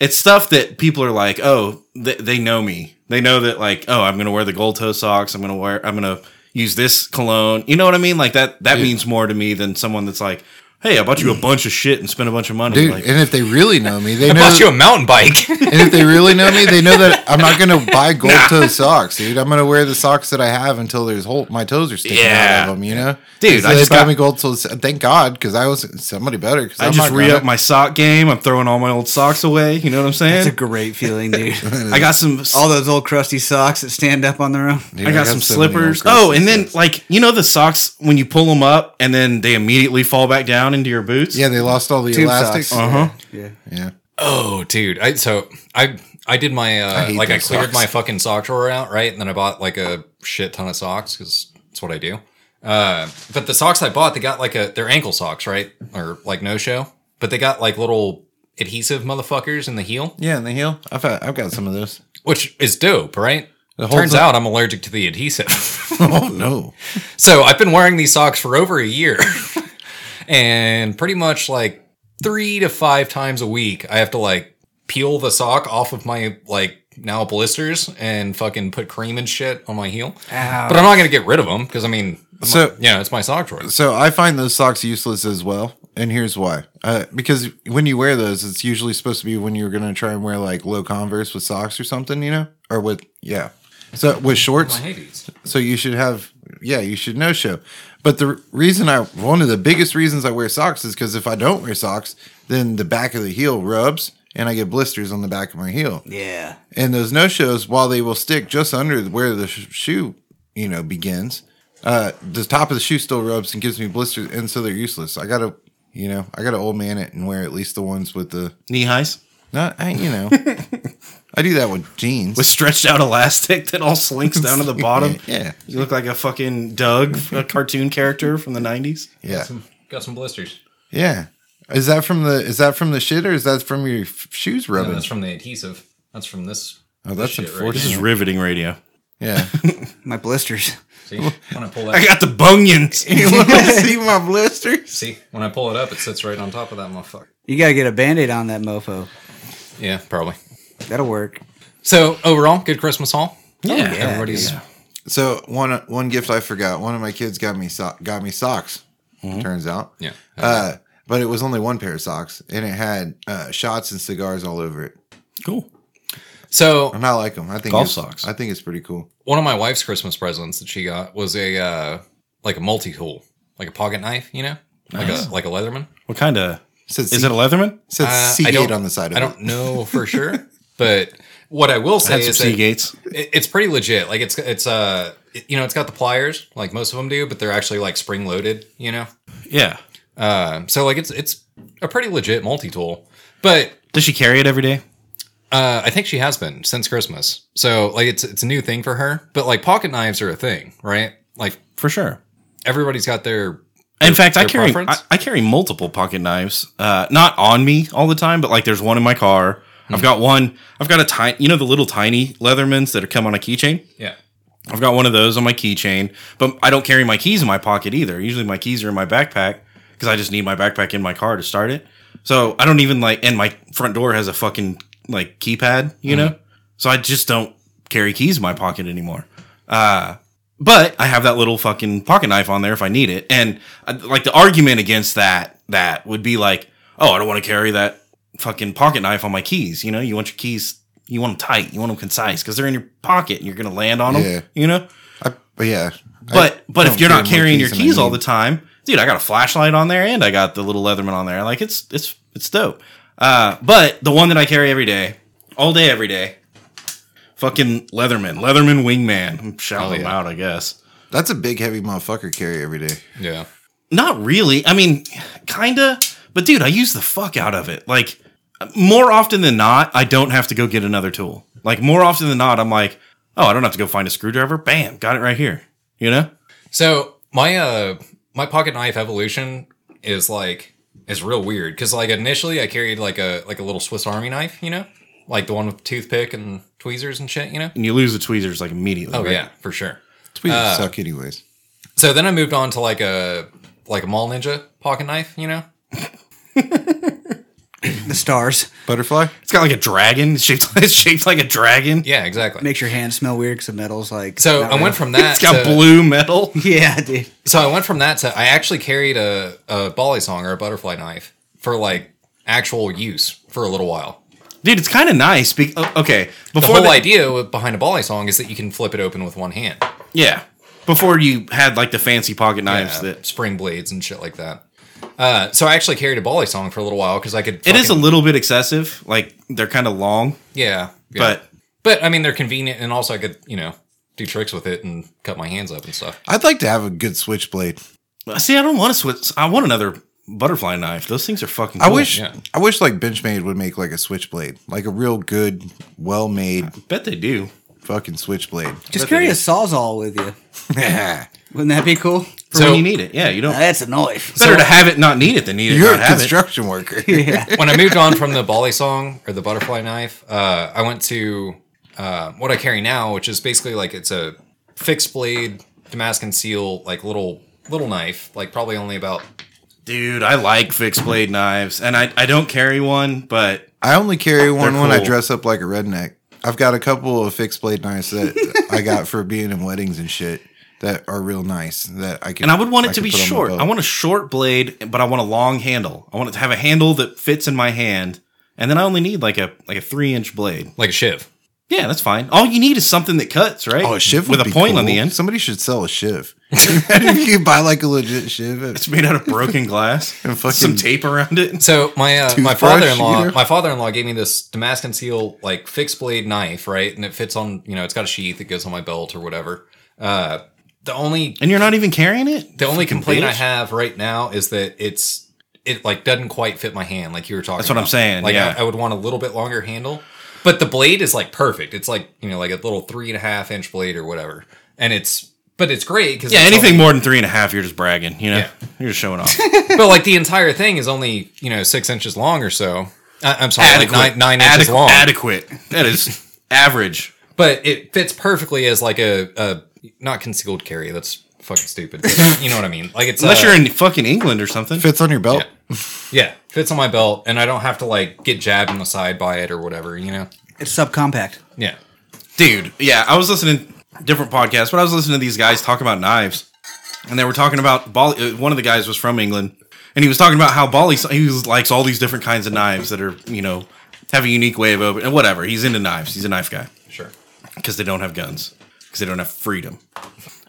Speaker 4: it's stuff that people are like, oh, they, they know me. They know that like, oh, I'm gonna wear the gold toe socks. I'm gonna wear. I'm gonna use this cologne. You know what I mean? Like that. That means more to me than someone that's like, hey, I bought you a bunch of shit and spent a bunch of money.
Speaker 1: Dude,
Speaker 4: like,
Speaker 1: and if they really know me, they
Speaker 2: I
Speaker 1: know.
Speaker 2: bought you a mountain bike.
Speaker 1: and if they really know me, they know that I'm not gonna buy gold toe socks, dude. I'm gonna wear the socks that I have until there's whole my toes are sticking out
Speaker 4: Yeah.
Speaker 1: of them. You know,
Speaker 4: Dude,
Speaker 1: So
Speaker 4: I
Speaker 1: they
Speaker 4: just
Speaker 1: buy
Speaker 4: got-
Speaker 1: me gold toes. Thank God, because I was somebody better. Because
Speaker 4: I
Speaker 1: I'm
Speaker 4: just
Speaker 1: not
Speaker 4: re up
Speaker 1: gonna-
Speaker 4: my sock game. I'm throwing all my old socks away. You know what I'm
Speaker 3: It's a
Speaker 4: saying?
Speaker 3: great feeling, dude.
Speaker 4: I got some.
Speaker 3: All those old crusty socks that stand up on their own.
Speaker 1: Dude,
Speaker 4: I got
Speaker 1: have
Speaker 4: some
Speaker 1: so many old
Speaker 4: slippers.
Speaker 1: crusty
Speaker 4: Oh, and then
Speaker 1: socks.
Speaker 4: like you know the socks when you pull them up and then they immediately fall back down into your boots.
Speaker 1: yeah, they lost all the
Speaker 3: Tube
Speaker 1: elastics.
Speaker 3: socks.
Speaker 4: Uh huh.
Speaker 3: Yeah.
Speaker 1: Yeah,
Speaker 2: Oh, dude! I so I I did my uh,
Speaker 1: hate
Speaker 2: like I
Speaker 1: those
Speaker 2: cleared
Speaker 1: socks.
Speaker 2: my fucking sock drawer out, right? And then I bought like a shit ton of socks because that's what I do. Uh, but the socks I bought, they got like a they're ankle socks, right? Or like no show, but they got like little adhesive motherfuckers in the heel,
Speaker 1: Yeah, in the heel. I've had, I've got some of those.
Speaker 2: which is dope, right?
Speaker 1: The whole
Speaker 2: Turns
Speaker 1: thing-
Speaker 2: out I'm allergic to the adhesive.
Speaker 1: Oh no.
Speaker 2: So I've been wearing these socks for over a year. and pretty much like three to five times a week, I have to like peel the sock off of my like now blisters and fucking put cream and shit on my heel.
Speaker 3: Ow.
Speaker 2: But I'm not going to get rid of them because I mean,
Speaker 1: So-
Speaker 2: so, yeah, it's my sock choice.
Speaker 1: So I find those socks useless as well. And here's why. Uh, because when you wear those, it's usually supposed to be when you're going to try and wear like low Converse with socks or something, you know? Or with, yeah. So with shorts. So you should have, yeah, you should no show. But the reason I, one of the biggest reasons I wear socks is because if I don't wear socks, then the back of the heel rubs and I get blisters on the back of my heel.
Speaker 3: Yeah.
Speaker 1: And those no shows, while they will stick just under where the sh- shoe, you know, begins, uh, the top of the shoe still rubs and gives me blisters, and so they're useless. I gotta, you know, I gotta old man it and wear at least the ones with the
Speaker 4: Knee highs
Speaker 1: not, I, you know, I do that with jeans.
Speaker 4: with stretched out elastic that all slinks down to the bottom.
Speaker 1: Yeah.
Speaker 4: You look like a fucking Doug, a cartoon character from the 90s.
Speaker 1: yeah,
Speaker 2: Got some blisters.
Speaker 1: yeah. Is that from the is that from the shit or is that from your f- shoes
Speaker 2: No,
Speaker 1: rubbing?
Speaker 2: that's from the adhesive. That's from this.
Speaker 1: oh, that's
Speaker 2: shit right
Speaker 1: unfortunate.
Speaker 4: This is riveting radio.
Speaker 1: yeah,
Speaker 3: My blisters.
Speaker 2: See, when I pull that,
Speaker 4: I got the bunions.
Speaker 1: you want to see my blisters?
Speaker 2: see, when I pull it up, it sits right on top of that motherfucker.
Speaker 3: You gotta get a band-aid on that mofo.
Speaker 2: Yeah, probably.
Speaker 3: That'll work.
Speaker 2: So overall, good Christmas haul.
Speaker 4: yeah.
Speaker 2: Everybody's
Speaker 1: So one one gift I forgot. One of my kids got me so- got me socks.
Speaker 2: Mm-hmm.
Speaker 1: Turns out,
Speaker 2: yeah.
Speaker 1: Uh, but it was only one pair of socks, and it had uh, shots and cigars all over it.
Speaker 4: Cool.
Speaker 2: So
Speaker 1: And I like them. I think
Speaker 4: Golf
Speaker 1: it's-
Speaker 4: socks.
Speaker 1: I think it's pretty cool.
Speaker 2: one of my wife's Christmas presents that she got was a uh, like a multi tool, like a pocket knife, you know, like a like a Leatherman.
Speaker 4: What kind of.
Speaker 1: It said
Speaker 4: Is
Speaker 1: C-
Speaker 4: it a Leatherman?
Speaker 1: it said
Speaker 2: Uh, I
Speaker 1: C8
Speaker 2: don't-
Speaker 1: on the side of
Speaker 2: I
Speaker 1: it.
Speaker 2: don't know for sure, but what I will
Speaker 4: I
Speaker 2: say
Speaker 4: had some
Speaker 2: is that it,
Speaker 4: Seagates.
Speaker 2: it's pretty legit. Like it's it's uh it- you know it's got the pliers like most of them do, but they're actually like spring loaded, you know.
Speaker 4: Yeah.
Speaker 2: Um, so like it's it's a pretty legit multi tool, but
Speaker 4: Does she carry it every day?
Speaker 2: Uh, I think she has been since Christmas. So like it's it's a new thing for her. But like pocket knives are a thing, right? Like
Speaker 4: For sure.
Speaker 2: everybody's got their
Speaker 4: In fact, I
Speaker 2: their
Speaker 4: carry I,
Speaker 2: preference?
Speaker 4: I carry multiple pocket knives. Uh, not on me all the time, but like there's one in my car.
Speaker 1: Hmm.
Speaker 4: I've got one. I've got a tiny, you know, the little tiny Leathermans that are come on a keychain.
Speaker 2: yeah.
Speaker 4: I've got one of those on my keychain, but I don't carry my keys in my pocket either. Usually my keys are in my backpack because I just need my backpack in my car to start it. So I don't even like, and my front door has a fucking like keypad, you know? So I just don't carry keys in my pocket anymore. Uh, but I have that little fucking pocket knife on there if I need it. And uh, like the argument against that, that would be like, oh, I don't want to carry that fucking pocket knife on my keys. You know, you want your keys, you want them tight, you want them concise because they're in your pocket and you're going to land on them,
Speaker 1: Yeah.
Speaker 4: you know?
Speaker 1: I, but yeah,
Speaker 4: But but if
Speaker 1: don't
Speaker 4: you're
Speaker 1: carry
Speaker 4: not
Speaker 1: more
Speaker 4: carrying
Speaker 1: keys
Speaker 4: your
Speaker 1: than I
Speaker 4: keys all
Speaker 1: need.
Speaker 4: the time, dude, I got a flashlight on there and I got the little Leatherman on there. Like it's it's it's dope. Uh, but the one that I carry every day, all day, every day, fucking Leatherman, Leatherman Wingman. I'm shouting
Speaker 2: Oh, yeah.
Speaker 4: them out, I guess.
Speaker 1: that's a big heavy motherfucker carry every day.
Speaker 2: Yeah.
Speaker 4: Not really. I mean, kinda. But dude, I use the fuck out of it. Like more often than not, I don't have to go get another tool. Like more often than not, I'm like, oh, I don't have to go find a screwdriver. Bam, got it right here. You know?
Speaker 2: So my uh my pocket knife evolution is like is real weird because like initially I carried like a like a little Swiss Army knife, you know? Like the one with toothpick and tweezers and shit, you know?
Speaker 4: And you lose the tweezers like immediately.
Speaker 2: Oh
Speaker 4: right?
Speaker 2: yeah, for sure.
Speaker 1: Tweezers
Speaker 4: Uh,
Speaker 1: suck anyways.
Speaker 2: So then I moved on to like a like a mall ninja pocket knife, you know?
Speaker 3: The stars.
Speaker 1: Butterfly.
Speaker 4: It's got like a dragon. It's shaped, it's shaped like a dragon.
Speaker 2: Yeah, exactly.
Speaker 3: Makes your hands smell weird because the metal's like.
Speaker 2: so
Speaker 3: not
Speaker 2: I
Speaker 3: real.
Speaker 2: went from that
Speaker 4: It's got
Speaker 2: to,
Speaker 4: blue metal.
Speaker 3: Yeah, dude.
Speaker 2: So I went from that to I actually carried a, a bali song or a butterfly knife for like actual use for a little while.
Speaker 4: Dude, it's kind of nice. Be- oh, okay.
Speaker 2: The
Speaker 4: Before
Speaker 2: whole
Speaker 4: that-
Speaker 2: idea with- behind a bali song is that you can flip it open with one hand.
Speaker 4: Yeah. Before you had like the fancy pocket knives
Speaker 2: Uh,
Speaker 4: that.
Speaker 2: spring blades and shit like that. Uh, so I actually carried a bali song for a little while because I could.
Speaker 4: It is a
Speaker 2: fucking-
Speaker 4: little bit excessive. Like they're kind of long,
Speaker 2: yeah, yeah.
Speaker 4: but
Speaker 2: but I mean they're convenient and also I could you know do tricks with it and cut my hands up and stuff.
Speaker 1: I'd like to have a good switchblade.
Speaker 4: uh, see, I don't want to switch. I want another butterfly knife. Those things are fucking
Speaker 1: I
Speaker 4: cool.
Speaker 1: wish.
Speaker 2: yeah.
Speaker 1: I wish like Benchmade would make like a switchblade, like a real good, well made
Speaker 4: Bet they do.
Speaker 1: fucking switchblade.
Speaker 3: Just carry a sawzall with you.
Speaker 1: yeah,
Speaker 3: Wouldn't that be cool?
Speaker 4: For
Speaker 2: So-
Speaker 4: when you need it. Yeah, you don't.
Speaker 3: Now, that's a knife.
Speaker 4: It's better to have it not need it than need it
Speaker 1: You're a
Speaker 4: not have it.
Speaker 1: construction worker.
Speaker 3: yeah.
Speaker 2: when I moved on from the Bali song or the butterfly knife, uh, I went to uh, what I carry now, which is basically like it's a fixed blade Damascus seal, like little little knife, like probably only about
Speaker 4: Dude, I like fixed blade knives, and I I don't carry one, but
Speaker 1: I only carry one when I
Speaker 4: cool.
Speaker 1: dress up like a redneck. I've got a couple of fixed blade knives that I got for being in weddings and shit that are real nice that I can.
Speaker 4: and I would want it to
Speaker 1: can
Speaker 4: be
Speaker 1: put on my
Speaker 4: short.
Speaker 1: belt.
Speaker 4: I want a short blade, but I want a long handle. I want it to have a handle that fits in my hand, and then I only need like a like a three inch blade.
Speaker 2: like a shiv.
Speaker 4: Yeah, that's fine. All you need is something that cuts, right?
Speaker 1: Oh, a shiv
Speaker 4: with
Speaker 1: would
Speaker 4: a
Speaker 1: be
Speaker 4: point on
Speaker 1: cool.
Speaker 4: the end.
Speaker 1: Somebody should sell a shiv. Imagine if you buy like a legit shiv.
Speaker 4: It's made out of broken glass
Speaker 1: And fucking-
Speaker 4: some tape around it.
Speaker 2: So my uh, my
Speaker 1: Toothbrush,
Speaker 2: father in law
Speaker 1: you know?
Speaker 2: my father in law gave me this Damascus seal like fixed blade knife, right? And it fits on you know it's got a sheath, it goes on my belt or whatever. Uh, the only
Speaker 4: And you're not even carrying it?
Speaker 2: the only complaint I
Speaker 4: bitch.
Speaker 2: have right now is that it's it like doesn't quite fit my hand like you were talking.
Speaker 4: That's what I'm
Speaker 2: about.
Speaker 4: saying,
Speaker 2: Like
Speaker 4: yeah.
Speaker 2: I, I would want a little bit longer handle, but the blade is like perfect. It's like you know like a little three and a half inch blade or whatever, and it's but it's great because
Speaker 4: Yeah, anything more than three and a half, you're just bragging, you know?
Speaker 2: Yeah.
Speaker 4: You're just showing off.
Speaker 2: But like the entire thing is only you know six inches long or so. I, I'm sorry, like nine nine inches
Speaker 4: Adequ-
Speaker 2: long.
Speaker 4: Adequate. That is average.
Speaker 2: but it fits perfectly as like a, a not concealed carry. That's fucking stupid. but you know what I mean? Like it's
Speaker 4: Unless
Speaker 2: uh,
Speaker 4: you're in fucking England or something.
Speaker 1: fits on your belt.
Speaker 2: yeah fits on my belt, and I don't have to like get jabbed in the side by it or whatever. You know?
Speaker 3: It's subcompact.
Speaker 2: Yeah.
Speaker 4: Dude, yeah, I was listening different podcasts, but I was listening to these guys talk about knives, and they were talking about Bali. uh, One of the guys was from England, and he was talking about how Bali he was, likes all these different kinds of knives that are you know have a unique way of open and whatever. He's into knives. He's a knife guy
Speaker 2: Sure.
Speaker 4: because they don't have guns because they don't have freedom.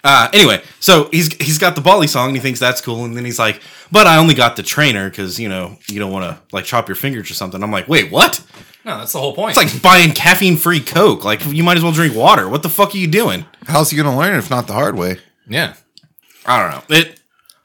Speaker 4: Uh, anyway, so he's he's got the Bali song and he thinks that's cool, and then he's like, "But I only got the trainer because you know you don't want to like chop your fingers or something." I'm like, "Wait, what?"
Speaker 2: No, that's the whole point.
Speaker 4: It's like buying caffeine free Coke. Like you might as well drink water. What the fuck are you doing?
Speaker 1: How's he gonna learn if not the hard way?
Speaker 2: yeah.
Speaker 4: I don't know. It,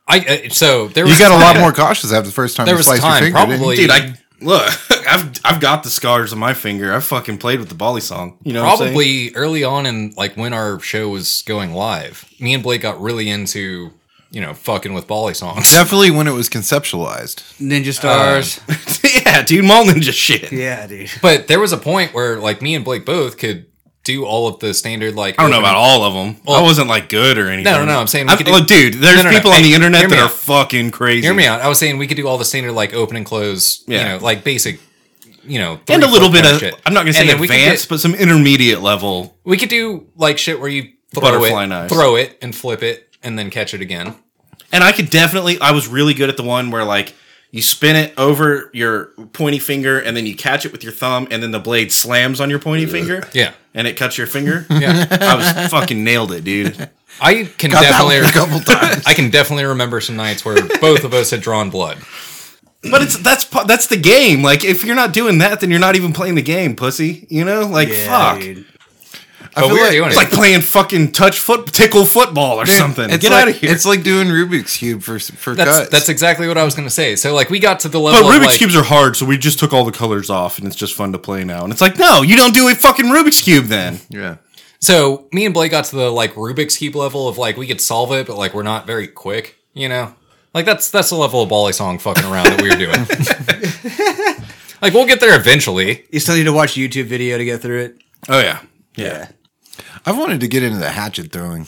Speaker 2: I uh, so there was
Speaker 1: You got a lot
Speaker 2: time-
Speaker 1: more cautious after the first time
Speaker 2: There
Speaker 1: you
Speaker 2: was
Speaker 1: sliced your
Speaker 2: time,
Speaker 1: finger. didn't you?
Speaker 2: probably.
Speaker 4: dude, I look. I've I've got the scars on my finger. I've fucking played with the Bali song. You know, what I'm saying?
Speaker 2: probably early on in like when our show was going live. Me and Blake got really into you know fucking with Bali songs.
Speaker 1: Definitely when it was conceptualized.
Speaker 2: Uh,
Speaker 3: Ninja stars.
Speaker 4: yeah, dude. Mall ninja shit.
Speaker 3: yeah, dude.
Speaker 2: But there was a point where like me and Blake both could do all of the standard like
Speaker 4: I don't know about all of them. I wasn't like good or anything.
Speaker 2: no, no, I'm saying we
Speaker 4: I've-
Speaker 2: could do-
Speaker 4: look, dude. There's
Speaker 2: No, no, no.
Speaker 4: people on
Speaker 2: Hey,
Speaker 4: the internet
Speaker 2: hear
Speaker 4: that
Speaker 2: me
Speaker 4: are
Speaker 2: out.
Speaker 4: fucking crazy.
Speaker 2: Hear me out. I was saying we could do all the standard like open and close, you
Speaker 4: Yeah.
Speaker 2: know, like basic, you know,
Speaker 4: And a
Speaker 2: three
Speaker 4: little
Speaker 2: foot
Speaker 4: bit
Speaker 2: kind
Speaker 4: of.
Speaker 2: shit.
Speaker 4: I'm not gonna
Speaker 2: And
Speaker 4: say
Speaker 2: then we could
Speaker 4: advanced,
Speaker 2: do-
Speaker 4: but some intermediate level.
Speaker 2: We could do like shit where you throw
Speaker 4: Butterfly
Speaker 2: it,
Speaker 4: knives.
Speaker 2: throw it, and flip it, and then catch it again.
Speaker 4: And I could definitely. I was really good at the one where like. You spin it over your pointy finger, and then you catch it with your thumb, and then the blade slams on your pointy finger.
Speaker 2: Yeah,
Speaker 4: and it cuts your finger.
Speaker 2: yeah.
Speaker 4: I was fucking nailed it, dude.
Speaker 2: I can
Speaker 1: Got that
Speaker 2: definitely.
Speaker 1: one a couple times.
Speaker 2: I can definitely remember some nights where both of us had drawn blood.
Speaker 4: But it's that's pa- that's the game. Like if you're not doing that, then you're not even playing the game, pussy. You know, like
Speaker 3: Yeah,
Speaker 4: fuck.
Speaker 3: dude.
Speaker 1: I
Speaker 2: But we were
Speaker 1: like-
Speaker 2: doing it.
Speaker 4: It's like playing fucking touch foot tickle football or
Speaker 1: Dude,
Speaker 4: something.
Speaker 1: It's
Speaker 4: Get
Speaker 1: like,
Speaker 4: out of here.
Speaker 1: It's like doing Rubik's cube for for
Speaker 2: that's
Speaker 1: cuts.
Speaker 2: that's exactly what I was gonna say. So like we got to the level.
Speaker 4: But Rubik's
Speaker 2: of, like,
Speaker 4: cubes are hard, so we just took all the colors off, and it's just fun to play now. And it's like, no, you don't do a fucking Rubik's cube then.
Speaker 1: yeah.
Speaker 2: So me and Blake got to the like Rubik's cube level of like we could solve it, but like we're not very quick, you know. Like that's that's the level of Bali song fucking around that we were doing. like we'll get there eventually.
Speaker 3: You still need to watch a YouTube video to get through it.
Speaker 4: Oh yeah,
Speaker 3: Yeah.
Speaker 1: I've wanted to get into the hatchet throwing.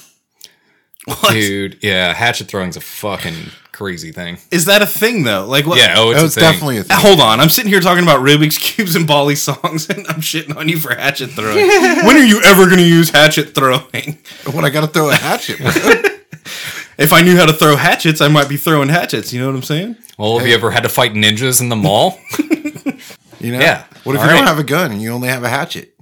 Speaker 2: Dude, yeah, hatchet throwing's a fucking crazy thing.
Speaker 4: Is that a thing though? Like what?
Speaker 2: Yeah, oh it's
Speaker 1: That was
Speaker 2: a thing.
Speaker 1: definitely a thing.
Speaker 4: Hold on, I'm sitting here talking about Rubik's cubes and Bali songs, and I'm shitting on you for hatchet throwing. when are you ever going to use hatchet throwing?
Speaker 1: When I got to throw a hatchet, bro.
Speaker 4: If I knew how to throw hatchets, I might be throwing hatchets. You know what I'm saying?
Speaker 2: Well, have you ever had to fight ninjas in the mall?
Speaker 1: you know.
Speaker 2: Yeah.
Speaker 1: What if
Speaker 2: All
Speaker 1: you
Speaker 2: right.
Speaker 1: don't have a gun and you only have a hatchet?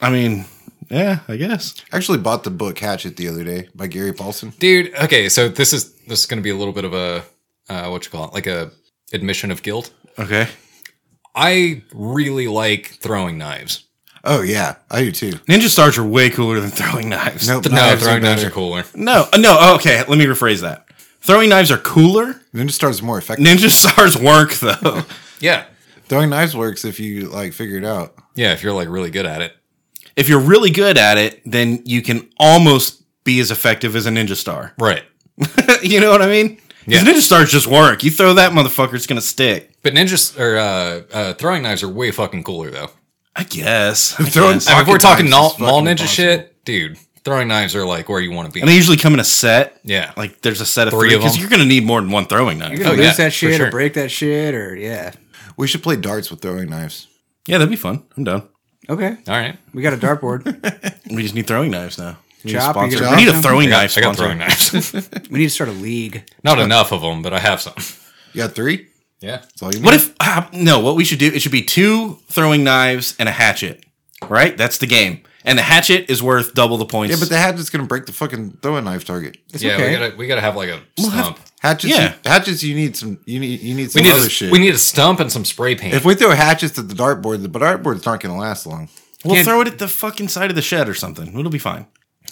Speaker 4: I mean, yeah, I guess.
Speaker 1: I actually bought the book Hatchet the other day by Gary Paulson.
Speaker 2: Dude, okay, so this is this is gonna be a little bit of a uh what you call it, like a admission of guilt.
Speaker 4: Okay.
Speaker 2: I really like throwing knives.
Speaker 1: Oh yeah, I do too.
Speaker 4: Ninja stars are way cooler than throwing knives.
Speaker 1: Nope,
Speaker 2: No,
Speaker 1: knives are
Speaker 2: throwing knives
Speaker 1: better.
Speaker 2: are cooler.
Speaker 4: No, no, oh, okay, let me rephrase that. Throwing knives are cooler.
Speaker 1: Ninja stars more effective.
Speaker 4: Ninja stars work though.
Speaker 2: Yeah.
Speaker 1: Throwing knives works if you like figure it out.
Speaker 2: Yeah, if you're like really good at it.
Speaker 4: if you're really good at it, then you can almost be as effective as a ninja star.
Speaker 2: Right.
Speaker 4: you know what I mean?
Speaker 2: Yeah.
Speaker 4: Because ninja stars just work. You throw that motherfucker, it's gonna stick.
Speaker 2: But ninjas or uh, uh, throwing knives are way fucking cooler though.
Speaker 4: I guess.
Speaker 1: throwing-
Speaker 2: I mean, if we're
Speaker 1: Pocket
Speaker 2: talking
Speaker 1: knives
Speaker 2: mall,
Speaker 1: is
Speaker 2: mall ninja
Speaker 1: fucking
Speaker 2: shit, dude, throwing knives are like where you want to be.
Speaker 4: and they usually come in a set.
Speaker 2: yeah. Like,
Speaker 4: Like there's a set of
Speaker 2: Three
Speaker 4: three
Speaker 2: of
Speaker 4: because
Speaker 2: them.
Speaker 4: you're gonna need more than one throwing knife.
Speaker 3: You're gonna
Speaker 2: Oh,
Speaker 3: lose
Speaker 2: yeah, for
Speaker 3: that shit
Speaker 2: sure.
Speaker 3: or break that shit or yeah.
Speaker 1: We should play darts with throwing knives.
Speaker 4: Yeah, that'd be fun. I'm done.
Speaker 3: Okay,
Speaker 2: all right.
Speaker 3: we got a dartboard.
Speaker 4: We just need throwing knives now. We need, a
Speaker 3: Chop,
Speaker 4: sponsor.
Speaker 3: you got
Speaker 4: We need a
Speaker 3: chop?
Speaker 4: throwing
Speaker 2: I
Speaker 4: knife
Speaker 2: got, I got
Speaker 4: sponsor.
Speaker 2: throwing knives.
Speaker 3: we need to start a league.
Speaker 2: Not enough of them, but I have some.
Speaker 1: You got three?
Speaker 2: Yeah.
Speaker 1: That's all you need.
Speaker 4: What if ah, no? What we should do? It should be two throwing knives and a hatchet. Right? That's the game. And the hatchet is worth double the points.
Speaker 1: Yeah, but the hatchet's gonna break the fucking throwing knife target.
Speaker 3: It's
Speaker 2: yeah,
Speaker 3: okay.
Speaker 2: we gotta we gotta have like a stump.
Speaker 1: Hatchets,
Speaker 4: Yeah.
Speaker 1: you, hatchets. You need some. You need. You need
Speaker 2: we
Speaker 1: some
Speaker 2: need
Speaker 1: other
Speaker 2: a,
Speaker 1: shit.
Speaker 2: we need a stump and some spray paint.
Speaker 1: if we throw hatchets at the dartboard, the dartboard's not gonna last long.
Speaker 4: we'll
Speaker 3: Can't-
Speaker 4: throw it at the fucking side of the shed or something. It'll be fine.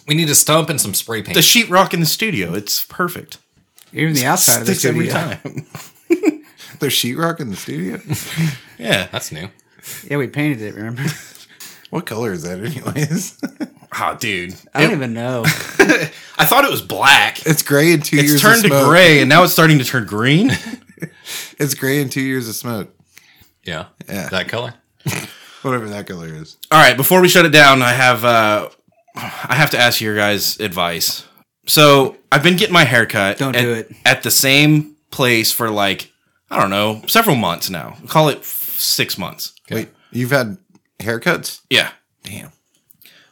Speaker 2: we need a stump and some spray paint.
Speaker 4: The sheetrock in the studio. It's perfect.
Speaker 3: Even the outside of the
Speaker 4: Sticks every
Speaker 3: studio.
Speaker 4: time.
Speaker 1: There's sheetrock in the studio.
Speaker 4: Yeah.
Speaker 2: That's new.
Speaker 3: Yeah, we painted it. Remember?
Speaker 1: what color is that, anyways?
Speaker 4: Oh, dude.
Speaker 3: I don't
Speaker 4: It-
Speaker 3: even know.
Speaker 4: I thought it was black.
Speaker 1: it's gray in two years.
Speaker 4: It's
Speaker 1: of
Speaker 4: turned to
Speaker 1: smoke.
Speaker 4: gray, and now it's starting to turn green.
Speaker 1: It's gray in two years of smoke.
Speaker 2: Yeah.
Speaker 1: Yeah.
Speaker 2: That color.
Speaker 1: Whatever that color is.
Speaker 4: All right, before we shut it down, I have uh, I have to ask your guys' advice. So I've been getting my haircut.
Speaker 3: Don't
Speaker 4: at,
Speaker 3: do it.
Speaker 4: at the same place for like I don't know several months now. Call it f- six months.
Speaker 1: Wait, you've had haircuts?
Speaker 4: Yeah.
Speaker 1: Damn.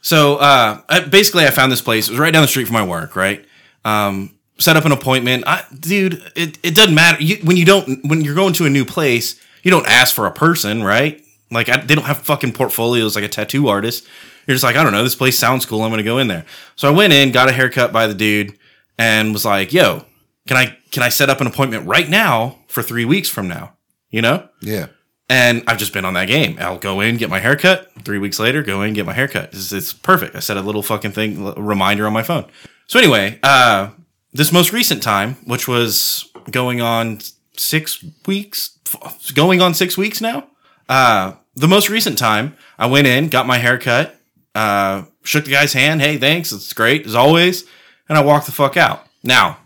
Speaker 4: So uh, I- basically, I found this place. It was right down the street from my work. Right. Um, set up an appointment. I, dude, it, it doesn't matter you, when you don't when you're going to a new place. You don't ask for a person, right? Like I, they don't have fucking portfolios like a tattoo artist. You're just like, I don't know. This place sounds cool. I'm gonna go in there. So I went in, got a haircut by the dude, and was like, Yo, can I can I set up an appointment right now for three weeks from now? You know.
Speaker 1: Yeah.
Speaker 4: And I've just been on that game. I'll go in, get my haircut. Three weeks later, go in, get my haircut. It's, it's perfect. I set a little fucking thing, l- reminder on my phone. So anyway, uh, this most recent time, which was going on six weeks, f- going on six weeks now. Uh, the most recent time, I went in, got my haircut, uh, shook the guy's hand. Hey, thanks. It's great as always. And I walked the fuck out. Now,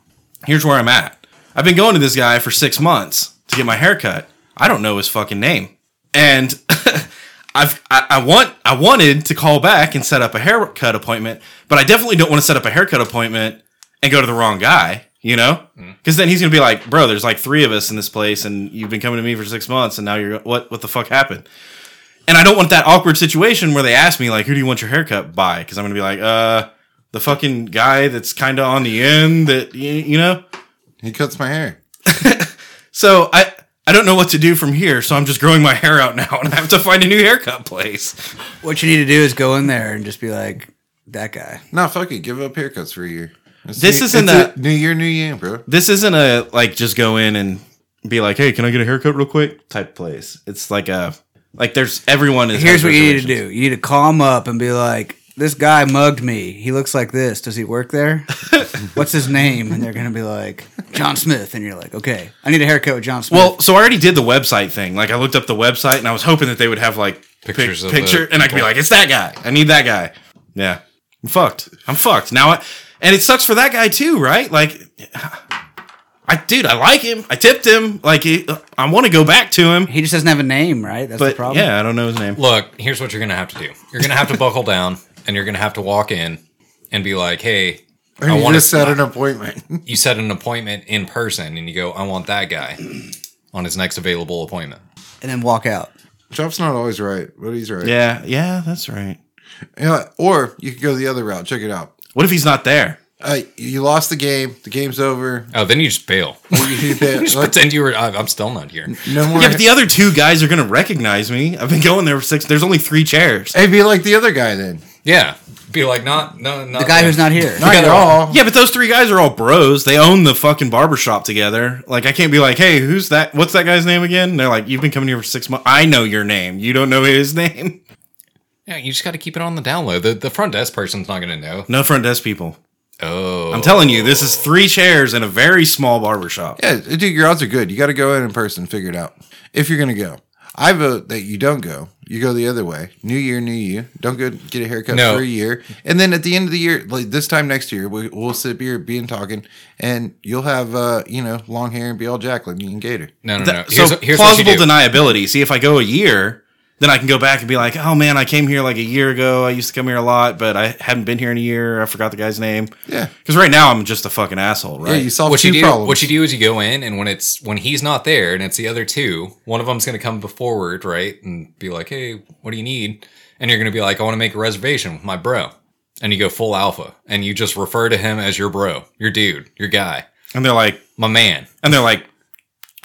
Speaker 4: here's where I'm at. I've been going to this guy for six months to get my haircut. I don't know his fucking name, and I've I, I want I wanted to call back and set up a haircut appointment, but I definitely don't want to set up a haircut appointment and go to the wrong guy. You know, because then he's gonna be like, "Bro, there's like three of us in this place, and you've been coming to me for six months, and now you're what? What the fuck happened?" And I don't want that awkward situation where they ask me like, "Who do you want your haircut by?" Because I'm gonna be like, "Uh, the fucking guy that's kind of on the end that y- you know."
Speaker 1: He cuts my hair.
Speaker 4: So I I don't know what to do from here, so I'm just growing my hair out now, and I have to find a new haircut place.
Speaker 3: what you need to do is go in there and just be like that guy.
Speaker 1: No, fuck it. Give up haircuts for a year. It's
Speaker 4: This
Speaker 1: new-
Speaker 4: isn't
Speaker 1: it's
Speaker 4: a-
Speaker 1: new year, new year, bro.
Speaker 4: This isn't a like just go in and be like, hey, can I get a haircut real quick? Type place. It's like a like there's everyone is.
Speaker 3: Here's what you need to do. You need to call him up and be like, "This guy mugged me. He looks like this. Does he work there? What's his name?" And they're gonna be like, "John Smith." And you're like, "Okay, I need a haircut with John Smith."
Speaker 4: Well, so I already did the website thing. Like I looked up the website, and I was hoping that they would have like pic-
Speaker 2: Pictures of the
Speaker 4: picture, and I could be
Speaker 2: people.
Speaker 4: like, it's that guy. I need that guy. Yeah, I'm fucked. I'm fucked now. I, and it sucks for that guy too, right? Like, I dude, I like him. I tipped him. Like, he, I want to go back to him.
Speaker 3: he just doesn't have a name, right? That's the
Speaker 4: But
Speaker 3: problem.
Speaker 4: yeah, I don't know his name.
Speaker 2: Look, here's what you're gonna have to do. You're gonna have to buckle down and you're gonna have to walk in and be like, hey,
Speaker 1: Or
Speaker 2: I
Speaker 1: you
Speaker 2: want to
Speaker 1: just set
Speaker 2: set
Speaker 1: an appointment.
Speaker 2: you set an appointment in person and you go, I want that guy on his next available appointment.
Speaker 3: And then walk out.
Speaker 1: Chop's not always right, but he's right.
Speaker 4: Yeah, yeah, that's right.
Speaker 1: Yeah, Or you could go the other route. Check it out.
Speaker 4: What if he's not there?
Speaker 1: Uh, you lost the game. The game's over.
Speaker 2: Oh, then you just bail. you
Speaker 1: You bet.
Speaker 2: just
Speaker 1: Like,
Speaker 2: pretend you were. I- I'm still not here.
Speaker 1: no more.
Speaker 4: Yeah, but the other two guys are gonna recognize me. I've been going there for six. There's only three chairs.
Speaker 1: hey, be like the other guy then.
Speaker 2: Yeah, be like, not no, Oh, not
Speaker 3: The guy who's not here.
Speaker 1: Not at all.
Speaker 4: Yeah, but those three guys are all bros. They own the fucking barbershop together. Like, I can't be like, hey, who's that? What's that guy's name again? And they're like, you've been coming here for six months. I know your name. You don't know his name.
Speaker 2: Yeah, you just got to keep it on the down low. The the front desk person's not gonna know.
Speaker 4: No front desk people.
Speaker 2: Oh,
Speaker 4: I'm telling you, this is three chairs in a very small barbershop.
Speaker 1: Yeah, dude, your odds are good. You got to go in in person, figure it out if you're gonna go. I vote that you don't go. You go the other way. New year, new you. Don't go get a haircut
Speaker 2: No.
Speaker 1: for a year. And then at the end of the year, like this time next year, we, we'll sit here, be and talking, and you'll have, uh, you know, long hair and be all Jack like me and Gator.
Speaker 2: No, no, no.
Speaker 4: That-
Speaker 2: Here's,
Speaker 4: so
Speaker 2: here's what you
Speaker 4: plausible
Speaker 2: do.
Speaker 4: deniability. See, if I go a year, then I can go back and be like, "Oh man, I came here like a year ago. I used to come here a lot, but I haven't been here in a year. I forgot the guy's name."
Speaker 1: Yeah.
Speaker 4: Because right now I'm just a fucking asshole, right?
Speaker 1: Yeah, you solve
Speaker 2: what
Speaker 1: two
Speaker 2: you do,
Speaker 1: problems.
Speaker 2: what you do is you go in, and when it's when he's not there, and it's the other two, one of them's going to come forward, right, and be like, "Hey, what do you need?" And you're going to be like, "I want to make a reservation with my bro," and you go full alpha, and you just refer to him as your bro, your dude, your guy,
Speaker 4: and they're like,
Speaker 2: my man.
Speaker 4: and they're like,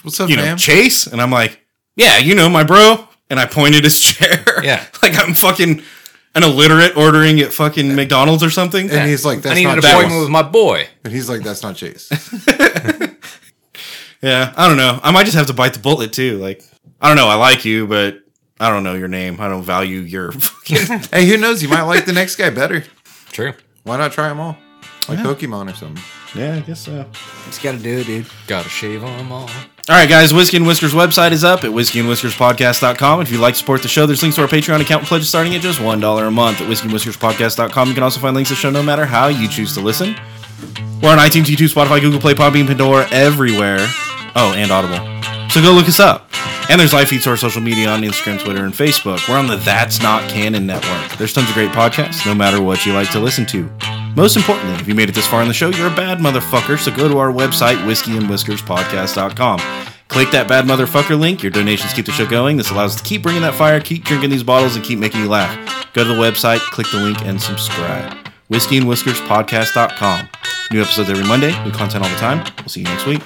Speaker 1: What's up,
Speaker 4: you know,
Speaker 1: man?
Speaker 4: Chase, and I'm like, "Yeah, you know my bro," and I point at his chair.
Speaker 2: Yeah.
Speaker 4: like I'm fucking an illiterate ordering at fucking McDonald's or something.
Speaker 1: and he's like,
Speaker 2: I
Speaker 1: that's
Speaker 2: need
Speaker 1: not
Speaker 2: an
Speaker 1: Chase.
Speaker 2: appointment with my boy.
Speaker 1: And he's like, that's not Chase.
Speaker 4: Yeah, I don't know. I might just have to bite the bullet too. Like, I don't know. I like you, but I don't know your name. I don't value your fucking.
Speaker 1: hey, who knows? You might like the next guy better.
Speaker 2: True.
Speaker 1: Why not try them all? Like Pokemon or something.
Speaker 4: yeah, I guess so.
Speaker 3: Just gotta do it, dude.
Speaker 2: Gotta shave on 'em all.
Speaker 4: All right, guys, Whiskey and Whiskers website is up at whiskeyandwhiskerspodcast.com. If you'd like to support the show, there's links to our Patreon account and pledges starting at just $1 a month at whiskeyandwhiskerspodcast.com. You can also find links to the show no matter how you choose to listen. We're on iTunes, YouTube, Spotify, Google Play, Podbean, Pandora, everywhere. Oh, and Audible. So go look us up. And there's live feeds to our social media on Instagram, Twitter, and Facebook. We're on the That's Not Canon Network. There's tons of great podcasts, no matter what you like to listen to. Most importantly, if you made it this far in the show, you're a bad motherfucker, so go to our website, whiskeyandwhiskerspodcast.com. Click that bad motherfucker link. Your donations keep the show going. This allows us to keep bringing that fire, keep drinking these bottles, and keep making you laugh. Go to the website, click the link, and subscribe. Whiskey and Whiskers Podcast.com. New episodes every Monday, new content all the time. We'll see you next week.